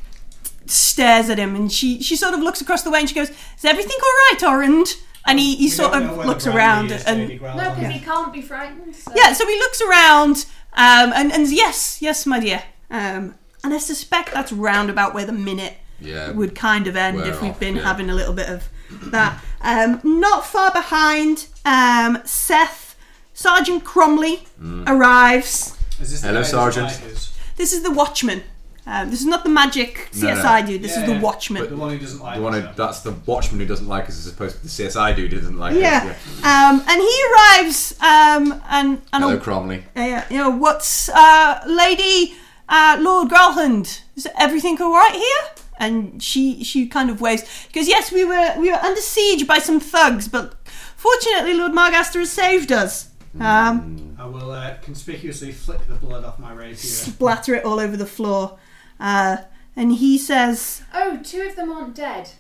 D: stares at him, and she she sort of looks across the way and she goes, "Is everything all right, Orund?" And he, he
C: We
D: sort
C: don't know
D: of
C: whether
D: looks
C: Brandy
D: around
C: is
D: and
C: Lady Growler
E: No, because
C: or
E: he
C: not.
E: can't be frightened. So.
D: Oh, Yeah, so he looks around, um, and, and yes, yes, my dear. Um, and I suspect that's round about where the minute
B: Yeah.
D: would kind of end
B: Wear
D: if we've
B: off,
D: been
B: yeah.
D: having a little bit of that. Um, not far behind, um, Seth, Sergeant Cromley
B: Mm.
D: arrives.
C: Is this the
B: Hello,
C: guy with
B: Sergeant.
C: spiders?
D: This is the Watchman. Um, this is not the magic
B: No, no.
D: CSI dude. This
C: Yeah,
D: is the
C: yeah.
D: Watchman.
C: The one who doesn't like
B: The one who,
C: us,
B: that's the watchman who doesn't like us, as opposed to the CSI dude who doesn't like
D: yeah.
B: us.
D: Um, and he arrives um, and and
B: Hello,
D: a-
B: Cromley.
D: Uh, you know, what's uh, Lady uh, Lord Growlhand? Is everything all right here? And she she kind of waves because yes, we were we were under siege by some thugs, but fortunately Lord Margaster has saved us.
B: Mm.
D: Um,
C: I will uh, conspicuously flick the blood off my rapier.
D: Splatter it all over the floor, uh, and he says,
E: Oh, two of them aren't dead.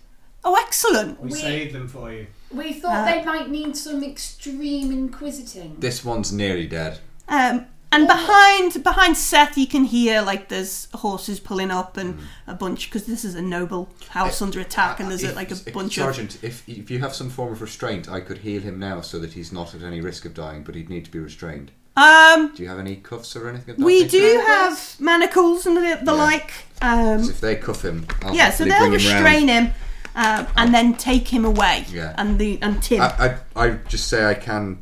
D: "Oh, excellent!
C: We
E: We-
C: saved them for you.
E: We thought
D: Uh,
E: they might need some extreme inquisiting.
B: This one's nearly dead.
D: Um, and behind behind Seth, you can hear like there's horses pulling up and a bunch because this is a noble house under attack, and there's
B: Eh, uh, If-
D: like a
B: if-
D: bunch of
B: Sergeant, if, if you have some form of restraint, I could heal him now so that he's not at any risk of dying, but he'd need to be restrained.
D: um,
B: Do you have any cuffs or anything of that
D: We
B: nature?
D: do have manacles and the, the
B: Yeah.
D: like. Um,
B: 'Cause if they cuff him, I'll
D: yeah, so
B: happily
D: they'll
B: bring him round.
D: restrain him um, and then take him away.
B: Yeah. Uh,
D: And the and Tim.
B: I, I, I just say I can,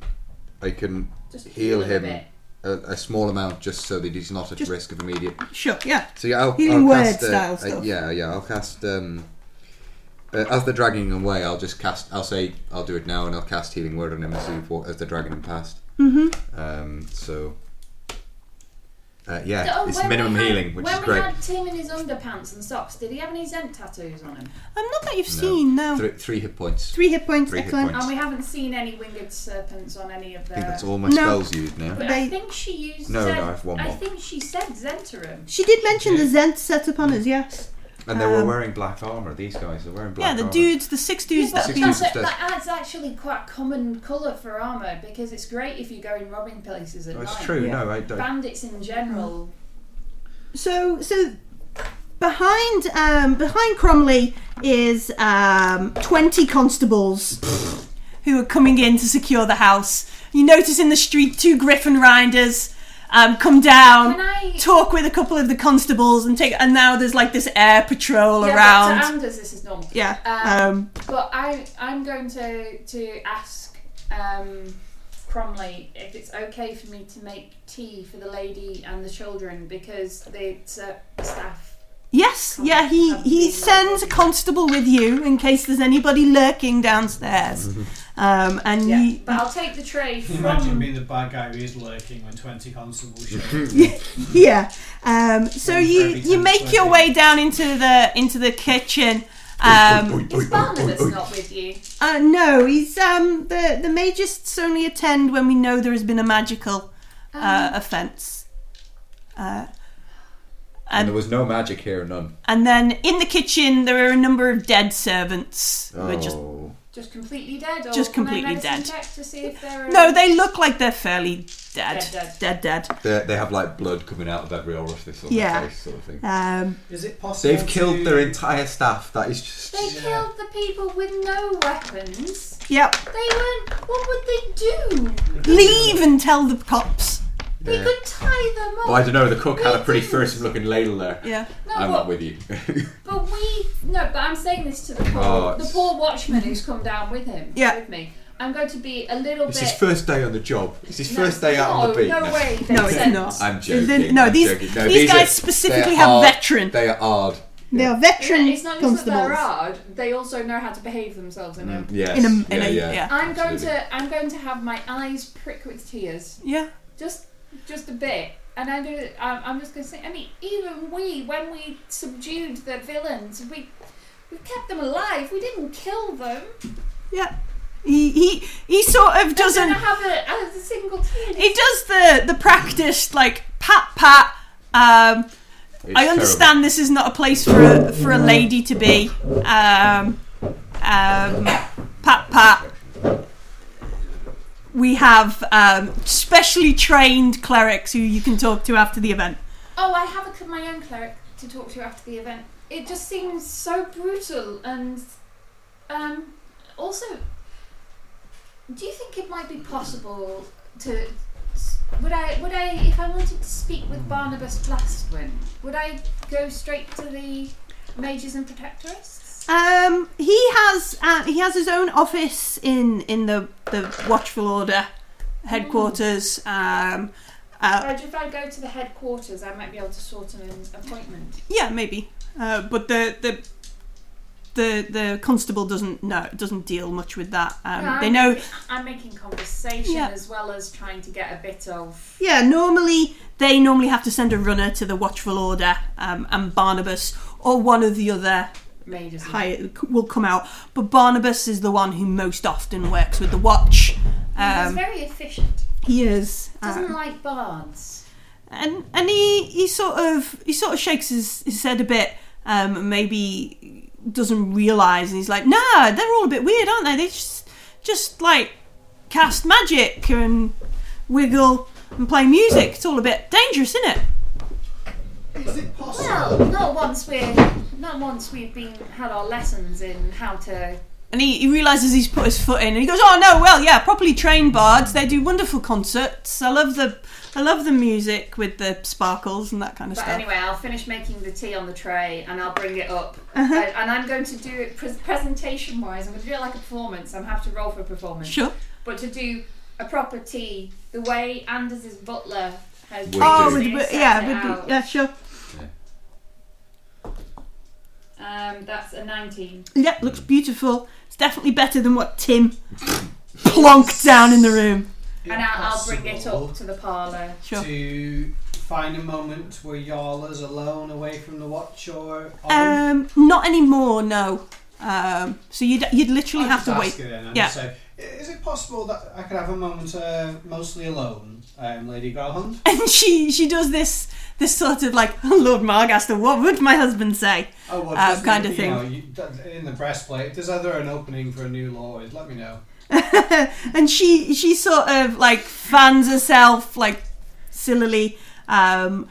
B: I can
E: Just
B: heal
E: heal him a
B: him a, a small amount just so that he's not at
D: Just-
B: risk of immediate.
D: sure. Yeah.
B: So yeah, I'll,
D: Healing
B: I'll
D: word
B: cast, uh,
D: style
B: uh,
D: stuff.
B: yeah, yeah, I'll cast. Um, uh, as they're dragging him away, I'll just cast. I'll say I'll do it now, and I'll cast healing word on him as, he, wa- as they're dragging him past. Mm-hmm. Um, so. Uh, yeah,
E: Oh,
B: it's
E: when we
B: minimum
E: had-
B: healing, which
E: when
B: is great.
E: we had Tim in his underpants and socks, did he have any Zen tattoos on him?
D: Um, not that you've
B: No.
D: seen. No. Three,
B: Three, three hit points.
D: hit points.
B: Three hit
D: excellent.
B: points.
E: And we haven't seen any winged serpents on any of
B: I think
E: the.
B: that's all my
D: No.
B: spells used now.
E: But
D: They-
E: I think she used.
B: No,
E: Zen,
B: no, I've one
E: I
B: more.
E: think she said Zentarum.
D: She did mention the Zent set
B: Mm.
D: upon us. Yes.
B: And they were
D: Um,
B: wearing black armor. These guys are wearing black
D: Yeah.
B: armor.
D: The dudes, the six dudes that
E: Yeah, but
D: have been.
E: that's,
B: used as-
E: that- that's actually quite a common colour for armour because it's great if you go in robbing places at
B: That's
E: night.
B: Oh, true.
D: Yeah. Um,
B: No, I don't.
E: Bandits in general.
D: So so behind um, behind Cromley is um, twenty constables who are coming in to secure the house. You notice in the street two Griffin riders um, come down.
E: Can I?
D: talk with a couple of the constables and take and now there's like this air patrol
E: Yeah, um,
D: around
E: Dr. Anders, this is normal.
D: yeah
E: Um,
D: um
E: But I, I'm going to to ask um, Cromley if it's okay for me to make tea for the lady and the children because the ser- the staff.
D: yes yeah he he sends a constable with you in case there's anybody lurking downstairs um and
E: Yeah,
D: you
E: but I'll take the tray
C: Can you imagine
E: from.
C: being the bad guy who is lurking when 20 constables show up?
D: yeah um so
C: One for
D: you
C: every
D: you
C: ten
D: make
C: square
D: your way down into the into the kitchen
B: Oi,
D: um
B: oi,
E: Is
B: oi,
E: Barnabas
B: oi, oi.
E: not with you?
D: uh, no he's um the the magists only attend when we know there has been a magical
E: Um.
D: uh offense uh
B: And there was no magic here, none.
D: And then in the kitchen, there are a number of dead servants who are just.
B: Oh.
E: Just completely dead? Or
D: Just
E: can I
D: completely
E: medicine
D: dead.
E: Check to see if they're.
D: No, they look like they're fairly dead,
G: Dead,
D: dead, dead.
B: They they have like blood coming out of every orifice on
D: Yeah.
B: their face, sort of thing.
D: Um,
C: Is it possible?
B: They've killed
C: to-
B: their entire staff. That is just.
E: They
C: Yeah.
E: killed the people with no weapons.
D: yep.
E: They weren't. What would they do?
D: Leave and tell the cops.
E: We
B: Yeah.
E: could tie them up.
B: Well, I don't know. The cook had a pretty fearsome-looking ladle there.
D: Yeah.
E: No,
B: I'm
E: but,
B: not with you.
E: but we. No, but I'm saying this to the poor,
B: Oh,
E: the
B: it's-
E: poor watchman who's come down with him.
D: Yeah.
E: With me. I'm going to be a little
B: it's
E: bit.
B: his first day on the job. It's his
E: no,
B: first day out on
E: no,
B: the beat.
E: No, way. They
D: No, it's
E: sent-
D: not.
B: I'm
D: Then-
B: joking.
D: no,
B: I'm
D: these
B: joking. No,
D: these, guys
B: are-
D: specifically
B: they
D: have
B: are-
D: veteran.
B: They are hard.
D: They are
E: Yeah,
D: veteran
E: It's not just that they're
D: constables.
E: hard. They also know how to behave themselves. In
B: Mm,
E: a,
B: yes.
D: In a, in
B: yeah,
D: a,
B: yeah.
D: yeah.
E: I'm going
B: absolutely.
E: to. I'm going to have my eyes prick with tears.
D: Yeah.
E: just just a bit and i do i'm, I'm just going to say i mean even we when we subdued the villains we we kept them alive we didn't kill them
D: Yeah. He he he sort of
E: didn't
D: doesn't
E: have a, a single tear
D: he does the the practiced like pat pat um
B: It's
D: I
B: terrible.
D: understand this is not a place for a, for a lady to be. Um, um, pat, pat. We have um, specially trained clerics who you can talk to after the event.
E: oh i have a, c- my own cleric to talk to after the event it just seems so brutal and um also do you think it might be possible to would I would I if I wanted to speak with Barnabas Blastwin, would I go straight to the mages and protectorists?
D: Um, he has uh, he has his own office in in the the Watchful Order headquarters. Um, uh,
E: Or if I go to the headquarters, I might be able to sort an appointment.
D: yeah, maybe. Uh, but the the the the constable doesn't know doesn't deal much with that. Um,
E: Yeah,
D: they know
E: I'm making conversation
D: Yeah.
E: as well as trying to get a bit of.
D: Yeah, normally they normally have to send a runner to the Watchful Order, um, and Barnabas or one of the other
E: Mages and
D: high will come out. But Barnabas is the one who most often works with the Watch.
E: He's
D: Um,
E: very efficient.
D: he is,
E: Doesn't
D: um,
E: like bards.
D: and and he, he sort of he sort of shakes his, his head a bit. Um, and maybe doesn't realise, and he's like, "Nah, they're all a bit weird, aren't they? They just just like cast magic and wiggle and play music. It's all a bit dangerous, isn't it?"
C: Is it possible?
E: Well, not once we're not once we've been had our lessons in how to.
D: And he, he realizes he's put his foot in, and he goes, "Oh no, well, yeah, properly trained bards. They do wonderful concerts. I love the, I love the music with the sparkles and that kind of
E: But
D: stuff."
E: anyway, I'll finish making the tea on the tray and I'll bring it up.
D: Uh-huh.
E: And, and I'm going to do it pres presentation wise. I'm going to do it like a performance. I'm have to roll for performance.
D: Sure.
E: But to do a proper tea, the way Anders' butler has
B: Would
D: Oh, with,
B: do.
E: previously
D: with,
E: set
D: yeah,
E: it
D: with,
E: out,
D: the- yeah, sure.
E: Um, that's a 19.
D: Yeah, looks beautiful. It's definitely better than what Tim plonked down in the room.
E: and I'll, I'll bring it up to the parlour.
D: Sure.
C: To find a moment where Yarla's alone, away from the watch, or on-
D: Um, not anymore. No. Um, so you'd you'd literally
C: I'll just
D: have to
C: ask
D: wait.
C: It in and
D: Yeah.
C: just say, "I- is it possible that I could have a moment uh, mostly alone, um, Lady Garland?
D: And she she does this this sort of like Lord Margaster. What would my husband say?
C: Oh, well,
D: Uh,
C: just
D: kind
C: you
D: of thing.
C: Know, you, that- in the breastplate, if there's ever an opening for a new lord, let me know.
D: and she she sort of like fans herself like sillily um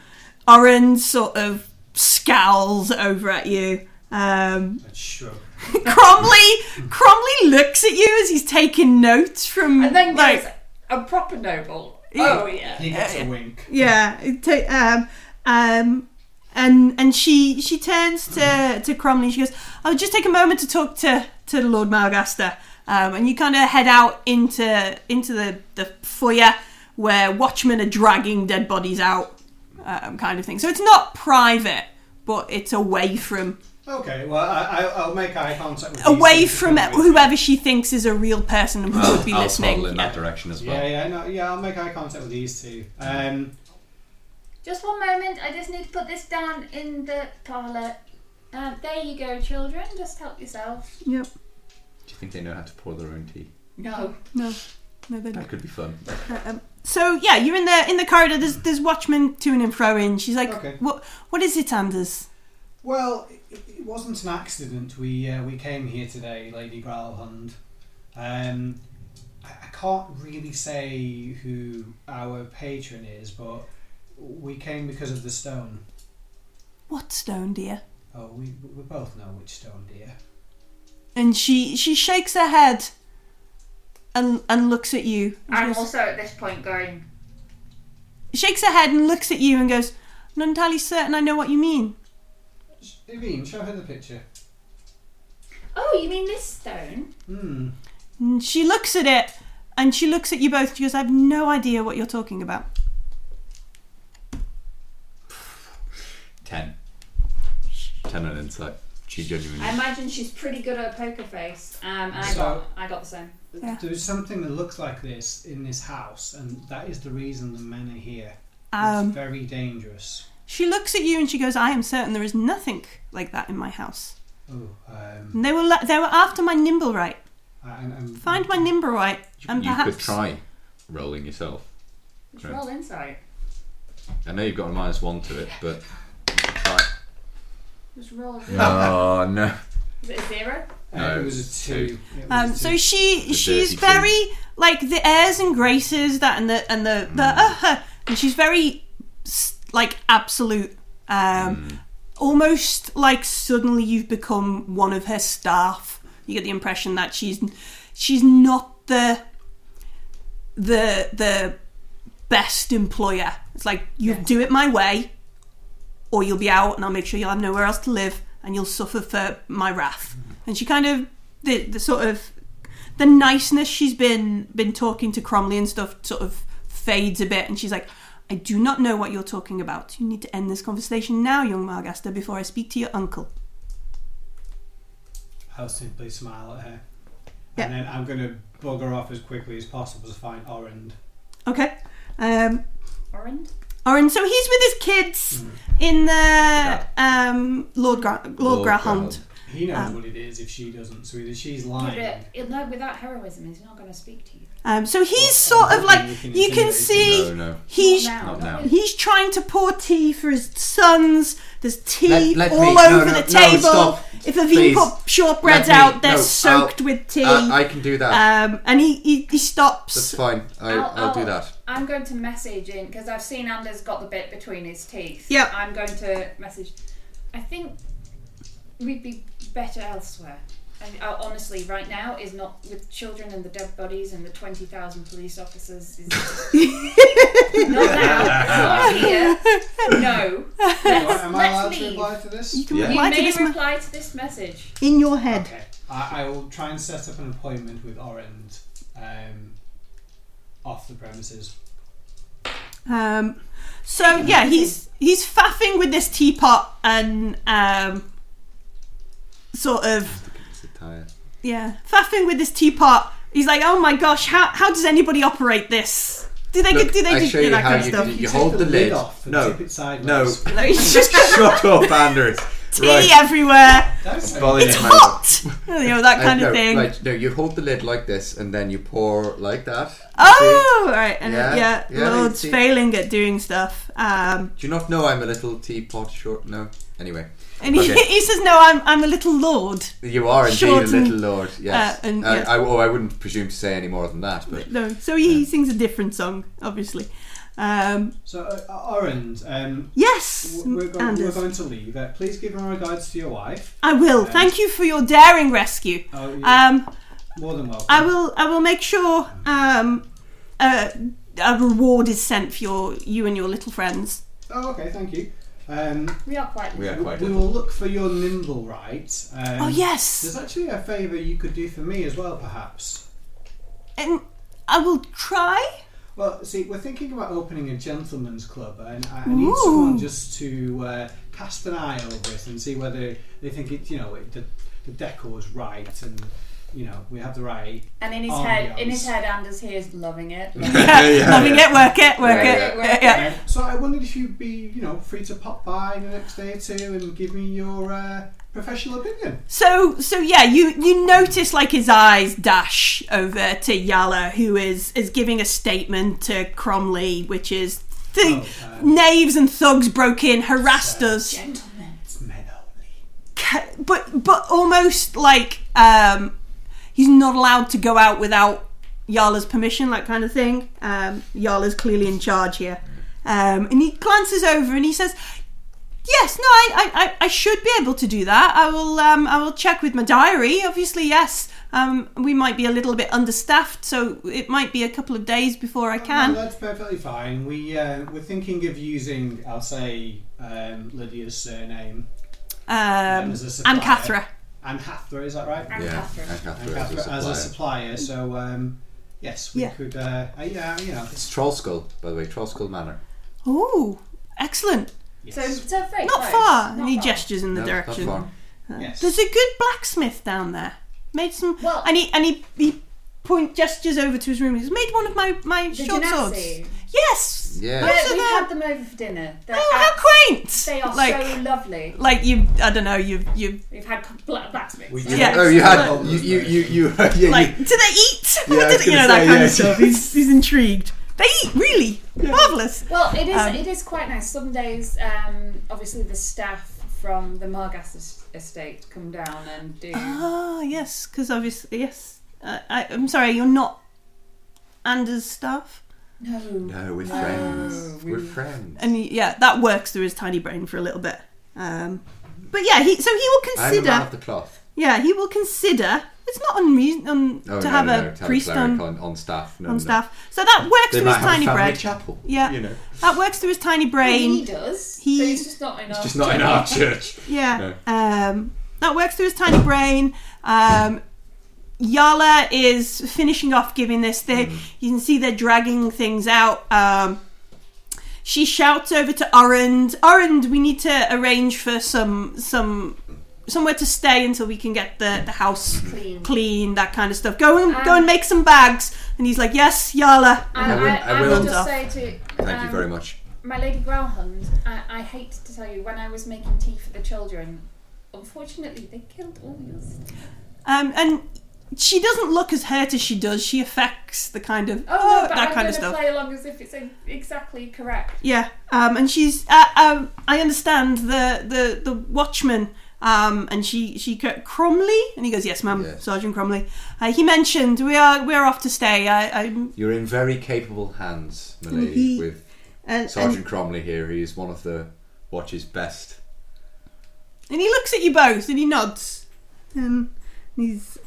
D: orange sort of scowls over at you um
C: And shrug.
D: cromley cromley looks at you as he's taking notes from
E: And then
D: like
E: goes a proper noble.
D: Mm, Uh, Yeah.
E: Oh, yeah.
C: He gets a wink.
D: yeah it ta- um um and and she she turns to to cromley she goes i'll just take a moment to talk to to lord malgaster um and you kind of head out into into the the foyer where watchmen are dragging dead bodies out um kind of thing so it's not private but it's away from
C: Okay, well, I, I, I'll make eye contact with these
D: away
C: things if
D: from e-,
C: they're with
D: whoever she thinks is a real person and who would be
B: I'll
D: listening.
B: toddle in
D: Yeah.
B: that direction as
C: you.
B: well.
C: Yeah, yeah, no, yeah. I'll make eye contact with these two. Um,
E: Just one moment. I just need to put this down in the parlour. Uh, there you go, children. Just help yourself.
D: Yep.
B: Do you think they know how to pour their own tea?
E: No.
D: No. No, they don't.
B: That could be fun.
D: Um, so yeah, you're in the in the corridor. There's there's watchmen to and fro in. She's like,
C: Okay.
D: what what is it, Anders?
C: well, it, it wasn't an accident. We uh, we came here today, Lady Growlhund. Um, I, I can't really say who our patron is, but we came because of the stone.
D: What stone, dear?
C: Oh, we, we both know which stone, dear.
D: And she she shakes her head and and looks at you. and
E: I'm
D: goes-
E: also at this point going,
D: shakes her head and looks at you and goes, I'm not entirely certain I know what you mean.
C: Sh- Evine, show her the picture.
E: Oh, you mean this stone?
C: Hmm.
D: And she looks at it and she looks at you both and she goes, I have no idea what you're talking about.
B: Ten. Ten on insight. She genuinely.
E: I imagine she's pretty good at poker face. Um, and I
C: So-
E: got, I got the same.
D: Yeah.
C: There's something that looks like this in this house, and that is the reason the men are here.
D: Um,
C: it's very dangerous.
D: she looks at you and she goes, I am certain there is nothing like that in my house.
C: Oh, um,
D: And they were la- they were after my nimble right.
C: I, I'm, I'm
D: Find my nimble right and
B: you
D: perhaps
B: could try rolling yourself.
E: It's
B: Correct.
E: roll insight.
B: I know you've got a minus one to it, but try.
E: Just roll.
B: Oh no.
E: Is it a zero?
C: Uh,
B: No,
C: it was
B: it's
C: a
B: two.
C: two. It was
D: Um,
C: a
D: so
C: two.
D: she
B: The
D: she's
B: dirty
D: very like the airs and graces that and the and the, the uh, huh, and she's very s- like absolute um almost like suddenly you've become one of her staff you get the impression that she's she's not the the the best employer it's like you do it my way or you'll be out and I'll make sure you'll have nowhere else to live and you'll suffer for my wrath. And she kind of the the sort of the niceness she's been been talking to Cromley and stuff sort of fades a bit and she's like I do not know what you're talking about. You need to end this conversation now, young Margaster, before I speak to your uncle.
C: I'll simply smile at her.
D: Yeah.
C: And then I'm going to bugger off as quickly as possible to find Orrond.
D: Okay. Um
E: Orange?
D: Orin, so he's with his kids in the um Lord Gra- Hmm. Lord, Grahand.
C: He knows what it is if she doesn't, so either she's
E: But
C: lying.
E: it- it- no, without heroism, he's not going to speak to you.
D: Um so
C: Well,
D: he's sort of
C: I'm
D: like
C: hoping we can
D: you
C: intimidate
D: can
C: him.
D: see
B: No, no.
D: he's
E: Not now.
B: Not now.
D: He's trying to pour tea for his sons. There's tea
B: Let- let
D: all
B: me- no,
D: over
B: no,
D: the
B: no,
D: table.
B: stop.
D: if Avine
B: Please.
D: put shortbreads
B: Let me-
D: out, they're
B: no,
D: soaked
B: I'll-
D: with tea.
B: Uh, I can do that.
D: um, and he, he, he
B: That's
D: stops.
B: fine. I, I'll, do that.
E: oh, I'm going to message in because I've seen Anders got the bit between his teeth.
D: Yep.
E: I'm going to message. I think we'd be better elsewhere. And uh, honestly, right now is not with children and the dead bodies and the twenty thousand police officers. Is not now. Not here. No.
C: Am I-
E: Let's,
C: am I allowed
E: let's
C: to
E: leave.
C: reply to this?
D: You can
B: Yeah.
E: You
D: reply to
E: may
D: this ma-
E: reply to this message.
D: in your head.
C: Okay. I, I will try and set up an appointment with Orrond um, off the premises.
D: Um, so yeah, he's he's faffing with this teapot and um, sort of
B: It's a tire.
D: Yeah, faffing with this teapot. He's like, oh my gosh, how, how does anybody operate this? Do they
B: Look,
D: do they
B: I
D: do,
B: show you
D: that
B: how
D: kind of
B: you
D: stuff?
B: do-
C: If
B: you
C: take
B: hold the lid.
C: off and
B: No.
C: tip it
B: No.
C: sideways.
D: Like, it's just
B: Shut up, Anders.
D: tea everywhere.
C: That's
B: Volley
D: It's
B: it, mate.
D: hot. you know that
B: Uh,
D: kind
B: no,
D: of thing.
B: Right, no, you hold the lid like this, and then you pour like that.
D: oh, all right, and yeah,
B: Yeah,
D: yeah,
B: yeah,
D: Lord's
B: you see.
D: failing at doing stuff. Um,
B: Do you not know I'm a little teapot short? No. Anyway,
D: and he,
B: Okay.
D: he says, no, I'm I'm a little lord.
B: you are indeed
D: Short
B: a
D: and-
B: little lord. Yes.
D: uh, and-
B: I,
D: yes.
B: I, oh, I wouldn't presume to say any more than that, but
D: No, so he sings a different song, obviously. Um,
C: So, uh, Orrond, um,
D: yes,
C: w- we're, going, we're
D: Anders,
C: going to leave. Uh, please give my regards to your wife.
D: I will.
C: Um,
D: Thank you for your daring rescue.
C: Oh, you're
D: Um,
C: more than welcome.
D: I will. I will make sure um, a, a reward is sent for your you and your little friends.
C: Oh, okay, thank you. Um,
E: We are quite.
B: we are
C: w-
B: quite.
C: we will look for your nimble right. Um,
D: oh yes,
C: There's actually a favour you could do for me as well, perhaps.
D: and I will try.
C: Well, see, we're thinking about opening a gentleman's club, and I I need someone
D: Ooh.
C: just to uh, cast an eye over it and see whether they think it, you know, it, the, the decor's right, and you know, we have the right.
E: And in his
C: Oh,
E: head,
C: yeah.
E: in his head, Anders here is loving it.
D: Yeah, loving it, work it, work
B: Yeah,
D: it.
E: yeah.
D: Yeah,
C: Um, so I wondered if you'd be, you know, free to pop by in the next day or two and give me your uh, professional opinion.
D: So so yeah, you you notice like his eyes dash over to Yala, who is is giving a statement to Cromley, which is. The
C: Oh, um,
D: knaves and thugs broke in, harassed us.
E: Gentlemen.
C: It's men only.
D: ca- but but almost like um he's not allowed to go out without Yala's permission, like kind of thing. Um, Yala's clearly in charge here. Um, and he glances over and he says, Yes, no, I, I, I- I should be able to do that. I will um, I will check with my diary. Obviously, yes. Um, we might be a little bit understaffed, so it might be a couple of days before I
C: No,
D: can.
C: that's perfectly fine. We uh, we're thinking of using, I'll say, um, Lydia's surname um,
D: Um,
C: as a supplier.
D: and Cathra.
C: And Hathra, is that right?
E: And
B: Yeah,
E: Catherine.
B: and
C: And
B: Catherine
C: Cathra
B: as
C: as a
B: a
C: supplier.
B: supplier.
C: So um, yes, we
D: Yeah.
C: could. Uh, uh, yeah, you know.
B: It's Trollskull, by the way, Trollskull Manor.
D: Oh, excellent.
C: Yes.
E: So, so very
D: Not
E: close.
D: far.
E: Not
D: and he
E: far.
D: gestures in the
B: No, not
D: direction.
B: far.
C: yes.
D: There's a good blacksmith down there. Made some,
E: Well-
D: and he and he, he point gestures over to his room. He's made one of my my
E: The
D: short
E: Genasi.
D: swords. Yes.
B: Yeah.
E: Yeah,
D: Those are
E: we
D: the-
E: had them over for dinner. They're
D: Oh,
E: abs-
D: how quaint!
E: they are
D: like,
E: so lovely.
D: like you. I don't know. You you
E: We've had co- black blacksmiths.
C: We
E: Yeah.
C: did.
D: Yeah.
B: Oh, you
C: Oh,
B: had you you you, you yeah
D: like.
B: you,
D: Do they eat?
B: Yeah, I was
D: you know that
B: gonna say,
D: kind
B: yeah.
D: of stuff. He's, he's intrigued. They eat really marvelous.
E: Well, it is.
D: Um,
E: it is quite nice. Some days, um, obviously, the staff from the Margas es- estate come down and do.
D: Ah yes, because obviously yes. Uh, I, I'm sorry, you're not Anders' staff.
E: no,
B: No,
D: oh,
B: we're friends.
E: we-
B: We're friends.
D: And he- yeah, that works through his tiny brain for a little bit. Um, but yeah, he so he will
B: I'm a
D: consider.
B: man of the cloth.
D: Yeah, he will consider. It's not unreasonable um,
B: Oh,
D: to
B: no,
D: have
B: no,
D: a
B: no, to have
D: priest
B: cleric
D: on, on
B: on, on staff. No, no.
D: staff. So that works
B: They
D: through
B: might
D: his
B: have
D: tiny
B: a family
D: brain.
B: chapel.
D: Yeah.
B: you know,
D: That works through his tiny
E: he
D: brain.
E: does.
D: He-
E: but it's just not enough.
B: just not in our church.
D: Yeah. Um, that works through his tiny brain. Um, Yala is finishing off giving this thing. You can see they're dragging things out. Um, she shouts over to Orund. Orund, we need to arrange for some some somewhere to stay until we can get the, the house
E: Clean.
D: clean, that kind of stuff. Go and go
E: Um,
D: and make some bags. And he's like, yes, Yala.
E: And
B: I will-
E: I,
B: I
E: I
B: will-
E: will just say to
B: Thank
E: um,
B: you very much.
E: my lady Growlhund. I, I hate to tell you, when I was making tea for the children, unfortunately, they killed all yours.
D: Um, and she doesn't look as hurt as she does. She affects the kind of
E: Oh, no, but
D: that
E: I'm
D: kind
E: going
D: of
E: to
D: stuff.
E: play along as if it's uh, exactly correct.
D: Yeah, um, and she's. Uh, um, I understand the the the watchman. Um, and she she go- Cromley, and he goes, "Yes, ma'am,
B: Yeah.
D: Sergeant Cromley." Uh, he mentioned we are we are off to stay. I, uh, I'm
B: You're in very capable hands, my lady,
D: he-
B: with
D: and,
B: Sergeant
D: and,
B: Cromley here. He is one of the watch's best.
D: and he looks at you both and he nods. Um, and he's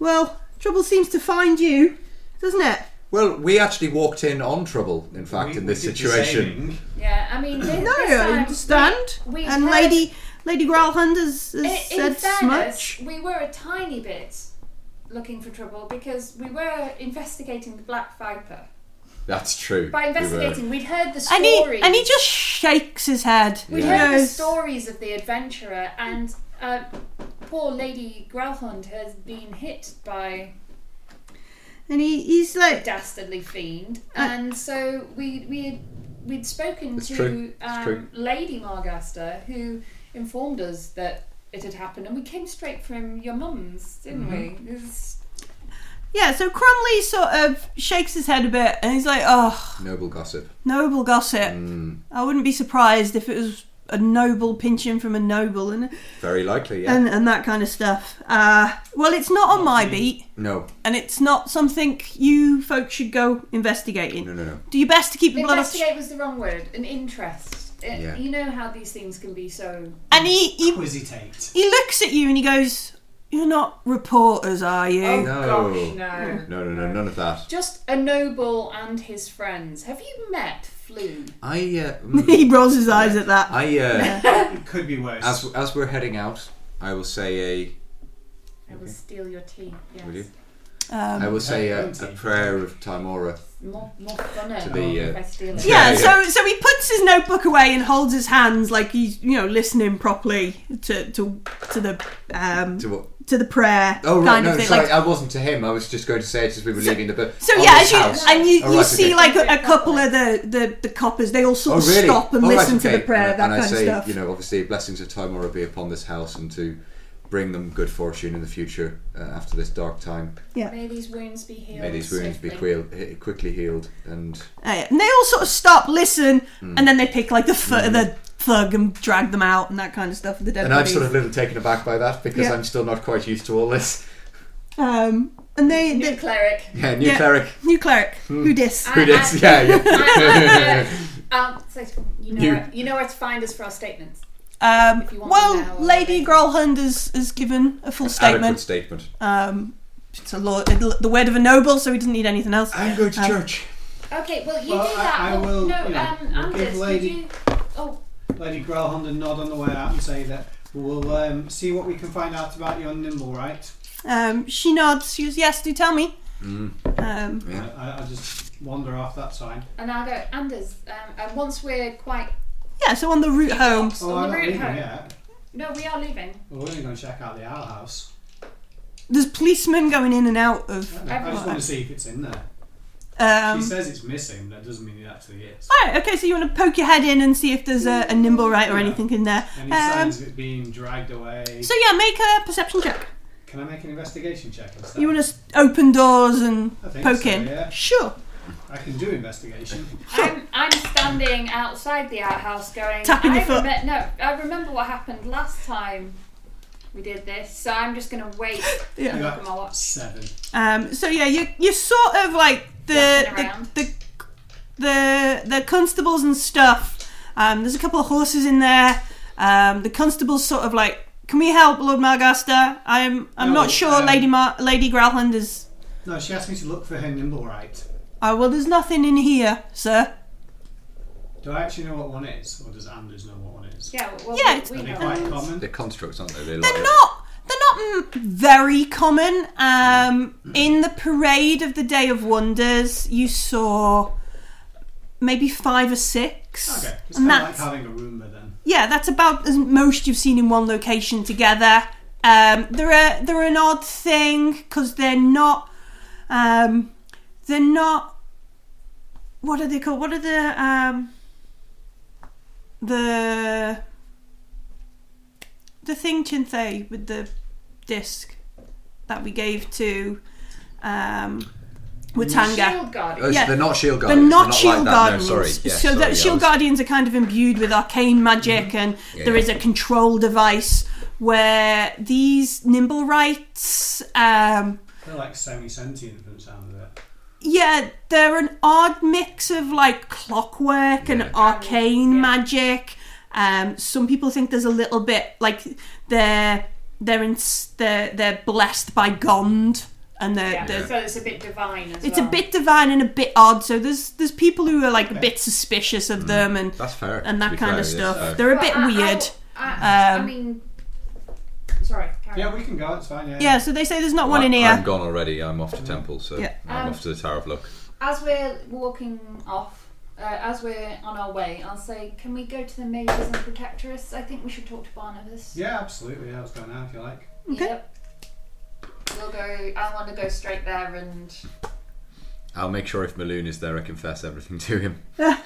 D: well. Trouble seems to find you, doesn't it?
B: Well, we actually walked in on trouble, in fact,
C: We-
B: in
C: we
B: this
C: did the
B: situation.
C: saving.
E: Yeah, I mean, this,
D: No,
E: this
D: I
E: time-
D: understand.
E: we- we
D: and
E: heard-
D: Lady Lady Growlhund has, has
E: I-
D: said
E: in fairness,
D: much.
E: we were a tiny bit looking for trouble because we were investigating the Black Viper.
B: That's true.
E: By
B: we were.
E: investigating, we'd heard the
D: And
E: stories.
D: he and he just shakes his head.
E: we'd
D: He
E: heard the
D: goes,
E: stories of the adventurer, and uh, poor Lady Growlhund has been hit by
D: And he, he's
E: a
D: like,
E: dastardly fiend, and so we we we'd spoken
B: Uh, It's
E: to
B: true, it's true.
E: um, Lady Margaster, who informed us that it had happened, and we came straight from your mum's, didn't
B: Mm-hmm.
E: we? This is-
D: yeah. So Cromley sort of shakes his head a bit, and he's like, oh,
B: Noble gossip.
D: noble gossip.
B: Mm,
D: I wouldn't be surprised if it was a noble pinching from a noble and
B: very likely, yeah.
D: and, and that kind of stuff. Uh, well, it's not on my beat,
B: no,
D: and it's not something you folks should go investigating.
B: no, no, no.
D: Do your best to keep your blood off
E: Investigate was the wrong word. An interest. It-
B: Yeah.
E: You know how these things can be so.
D: And he, he
C: Quisitate.
D: he looks at you and he goes, "You're not reporters, are you?"
E: Oh
B: No.
E: gosh, no.
B: No, no, no, none of that.
E: Just a noble and his friends. Have you met Flu?
B: I, uh,
D: he
B: mm,
D: rolls his eyes at that.
B: I, uh,
C: It could be worse.
B: as as we're heading out, I will say a,
E: I will steal your tea. Yes.
B: Will you? I
D: Um,
B: will say a,
C: Okay.
B: a prayer of Timora.
E: More, more fun
B: To the,
E: if
B: uh,
E: I steal it.
D: yeah,
B: Yeah,
D: so so he puts his notebook away and holds his hands like he's you know listening properly to to to the um
B: To what?
D: to the prayer
B: Oh right,
D: kind
B: no,
D: of thing.
B: sorry,
D: like,
B: I wasn't to him. I was just going to say it as we were leaving the book.
D: so
B: on
D: yeah,
B: this
D: as you,
B: house.
D: and you,
B: Oh,
D: you
B: right,
D: see
B: okay.
D: like a, a couple of the, the, the coppers, they all sort
B: Oh
D: of
B: really?
D: stop and
B: Oh, right,
D: listen to
B: okay.
D: the prayer,
B: and,
D: that kind
B: and I say,
D: of stuff.
B: You know, obviously, blessings of Timora be upon this house and to bring them good fortune in the future uh, after this dark time.
E: May these wounds be healed.
B: May these wounds be
E: swiftly.
B: quail- he- quickly healed and
D: Uh, and they all sort of stop, listen,
B: Hmm.
D: and then they pick like the foot of the thug and drag them out and that kind of stuff. The dead
B: and I'm
D: bodies.
B: sort of a little taken aback by that because
D: Yeah.
B: I'm still not quite used to all this.
D: Um, and they,
G: New
D: they
G: cleric. Ah,
B: Yeah, new
D: Yeah.
B: cleric.
D: new cleric who dis.
B: Who dis? Yeah, yeah.
G: Um, so you know,
B: You-
G: Where, you know where to find us for our statements.
D: Um,
G: If you want them now
D: well,
G: or
D: Lady
G: later.
D: Grolhund has, has given a full
B: Adequate
D: statement.
B: statement.
D: Um, it's a law, the word of a noble, so he doesn't need anything else.
B: I'm going to
D: Um,
B: church.
E: Okay, well, you
C: Well,
E: do
C: I-
E: that.
C: I
E: but
C: will,
E: no,
C: you know,
E: um,
C: give
E: Anders, could
C: lady-
E: you? Oh,
C: Lady Grelhond a nod on the way out and say that we'll um, see what we can find out about your nimble, right?
D: Um, she nods. She goes, "Yes, do tell me."
C: Mm.
D: Um,
B: Yeah.
C: I, I, I just wander off that sign.
E: and I'll go, Anders. Um, and once we're quite,
D: yeah, so on the route home,
C: Oh,
E: On
C: I'm
E: the
C: not
E: route
C: leaving
E: home.
C: yet.
E: no, we are leaving.
C: Well, we're only going to check out the outhouse.
D: there's policemen going in and out of.
C: I just want
D: Everyone.
C: to see if it's in there.
D: Um,
C: she says it's missing, but that doesn't mean it actually is.
D: Right, okay, so you want to poke your head in and see if there's a, a nimble right or
C: Yeah.
D: anything in there.
C: Any
D: Um,
C: signs of it being dragged away?
D: so yeah, make a perception check.
C: Can I make an investigation check instead?
D: You want to open doors and
C: I think
D: poke
C: so,
D: in?
C: yeah.
D: Sure.
C: I can do investigation.
E: I'm, I'm standing outside the outhouse going.
D: Tapping
E: I
D: your foot.
E: reme- no, I remember what happened last time we did this, so I'm just gonna wait.
C: I
D: Yeah.
E: Look at my
C: got
E: watch.
C: seven.
D: Um, so yeah, you you sort of like
E: Walking
D: the
E: around.
D: the the, the, the constables and stuff. Um, there's a couple of horses in there. Um, the constables sort of like, can we help Lord Margaster? I'm I'm
C: No,
D: not sure.
C: um,
D: Lady Mar- Lady Growland is.
C: No, she asked me to look for her nimble right.
D: Oh well, there's nothing in here, sir.
C: Do I actually know what one is, or does Anders know what one is?
E: Yeah, well,
D: Yeah,
E: we-
D: it's-
E: we,
C: Are they
E: know.
C: quite common?
B: They're constructs, aren't they? They're,
D: They're
B: like-
D: not. They're not mm, very common. Um, in the parade of the Day of Wonders, you saw maybe five or six.
C: Okay, it's
D: and
C: kind of like
D: that's
C: having a rumour then.
D: yeah, that's about as most you've seen in one location together. Um, they're a, they're an odd thing because they're not um, they're not what are they called? What are the um, the the thing Chinthe with the disc that we gave to um, Watanga?
E: Shield guardian.
B: Oh, so
D: Yeah.
B: They're not shield
D: They're
B: guardians.
D: not,
B: like
D: shield
B: that.
D: guardians.
B: No, sorry. Yeah,
D: so
B: sorry,
D: that shield
B: I was- Mm-hmm.
D: guardians are kind of imbued with arcane magic, and
B: Yeah,
D: there
B: yeah.
D: is a control device where these nimble rights. Um,
C: They're like semi-sentient from the sound of it.
D: yeah, they're an odd mix of like clockwork and
B: Yeah.
D: arcane
E: Yeah.
D: magic. Um, some people think there's a little bit like they're they're in, they're they're blessed by Gond, and they're,
E: Yeah,
D: they're
E: so it's a bit divine as
D: it's
E: well.
D: a bit divine and a bit odd. So there's there's people who are like a bit suspicious of them and
B: That's fair.
D: and
B: to
D: that
B: be
D: kind
B: fair,
D: of
B: yeah,
D: stuff.
B: fair.
D: They're a
E: But
D: bit
E: I- I-
D: weird.
E: I, I
D: Um,
E: mean, sorry. Carry on.
C: Yeah, we can go. It's fine. Yeah.
D: Yeah, so they say there's not
B: Well,
D: one in
B: I- I'm
D: here.
B: gone already. I'm off to temple, so
D: Yeah.
B: I'm
E: Um,
B: off to the Tower of Look.
E: As we're walking off, uh, as we're on our way, I'll say, can we go to the mages and protectress? I think we should talk to Barnabas.
C: Yeah, absolutely. Yeah, let's go now if you like.
D: Okay.
E: Yep. We'll go. I want to go straight there and
B: I'll make sure if Maloon is there, I confess everything to him.
E: no,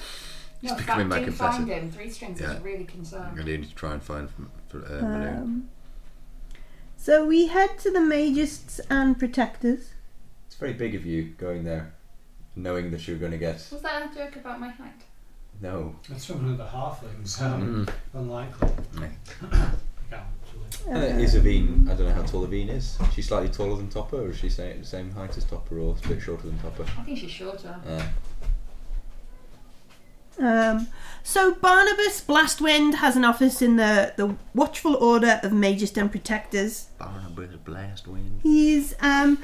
E: in
B: becoming
E: fact,
B: my
E: do
B: confessor.
E: find him. Three strings
B: Yeah.
E: is really
B: I'm
E: concerned.
B: going to need to try and find uh, Maloon.
D: Um. so we head to the magists and protectors.
B: It's very big of you going there, knowing that you're going to get
E: Was that a joke about my height?
B: no.
C: That's from one of the halflings.
B: Hmm.
C: Um, Unlikely.
B: Yeah.
C: Yeah, absolutely.
B: Uh, is Aveen, I don't know how tall Aveen is. Is she slightly taller than Topper, or is she sa- the same height as Topper, or a bit shorter than Topper?
E: I think she's shorter.
B: Uh,
D: Um, so Barnabas Blastwind has an office in the, the Watchful Order of Mages and Protectors.
B: Barnabas Blast Wind.
D: He's um,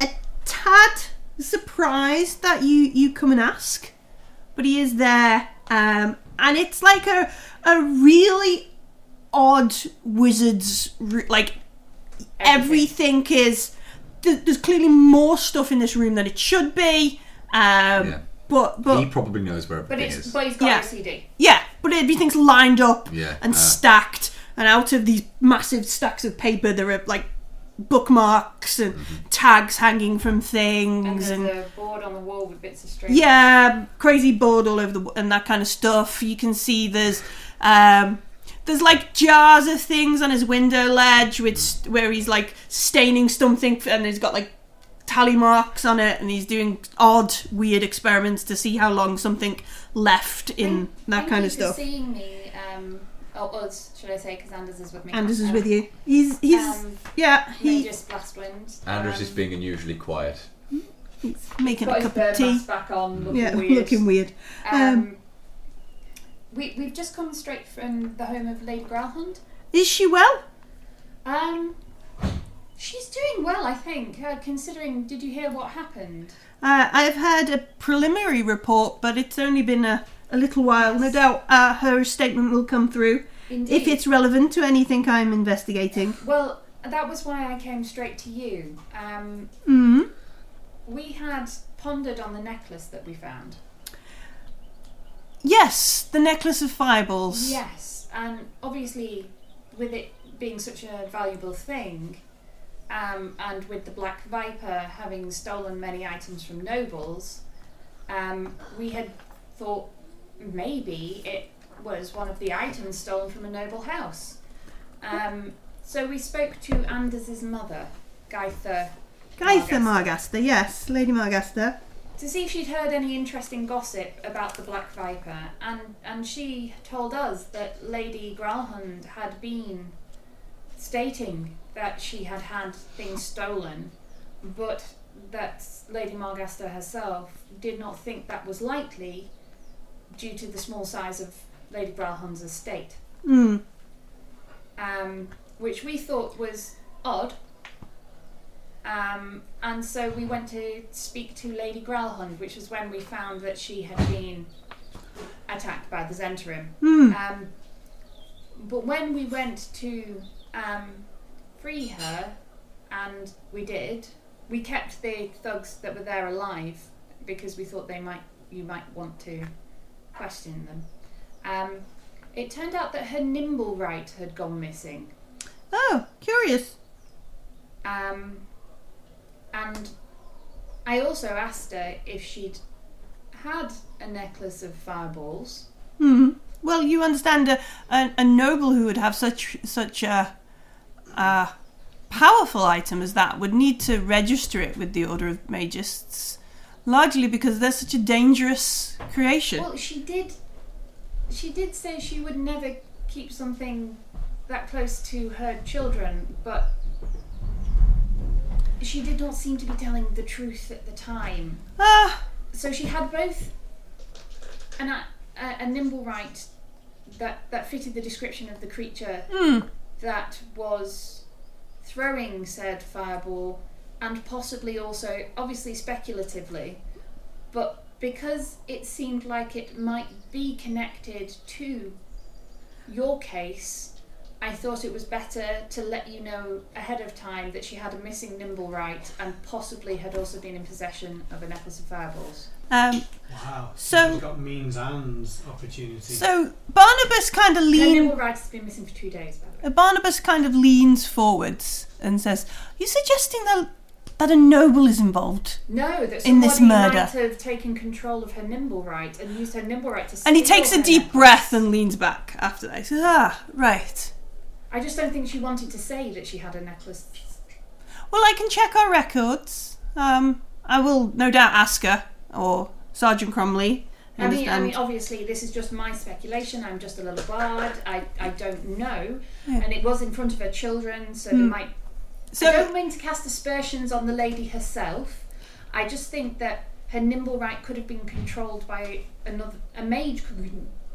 D: a tad surprised that you you come and ask, but he is there, um, and it's like a a really odd wizard's ru- like everything, is th- there's clearly more stuff in this room than it should be, um,
B: Yeah.
D: but
B: he
D: but
B: probably knows where
E: But
B: everything
E: it's
B: is.
E: but he's got
D: Yeah.
E: OCD.
D: yeah, but everything's lined up
B: Yeah,
D: and
B: uh.
D: stacked, and out of these massive stacks of paper, there are like bookmarks and
B: Mm-hmm.
D: tags hanging from
E: And
D: things
E: there's
D: and,
E: a board on the wall with bits of string.
D: yeah, crazy board all over the w- and that kind of stuff. You can see there's um, there's like jars of things on his window ledge
B: Mm.
D: with st- where he's like staining something f- and he's got like tally marks on it and he's doing odd weird experiments to see how long something left in
E: Thank-
D: that
E: thank
D: kind
E: you
D: of stuff.
E: For seeing me, um, Oh, us, should I say? Because Anders is with me. Uh,
D: Anders is with you. He's he's
E: Um,
D: yeah.
E: he
D: He
E: just blast wind.
B: Anders
E: um,
B: is being unusually quiet.
D: he's making
G: Got
D: a
G: his
D: cup of
G: bird
D: tea.
G: mask back on, looking
D: Yeah,
G: weird.
D: looking weird.
E: Um, we we've just come straight from the home of Lady Growlhund.
D: Is she well?
E: Um, she's doing well, I think. Uh, considering, did you hear what happened?
D: Uh, I have had a preliminary report, but it's only been a, a little while. No doubt uh, her statement will come through
E: Indeed.
D: if it's relevant to anything I'm investigating.
E: well, that was why I came straight to you. Um,
D: Hmm.
E: we had pondered on the necklace that we found.
D: Yes, the necklace of fireballs.
E: Yes, and obviously, with it being such a valuable thing, um, and with the Black Viper having stolen many items from nobles, um, we had thought maybe it was one of the items stolen from a noble house. Um, so we spoke to Anders's mother, Gaither,
D: Gaitha
E: Margaster.
D: Margaster, yes, Lady Margaster.
E: to see if she'd heard any interesting gossip about the Black Viper, and, and she told us that Lady Gralhund had been stating that she had had things stolen, but that Lady Margaster herself did not think that was likely due to the small size of Lady Gralhund's estate
D: Hmm.
E: um, which we thought was odd. Um, and so we went to speak to Lady Growlhund, which was when we found that she had been attacked by the Zentarim.
D: Hmm.
E: Um, but when we went to um, free her, and we did, we kept the thugs that were there alive because we thought they might you might want to question them. Um, it turned out that her nimble right had gone missing.
D: Oh, curious.
E: Um, and I also asked her if she'd had a necklace of fireballs.
D: Hmm. Well, you understand a, a, a noble who would have such such a, a powerful item as that would need to register it with the Order of Magists, largely because they're such a dangerous creation.
E: Well, she did. She did say she would never keep something that close to her children, but she did not seem to be telling the truth at the time.
D: ah,
E: so she had both an, a, a nimble right that, that fitted the description of the creature
D: hmm.
E: that was throwing said fireball and possibly also obviously speculatively but because it seemed like it might be connected to your case i thought it was better to let you know ahead of time that she had a missing nimble right and possibly had also been in possession of a necklace of fireballs
D: Um,
C: Wow.
D: So-
C: You've got means and opportunity.
D: so Barnabas kind of
E: Her
D: leans.
E: nimble right has been missing for two days, by the way.
D: Barnabas kind of leans forwards and says, "You suggesting that that a noble is involved?"
E: No, that
D: In this
E: somebody
D: murder.
E: might have taken control of her nimble right and used her nimble right to.
D: And he
E: steal
D: takes a
E: her
D: deep
E: necklace.
D: breath and leans back after that. He says, "Ah, right.
E: I just don't think she wanted to say that she had a necklace.
D: Well, I can check our records. Um, I will no doubt ask her or Sergeant Cromley. I
E: I mean, I
D: understand.
E: mean, oh, obviously, this is just my speculation. I'm just a little bard. I, I don't know.
D: Yeah.
E: And it was in front of her children, so they
D: Hmm.
E: might. I
D: so,
E: don't mean to cast aspersions on the lady herself. I just think that her nimble right could have been controlled by another. A mage could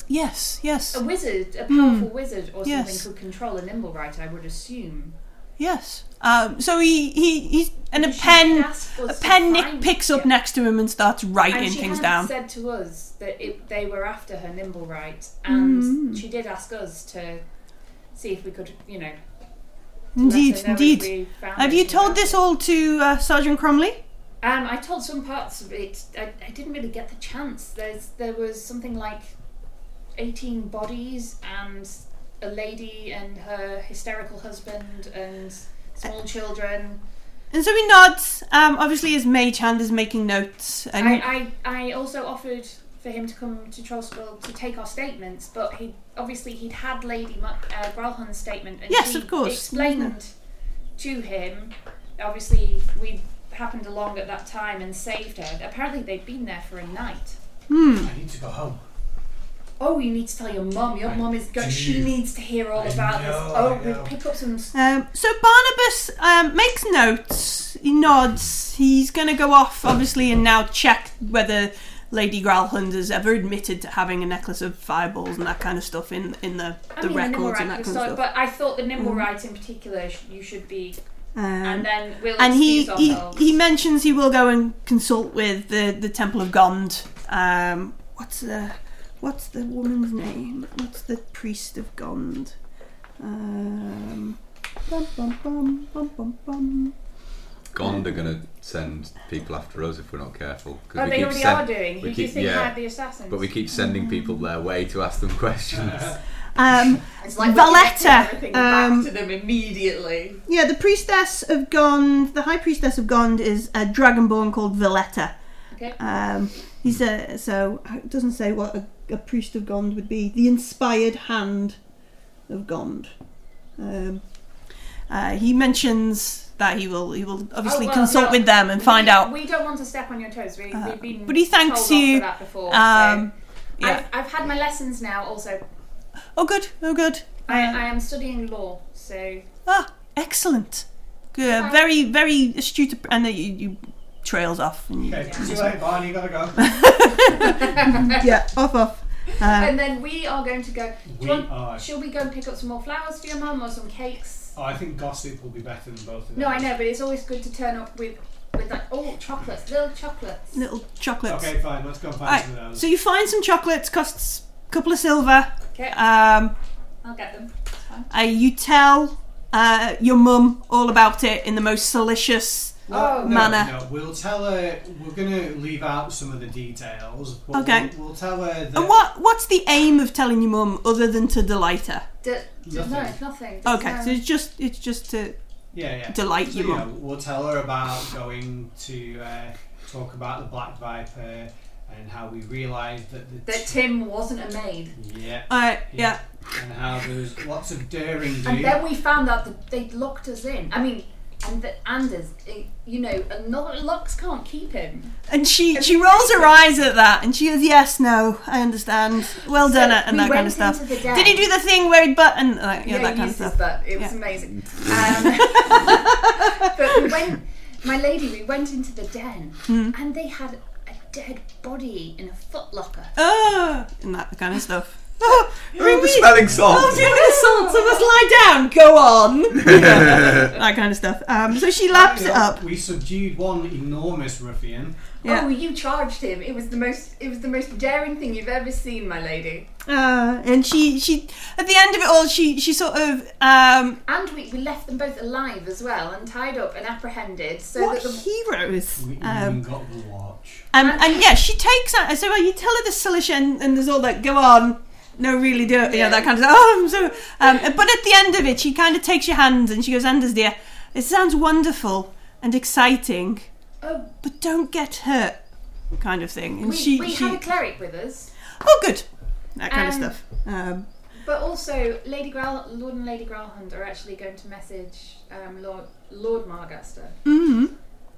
D: yes, yes,
E: A wizard, a powerful wizard or
D: Hmm. Yes.
E: something could control a nimble right, I would assume.
D: yes. Um, so he, he, he's, and a
E: Because she did
D: pen,
E: ask
D: a
E: us to
D: pen Nick
E: find-
D: picks up
E: yeah.
D: next to him and starts writing
E: And she
D: things
E: had
D: down.
E: said to us that it, they were after her nimble right,
D: Mm-hmm.
E: and she did ask us to see if we could, you know. to let her
D: indeed,
E: know if
D: indeed.
E: we found
D: Have you
E: anything
D: told
E: about
D: this
E: it.
D: all to uh, Sergeant Cromley?
E: Um, I told some parts of it. I, I didn't really get the chance. There's there was something like eighteen bodies and a lady and her hysterical husband and small children.
D: And so he nods. Um, obviously, his mage hand is making notes. And
E: I, I, I also offered for him to come to Trollsville to take our statements, but he obviously he'd had Lady Mu- uh, Gralhan's statement, and
D: Yes,
E: she
D: of course.
E: explained to him. Obviously, we happened along at that time and saved her. Apparently, they'd been there for a night.
D: hmm.
C: I need to go home.
E: Oh, you need to tell your mum. Your
C: I
E: mum is going. She
C: do.
E: needs to hear all
C: I
E: about this.
C: know,
E: Oh,
C: I
E: we
C: know.
E: pick up some. s-
D: Um, so Barnabas um, makes notes. He nods. He's going to go off, obviously, and now check whether Lady Growlhund has ever admitted to having a necklace of fireballs and that kind of stuff in in the,
E: I
D: the
E: mean, the nimble
D: records and
E: right
D: that kind of
E: was so-
D: stuff. Mm.
E: But I thought the nimble right in particular, sh- you should be.
D: Um,
E: And then we'll
D: and he,
E: excuse
D: he
E: ourselves.
D: he mentions he will go and consult with the, the Temple of Gond. Um, what's the what's the woman's name? What's the priest of Gond? Um, bum, bum, bum, bum, bum, bum.
B: Gond are going to send people after us if we're not careful. 'cause
E: oh,
B: we
E: they
B: keep
E: already
B: sen-
E: are doing. Who
B: we
E: do you
B: keep-
E: think
B: yeah.
E: hired the assassins?
B: But we keep sending people their way to ask them questions.
D: Um,
E: It's like we
D: Valletta,
E: give everything back
D: um,
E: to them immediately.
D: yeah, the priestess of Gond, the high priestess of Gond, is a dragonborn called Valletta.
E: Okay.
D: Um, he's a so it doesn't say what a, a priest of Gond would be. The inspired hand of Gond. Um, uh, he mentions that he will he will obviously
E: Oh, well,
D: consult
E: no.
D: with them and find
E: we,
D: out.
E: We don't want to step on your toes. We,
D: Uh,
E: we've been
D: but he thanks
E: told off
D: you,
E: For that before,
D: Um,
E: so.
D: yeah.
E: I've, I've had my lessons now. Also,
D: Oh, good. Oh, good.
E: I, I am studying law, so
D: Ah, excellent. Good.
E: Bye.
D: Very very astute. ap- And then you, you trails off. And you,
C: Okay, see you later, Barney. You gotta go.
D: yeah, off off. Um,
E: and then we are going to go. Do
C: We
E: you want,
C: are.
E: Shall we go and pick up some more flowers for your mum or some cakes?
C: Oh, I think gossip will be better than both of them.
E: No, I know, but it's always good to turn up with with like oh chocolates, little chocolates.
D: little chocolates.
C: Okay, fine. Let's go and find
D: Right,
C: some of those.
D: so you find some chocolates, costs a couple of silver.
E: Okay,
D: Um,
E: I'll get them.
D: uh, you tell uh, your mum all about it in the most salacious.
E: Oh.
C: Uh, no,
D: manner.
C: No, we'll tell her. We're gonna leave out some of the details. But
D: Okay.
C: We'll, we'll tell her that.
D: And what what's the aim of telling your mum other than to delight her?
E: D- d-
C: Nothing.
E: no, it's nothing. Just,
D: Okay,
E: um,
D: so it's just it's just to
C: Yeah, yeah.
D: delight
C: So,
D: your
C: you
D: mum.
C: know, we'll tell her about going to uh, talk about the Black Viper and how we realised that the.
E: that Tim wasn't a maid,
C: yeah,
D: Uh,
C: Yeah.
D: yeah.
C: and how there's lots of daring do.
E: and then we found out that they locked us in. I mean. And that Anders, eh, you know, and lo- locks can't keep him.
D: And she she rolls her eyes at that, and she goes, "Yes, no, I understand. Well done,"
E: So
D: and
E: we
D: that kind
E: went
D: of stuff.
E: into the den.
D: Did he do the thing where he button? Like, yeah,
E: yeah,
D: that
E: he
D: kind of
E: used his
D: stuff.
E: butt. It was
D: Yeah.
E: amazing. Um, but we went, my lady, we went into the den
D: Hmm.
E: and they had a dead body in a footlocker.
D: Oh, and that kind of stuff. Oh, bring me-
B: Spelling
D: Oh,
B: salt!
D: the other so let's lie down. Go on. Yeah, that kind of stuff. Um, so she laps
C: You
D: it
C: know,
D: up.
C: We subdued one enormous ruffian.
D: Yeah.
E: Oh, you charged him. It was the most it was the most daring thing you've ever seen, my lady.
D: Uh, and she, she, at the end of it all, she, she sort of, um,
E: And we, we left them both alive as well and tied up and apprehended so
D: what
E: that the
D: heroes?
E: Mm-hmm.
C: We
D: Um,
C: even got the watch.
D: um, and yeah, she takes out. So well, you tell her the solution, and, and there's all that go on. No, really, do it. You know that kind of. Oh, I'm so. Um, but at the end of it, she kind of takes your hand and she goes, "Anders, dear, it sounds wonderful and exciting,
E: oh,
D: but don't get hurt." Kind of thing. And
E: we,
D: she,
E: we
D: she
E: had a cleric with us.
D: oh, good, that kind of
E: Um,
D: stuff. Um,
E: But also, Lady Growl, Lord and Lady Growlhund are actually going to message um, Lord, Lord Margaster
D: mhm.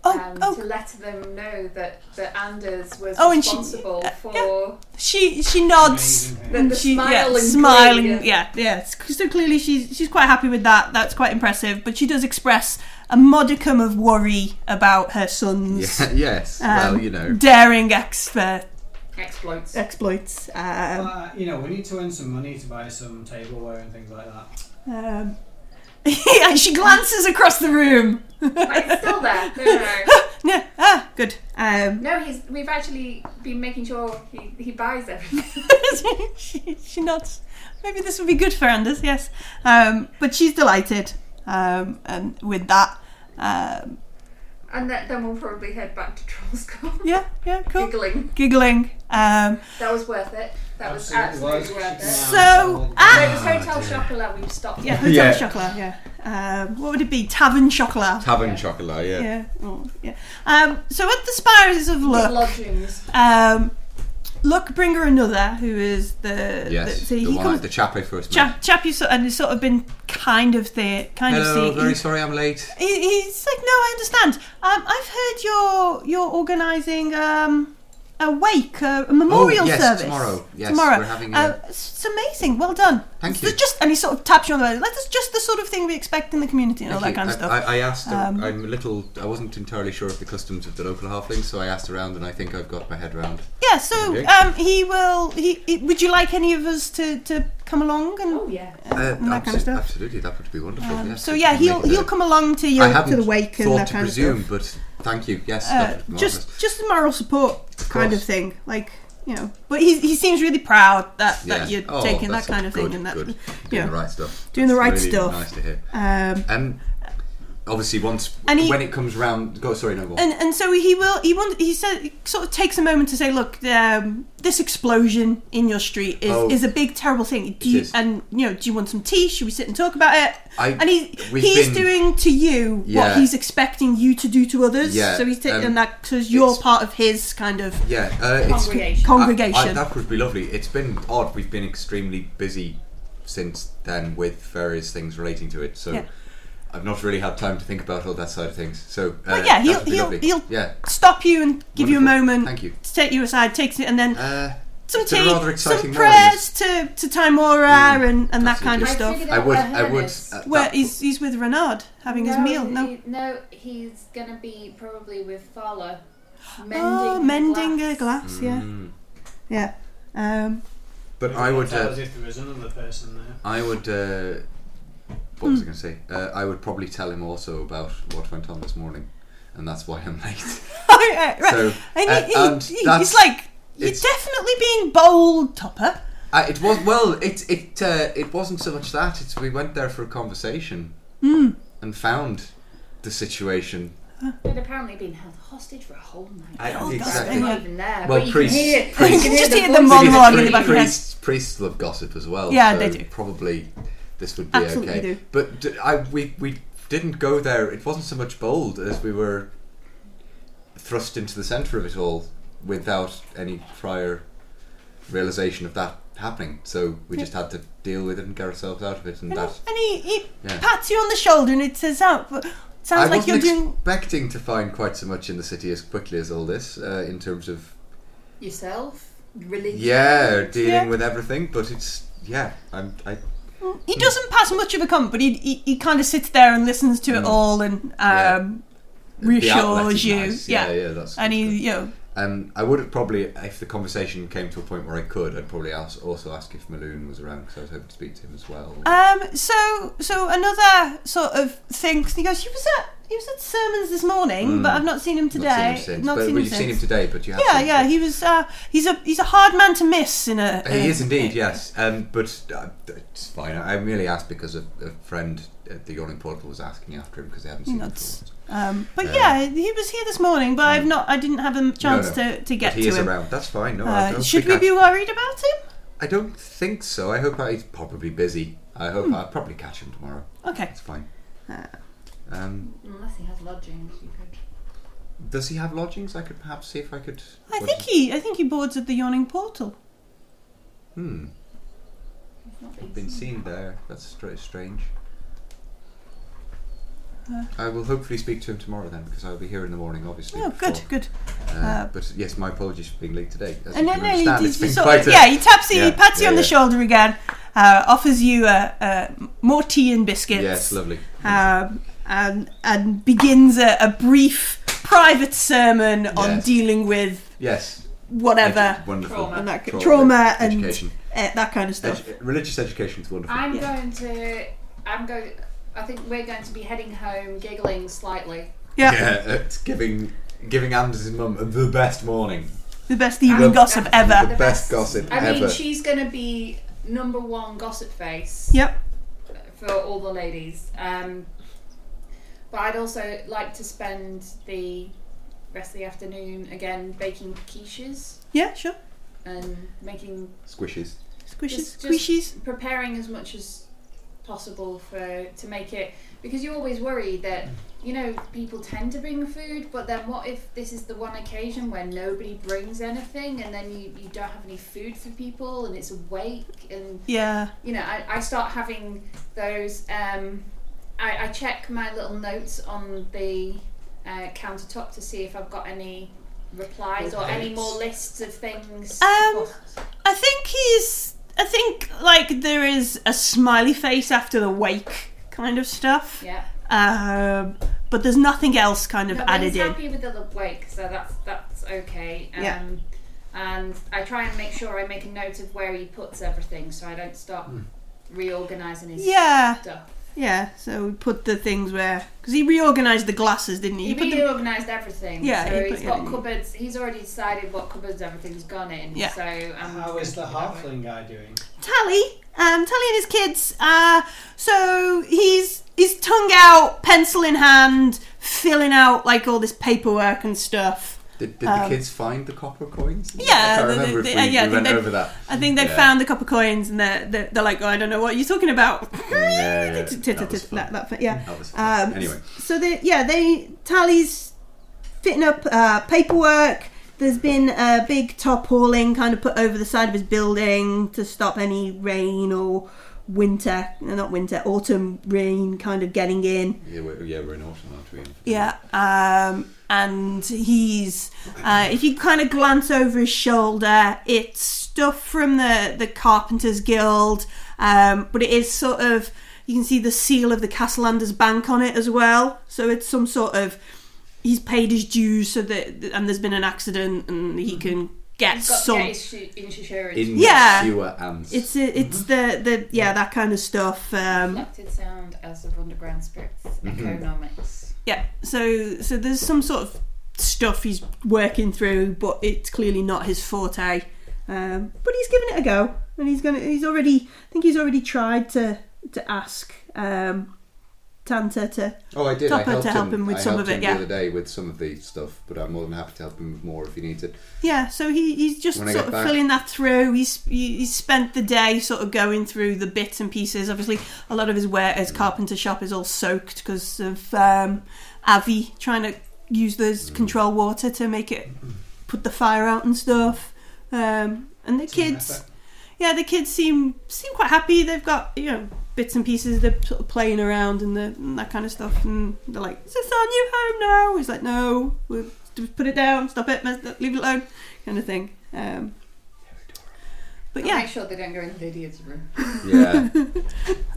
D: Oh,
E: um,
D: oh,
E: to let them know that, that Anders was
D: Oh, and she-
E: responsible
D: uh,
E: for
D: she she nods.
C: Amazing.
E: the, the
D: she,
E: smile
D: yeah,
E: and
D: smiling,
E: glee.
D: yeah, yeah. s- So clearly she's she's quite happy with that. That's quite impressive. But she does express a modicum of worry about her son's
B: Yeah, yes, well,
D: um,
B: you know.
D: daring exper-
E: exploits.
D: exploits. Um,
C: Uh, you know, we need to earn some money to buy some tableware and things like that.
D: um, and she glances across the room.
E: But it's still there. No, no, no.
D: No, ah, good. Um,
E: No, he's. We've actually been making sure he, he buys everything.
D: she, she nods. Maybe this would be good for Anders. Yes, um, but she's delighted um, and with that. Um,
E: and that, then we'll probably head back to Troll School.
D: yeah, yeah, cool.
E: Giggling.
D: Giggling. Um,
E: That was worth it. That was
C: Absolutely
E: absolutely
C: was.
E: worth it.
C: Yeah.
D: So,
E: So
D: ah,
E: it was Hotel
B: dear.
E: Chocolat we stopped
D: yeah,
E: yeah.
D: hotel
B: Yeah.
D: chocolate. Yeah. Um, what would it be? Tavern chocolate.
B: Tavern chocolate, yeah.
D: Yeah. Oh, yeah. Um, so at the spires of Look,
E: lodgings.
D: um, Look bring her another who is the
B: Yes,
D: the, so
B: the,
D: he
B: one
D: comes
B: at the chaplet first. met.
D: chap, chap you sort and he's sort of been kind of there, kind
B: Hello,
D: of see.
B: very sorry I'm late.
D: He, he's like, no, I understand. Um, I've heard you're you're organising um, a wake, a, a memorial
B: Oh, yes,
D: service
B: tomorrow. Yes,
D: tomorrow.
B: we're having a-
D: Uh, it's, it's amazing. Well done.
B: Thank
D: It's
B: you.
D: the- Just and he sort of taps you on the back. That's just the sort of thing we expect in the community and all that
B: Thank
D: kind
B: you.
D: of stuff.
B: I, I, I asked. a-
D: Um,
B: I'm a little. I wasn't entirely sure of the customs of the local halflings, so I asked around, and I think I've got my head around.
D: yeah. So
B: Okay.
D: um, he will. He, he would you like any of us to, to come along and,
H: Oh yeah.
D: uh, and that kind of
B: abso-
D: stuff?
B: Absolutely, that would be wonderful.
D: Um,
B: yes,
D: so
B: if
D: yeah,
B: you can
D: he'll
B: make it
D: he'll
B: a-
D: come along to
B: I
D: your
B: hadn't
D: to the wake and
B: thought
D: that
B: to
D: kind
B: presume,
D: of stuff.
B: but thank you. Yes,
D: Uh,
B: that would be
D: just
B: marvellous.
D: just the moral support kind
B: course.
D: of thing, like you know. But he he seems really proud that, that
B: Yeah.
D: you're
B: Oh,
D: taking that
B: that's
D: kind of
B: good,
D: thing and that
B: good.
D: you
B: doing
D: know.
B: the right stuff.
D: doing the
B: That's
D: right
B: really
D: stuff.
B: Nice to hear.
D: Um,
B: Um, obviously, once
D: And he-
B: when it comes round, go. Sorry, no. Go on.
D: and and so he will he want he said he sort of takes a moment to say look um, this explosion in your street is,
B: Oh.
D: is a big terrible thing do you,
B: is.
D: and you know do you want some tea should we sit and talk about it
B: I-
D: and he
B: we've
D: he's
B: been-
D: doing to you what
B: Yeah.
D: he's expecting you to do to others
B: Yeah,
D: so he's taking
B: um,
D: that because you're
B: it's-
D: part of his kind of
B: yeah, uh, it's
H: Congregation.
D: congregation
B: I, I, that would be lovely. It's been odd. We've been extremely busy since then with various things relating to it. So
D: Yeah.
B: I've not really had time to think about all that side of things. So, uh,
D: But yeah,
B: that
D: he'll
B: would be
D: he'll
B: lovely.
D: he'll
B: yeah.
D: stop you and give you a
B: Wonderful.
D: moment.
B: Thank you.
D: To take you aside, takes it, and then
B: Uh,
D: some
B: it's been a
D: tea,
B: rather
D: some
B: exciting
D: prayers to to Timora and and that
B: Mm, absolutely.
D: kind of
B: I
D: stuff.
B: I would. I would. uh,
D: Where
B: that-
D: he's he's with Renard having his meal. No,
E: he- no, he's gonna be probably with Fala. Mending
D: oh, mending
E: glass.
D: a glass. Yeah,
B: Mm.
D: yeah. Um,
B: But I would.
C: Tell us
B: Uh,
C: if there was another person there.
B: I would. Uh, what
D: Hmm.
B: was I going to say? Uh, I would probably tell him also about what went on this morning, and that's why I'm late.
D: right, right.
B: So,
D: and
B: uh,
D: he, he-
B: and
D: he- he's
B: that's-
D: like, you're
B: it's-
D: definitely being bold, Topper.
B: Uh, it was well. It it uh, it wasn't so much that. It's we went there for a conversation
D: Hmm.
B: and found the situation.
E: They'd apparently been held hostage for a whole night.
B: I,
D: Oh, God,
B: exactly.
D: yeah.
E: Not even there.
B: Well,
E: but you
B: priests-
E: can hear,
B: priests-
E: you can
D: Just hear
E: the
D: the
E: voice-
D: mon- Monologue in
B: Pri-
D: the back of your head.
B: priests, priests love gossip as well.
D: Yeah,
B: so
D: they do.
B: Probably this would be
D: Absolutely
B: okay.
D: do.
B: But d- I we we didn't go there. It wasn't so much bold as we were thrust into the centre of it all without any prior realization of that happening. So we just had to deal with it and get ourselves out of it, and
D: And,
B: that.
D: and he, he
B: Yeah.
D: pats you on the shoulder and it says, "Out." but
B: I
D: Sounds like you're
B: wasn't
D: doing.
B: expecting to find quite so much in the city as quickly as all this, uh, in terms of
E: yourself, religion.
B: yeah dealing
D: Yeah.
B: with everything. But it's yeah, I'm, I
D: He doesn't pass much of a comment, but he he, he kind of sits there and listens to it
B: Mm.
D: all and um,
B: the outlet
D: reassures
B: is
D: you.
B: nice.
D: Yeah.
B: yeah, yeah, that's
D: And
B: that's
D: he,
B: good.
D: you know,
B: Um, I would have probably, if the conversation came to a point where I could, I'd probably ask, also ask if Maloon was around because I was hoping to speak to him as well.
D: Um, so so another sort of thing. 'cause he goes, he was at he was at sermons this morning,
B: Mm.
D: but I've not seen him today.
B: Not seen him since.
D: Not
B: but
D: seen
B: well,
D: him
B: you've
D: since.
B: seen him today, but you have
D: yeah,
B: seen
D: yeah,
B: him.
D: he was. Uh, he's a he's a hard man to miss in a.
B: He
D: a-
B: is indeed, yes. Um, but uh, it's fine. I I merely asked because a, a friend at the Yawning Portal was asking after him because they hadn't seen
D: Nuts.
B: him for a while.
D: Um, but
B: Uh, Mm.
D: yeah, he was here this morning, but I've not. I didn't have a chance
B: No,
D: to, to get
B: but he
D: to
B: is
D: him.
B: around. Oh, That's fine. No, I
D: Uh,
B: don't
D: should
B: think
D: we
B: I,
D: be worried about him?
B: I don't think so. I hope I, he's probably busy. I hope
D: Hmm.
B: I'll probably catch him tomorrow.
D: Okay.
B: It's fine.
D: Ah.
B: Um,
E: Unless he has lodgings, you could.
B: does he have lodgings? I could perhaps see if I could.
D: I
B: what
D: think
B: is-
D: he. I think he boards at the yawning portal.
B: Hmm.
E: He's not been
B: been seen there. That's stra- strange.
D: Uh.
B: I will hopefully speak to him tomorrow then, because I'll be here in the morning, obviously.
D: Oh, good,
B: before.
D: good.
B: Uh,
D: Uh,
B: but yes, my apologies for being late today. As
D: And
B: you
D: then
B: can
D: no,
B: understand,
D: he,
B: it's been
D: he sort
B: quite
D: of,
B: a-
D: yeah, he taps you,
B: Yeah,
D: he pats you
B: yeah,
D: on the
B: yeah.
D: shoulder again, uh, offers you uh, uh, more tea and biscuits,
B: Yes, lovely.
D: um, and and begins a, a brief private sermon on
B: Yes.
D: dealing with
B: Yes.
D: whatever
B: edu- Wonderful.
E: Trauma.
D: and that,
B: Trauma.
D: trauma and
B: Education.
D: uh, that kind of stuff.
B: Edu- religious education is wonderful.
E: I'm
D: Yeah.
E: going to. I'm going. I think we're going to be heading home, giggling slightly.
D: yeah,
B: yeah, it's giving giving Anders' mum the best morning.
D: the best evening
E: The-
D: gossip
B: The
D: ever.
E: The
B: best
E: best.
B: gossip
E: I
B: ever.
E: mean, she's going to be number one gossip face
D: Yep.
E: for all the ladies. Um, but I'd also like to spend the rest of the afternoon again baking quiches
D: Yeah, sure.
E: and making
B: Squishes.
D: Squishes,
E: Just- just-
D: squishies.
E: preparing as much as possible for to make it because you always worry that you know people tend to bring food but then what if this is the one occasion where nobody brings anything and then you, you don't have any food for people and it's a wake and
D: Yeah,
E: you know I, I start having those um, I, I check my little notes on the uh, countertop to see if I've got any replies or any more lists of things?
D: Um, I think he's. I think like there is a smiley face after the wake kind of stuff.
E: yeah.
D: Um, but there's nothing else kind of
E: No, but
D: added
E: he's
D: in.
E: happy with the look wake, so that's that's okay. Um,
D: Yeah.
E: And I try and make sure I make a note of where he puts everything, so I don't start
D: Hmm.
E: reorganising his
D: Yeah,
E: stuff.
D: yeah. So we put the things where because he reorganized the glasses, didn't he?
E: He
D: He put them-
E: reorganised everything.
D: Yeah,
E: so
D: he
E: he's
D: put-
E: got
D: yeah.
E: cupboards. He's already decided what cupboards everything's gone in.
D: Yeah.
E: So um,
C: How is the halfling guy doing?
D: Tally, um, Tally and his kids. Uh, so he's his tongue out, pencil in hand, filling out like all this paperwork and stuff.
I: Did, did
D: Um,
I: the kids find the copper coins?
D: Yeah,
I: I can't
D: they-
I: remember
D: they-
I: if
D: they-
I: we,
D: yeah, I
I: we
D: think
I: went
D: they-
I: over that.
D: I think they
B: Yeah.
D: found a couple coins and they're, they're, they're like, oh, I don't know what you're talking about.
I: Yeah, yeah,
D: Tit- tit-
I: that was
D: tit-
I: fun.
D: that- that thing, yeah.
I: That was fun.
D: Um,
I: anyway,
D: So they, yeah, they tallies fitting up uh, paperwork. There's been a big top hauling kind of put over the side of his building to stop any rain or winter, no, not winter, autumn rain kind of getting in.
B: Yeah, we're, yeah, we're in autumn, aren't we?
D: Yeah. Um, and he's, uh, if you kind of glance over his shoulder, it's stuff from the, the Carpenters Guild, um, but it is sort of, you can see the seal of the Castellanders Bank on it as well. So it's some sort of, he's paid his dues so that, and there's been an accident and he can get
E: he's got
D: some.
E: to get his sh- insurance.
I: in
D: Yeah.
I: the sewer ants.
D: It's a, it's the, the, yeah, that kind of stuff. Um,
E: Reflected sound as of underground spirits,
I: Mm-hmm.
E: economics.
D: Yeah. So so there's some sort of stuff he's working through, but it's clearly not his forte. Um, but he's giving it a go, and he's gonna. He's already. I think he's already tried to to ask um, Tanta to.
I: oh, I did. I
D: Topper
I: helped
D: to help him with
I: I
D: some
I: helped
D: of it,
I: him
D: yeah.
I: the other day with some of the stuff, but I'm more than happy to help him with more if he needs it.
D: Yeah. So he, he's just
I: When I
D: sort
I: get
D: of
I: back.
D: filling that through. He's he- he's spent the day sort of going through the bits and pieces. Obviously, a lot of his wear
I: Mm.
D: his carpenter shop is all soaked because of um, Avi trying to use those
I: Mm.
D: control water to make it put the fire out and stuff. Um, and the
C: Team
D: kids,
C: effort.
D: yeah, the kids seem seem quite happy. They've got you know bits and pieces. They're sort of playing around and, the, and that kind of stuff. And they're like, "Is this our new home now?" He's like, "No, we'll just put it down. Stop it. Leave it alone." Kind of thing. Um, but
E: I'll
D: yeah,
E: Make sure they don't go in Lydia's room.
I: Yeah.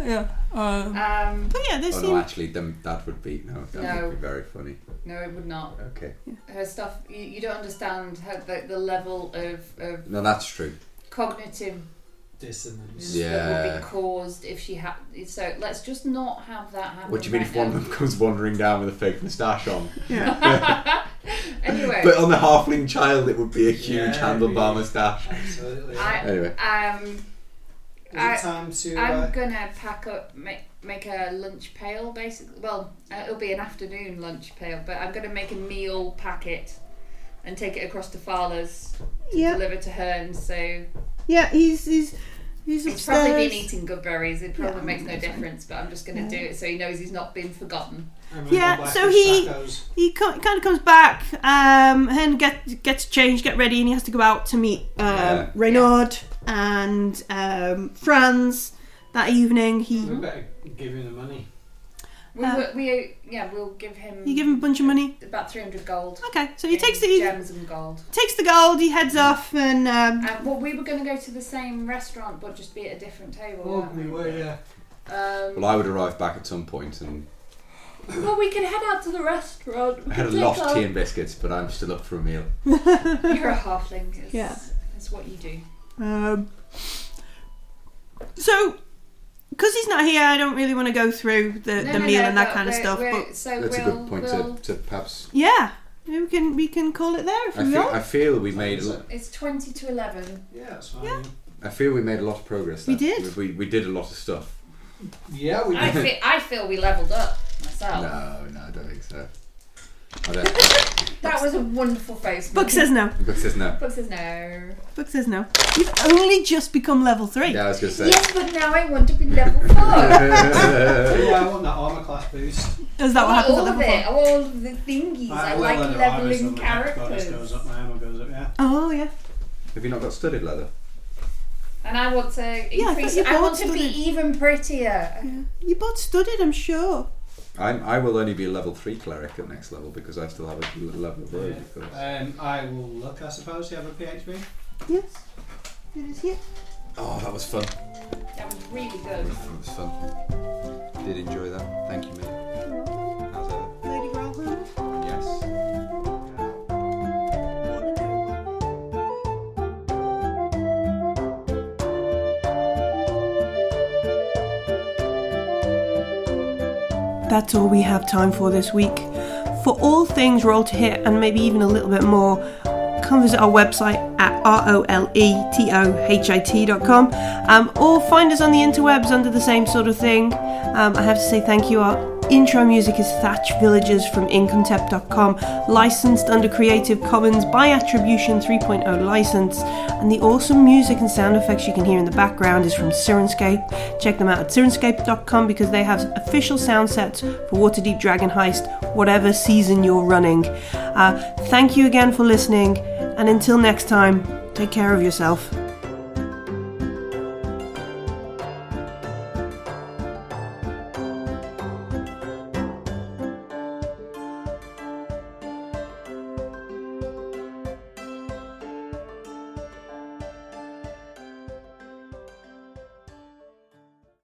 D: yeah. Um,
E: Um,
D: but yeah, they
B: Oh
D: seem
B: no, actually, them, that would be no. That
E: No.
B: would be very funny.
E: no, it would not.
I: okay.
E: Her stuff. You, you don't understand her, the, the level of, of
I: No, that's true.
E: cognitive
C: Dissonance.
E: that would
I: Yeah.
E: be caused if she had. So let's just not have that happen.
I: What do you mean
E: right
I: if one of
E: now.
I: them comes wandering down with a fake moustache on?
D: yeah.
E: Anyway,
I: But on the halfling child, it would be a huge
C: Yeah,
I: handlebar
C: yeah.
I: moustache.
C: Absolutely.
E: I,
I: Anyway.
E: um,
C: is it
E: I-
C: time to?
E: I'm
C: Uh,
E: gonna pack up, make make a lunch pail. Basically, well, uh, it'll be an afternoon lunch pail, but I'm gonna make a meal packet and take it across to Farlers to
D: Yeah.
E: deliver to her. And so
D: yeah, he's he's he's
E: he's
D: upstairs.
E: probably been eating good berries. It probably
D: Yeah,
E: makes no
D: that's fine.
E: difference, but I'm just gonna do it so he knows he's not been forgotten.
C: I'm gonna
D: yeah,
C: go back
D: so
C: to
D: he-
C: Sacco's.
D: he co- kind of comes back um, and get, gets changed, get ready, and he has to go out to meet um,
I: Yeah.
D: Reynaud and um, Franz that evening. He
C: We better give him the money.
E: We,
D: Uh,
E: we, we yeah, we'll give him.
D: you give him a bunch of money.
E: about 300 gold.
D: Okay, so he
E: in
D: takes the he
E: gems and gold.
D: takes the gold, he heads off, and um,
E: Um, well, we were going to go to the same restaurant, but just be at a different table.
C: Oh,
E: weren't
C: we were. Yeah.
E: Um,
B: Well, I would arrive back at some point and
E: well, we can head out to the restaurant. We
I: I had a
E: can
I: lot
E: take
I: of
E: our-
I: tea and biscuits, but I'm still up for a meal.
E: You're a halfling. It's,
D: Yeah.
E: It's what you do.
D: Um, so, because he's not here, I don't really want to go through the,
E: No,
D: the
E: no,
D: meal
E: no,
D: and that
E: but
D: kind of
E: we're-
D: stuff.
E: we're-
D: But
E: so
I: That's
E: we'll,
I: a good point
E: we'll,
I: to, to perhaps.
D: yeah, we can we can call it there if
I: I
D: we
I: feel,
D: want.
I: I feel we made. a lot-
E: It's 20 to 11.
C: Yeah, that's fine.
D: Yeah.
I: I feel we made a lot of progress.
D: We
I: there.
D: did.
I: We, we, we did a lot of stuff.
C: Yeah, we
E: I feel, I feel we leveled up myself.
I: No, no, I don't think so. I don't.
E: That was a wonderful face.
D: Book says no.
I: Book says no.
E: Book says no.
D: Book says no. You've only just become level three.
I: Yeah, I was gonna say.
E: Yes, but now I want to be level 4.
C: yeah, I want that armor class boost.
D: Is that what happens
E: all
D: at
E: of
D: level
E: Oh, it,
D: four?
E: all of the thingies. I,
C: will
E: like
C: let her armor, so
E: leveling
C: my bonus
E: characters.
C: goes up, my armor goes up. Yeah.
D: Oh yeah.
I: Have you not got studded leather?
E: And I want to
D: I
E: increase.
D: thought you
E: I, want
D: bought
E: to be
D: something.
E: even prettier.
D: You both studied, I'm sure.
B: I'm, I will only be a level 3 cleric at next level because I still have a l- level of rogue. Because
C: Um, I will look, I suppose. You have a PHB?
D: Yes. It is here.
B: Oh, that was fun.
E: That was really good.
B: That was fun. Did enjoy that. Thank you, Millie. As ever.
D: Lady Growlhand.
B: Yes.
D: That's all we have time for this week. For all things Roll to Hit and maybe even a little bit more, come visit our website at E roletohit.com um, or find us on the interwebs under the same sort of thing. Um, I have to say thank you. Our intro music is Thatch Villagers from incometep.com, licensed under Creative Commons by Attribution 3.0 license. And the awesome music and sound effects you can hear in the background is from Sirenscape. Check them out at sirenscape.com because they have official sound sets for Waterdeep Dragon Heist, whatever season you're running. Uh, thank you again for listening, and until next time, take care of yourself.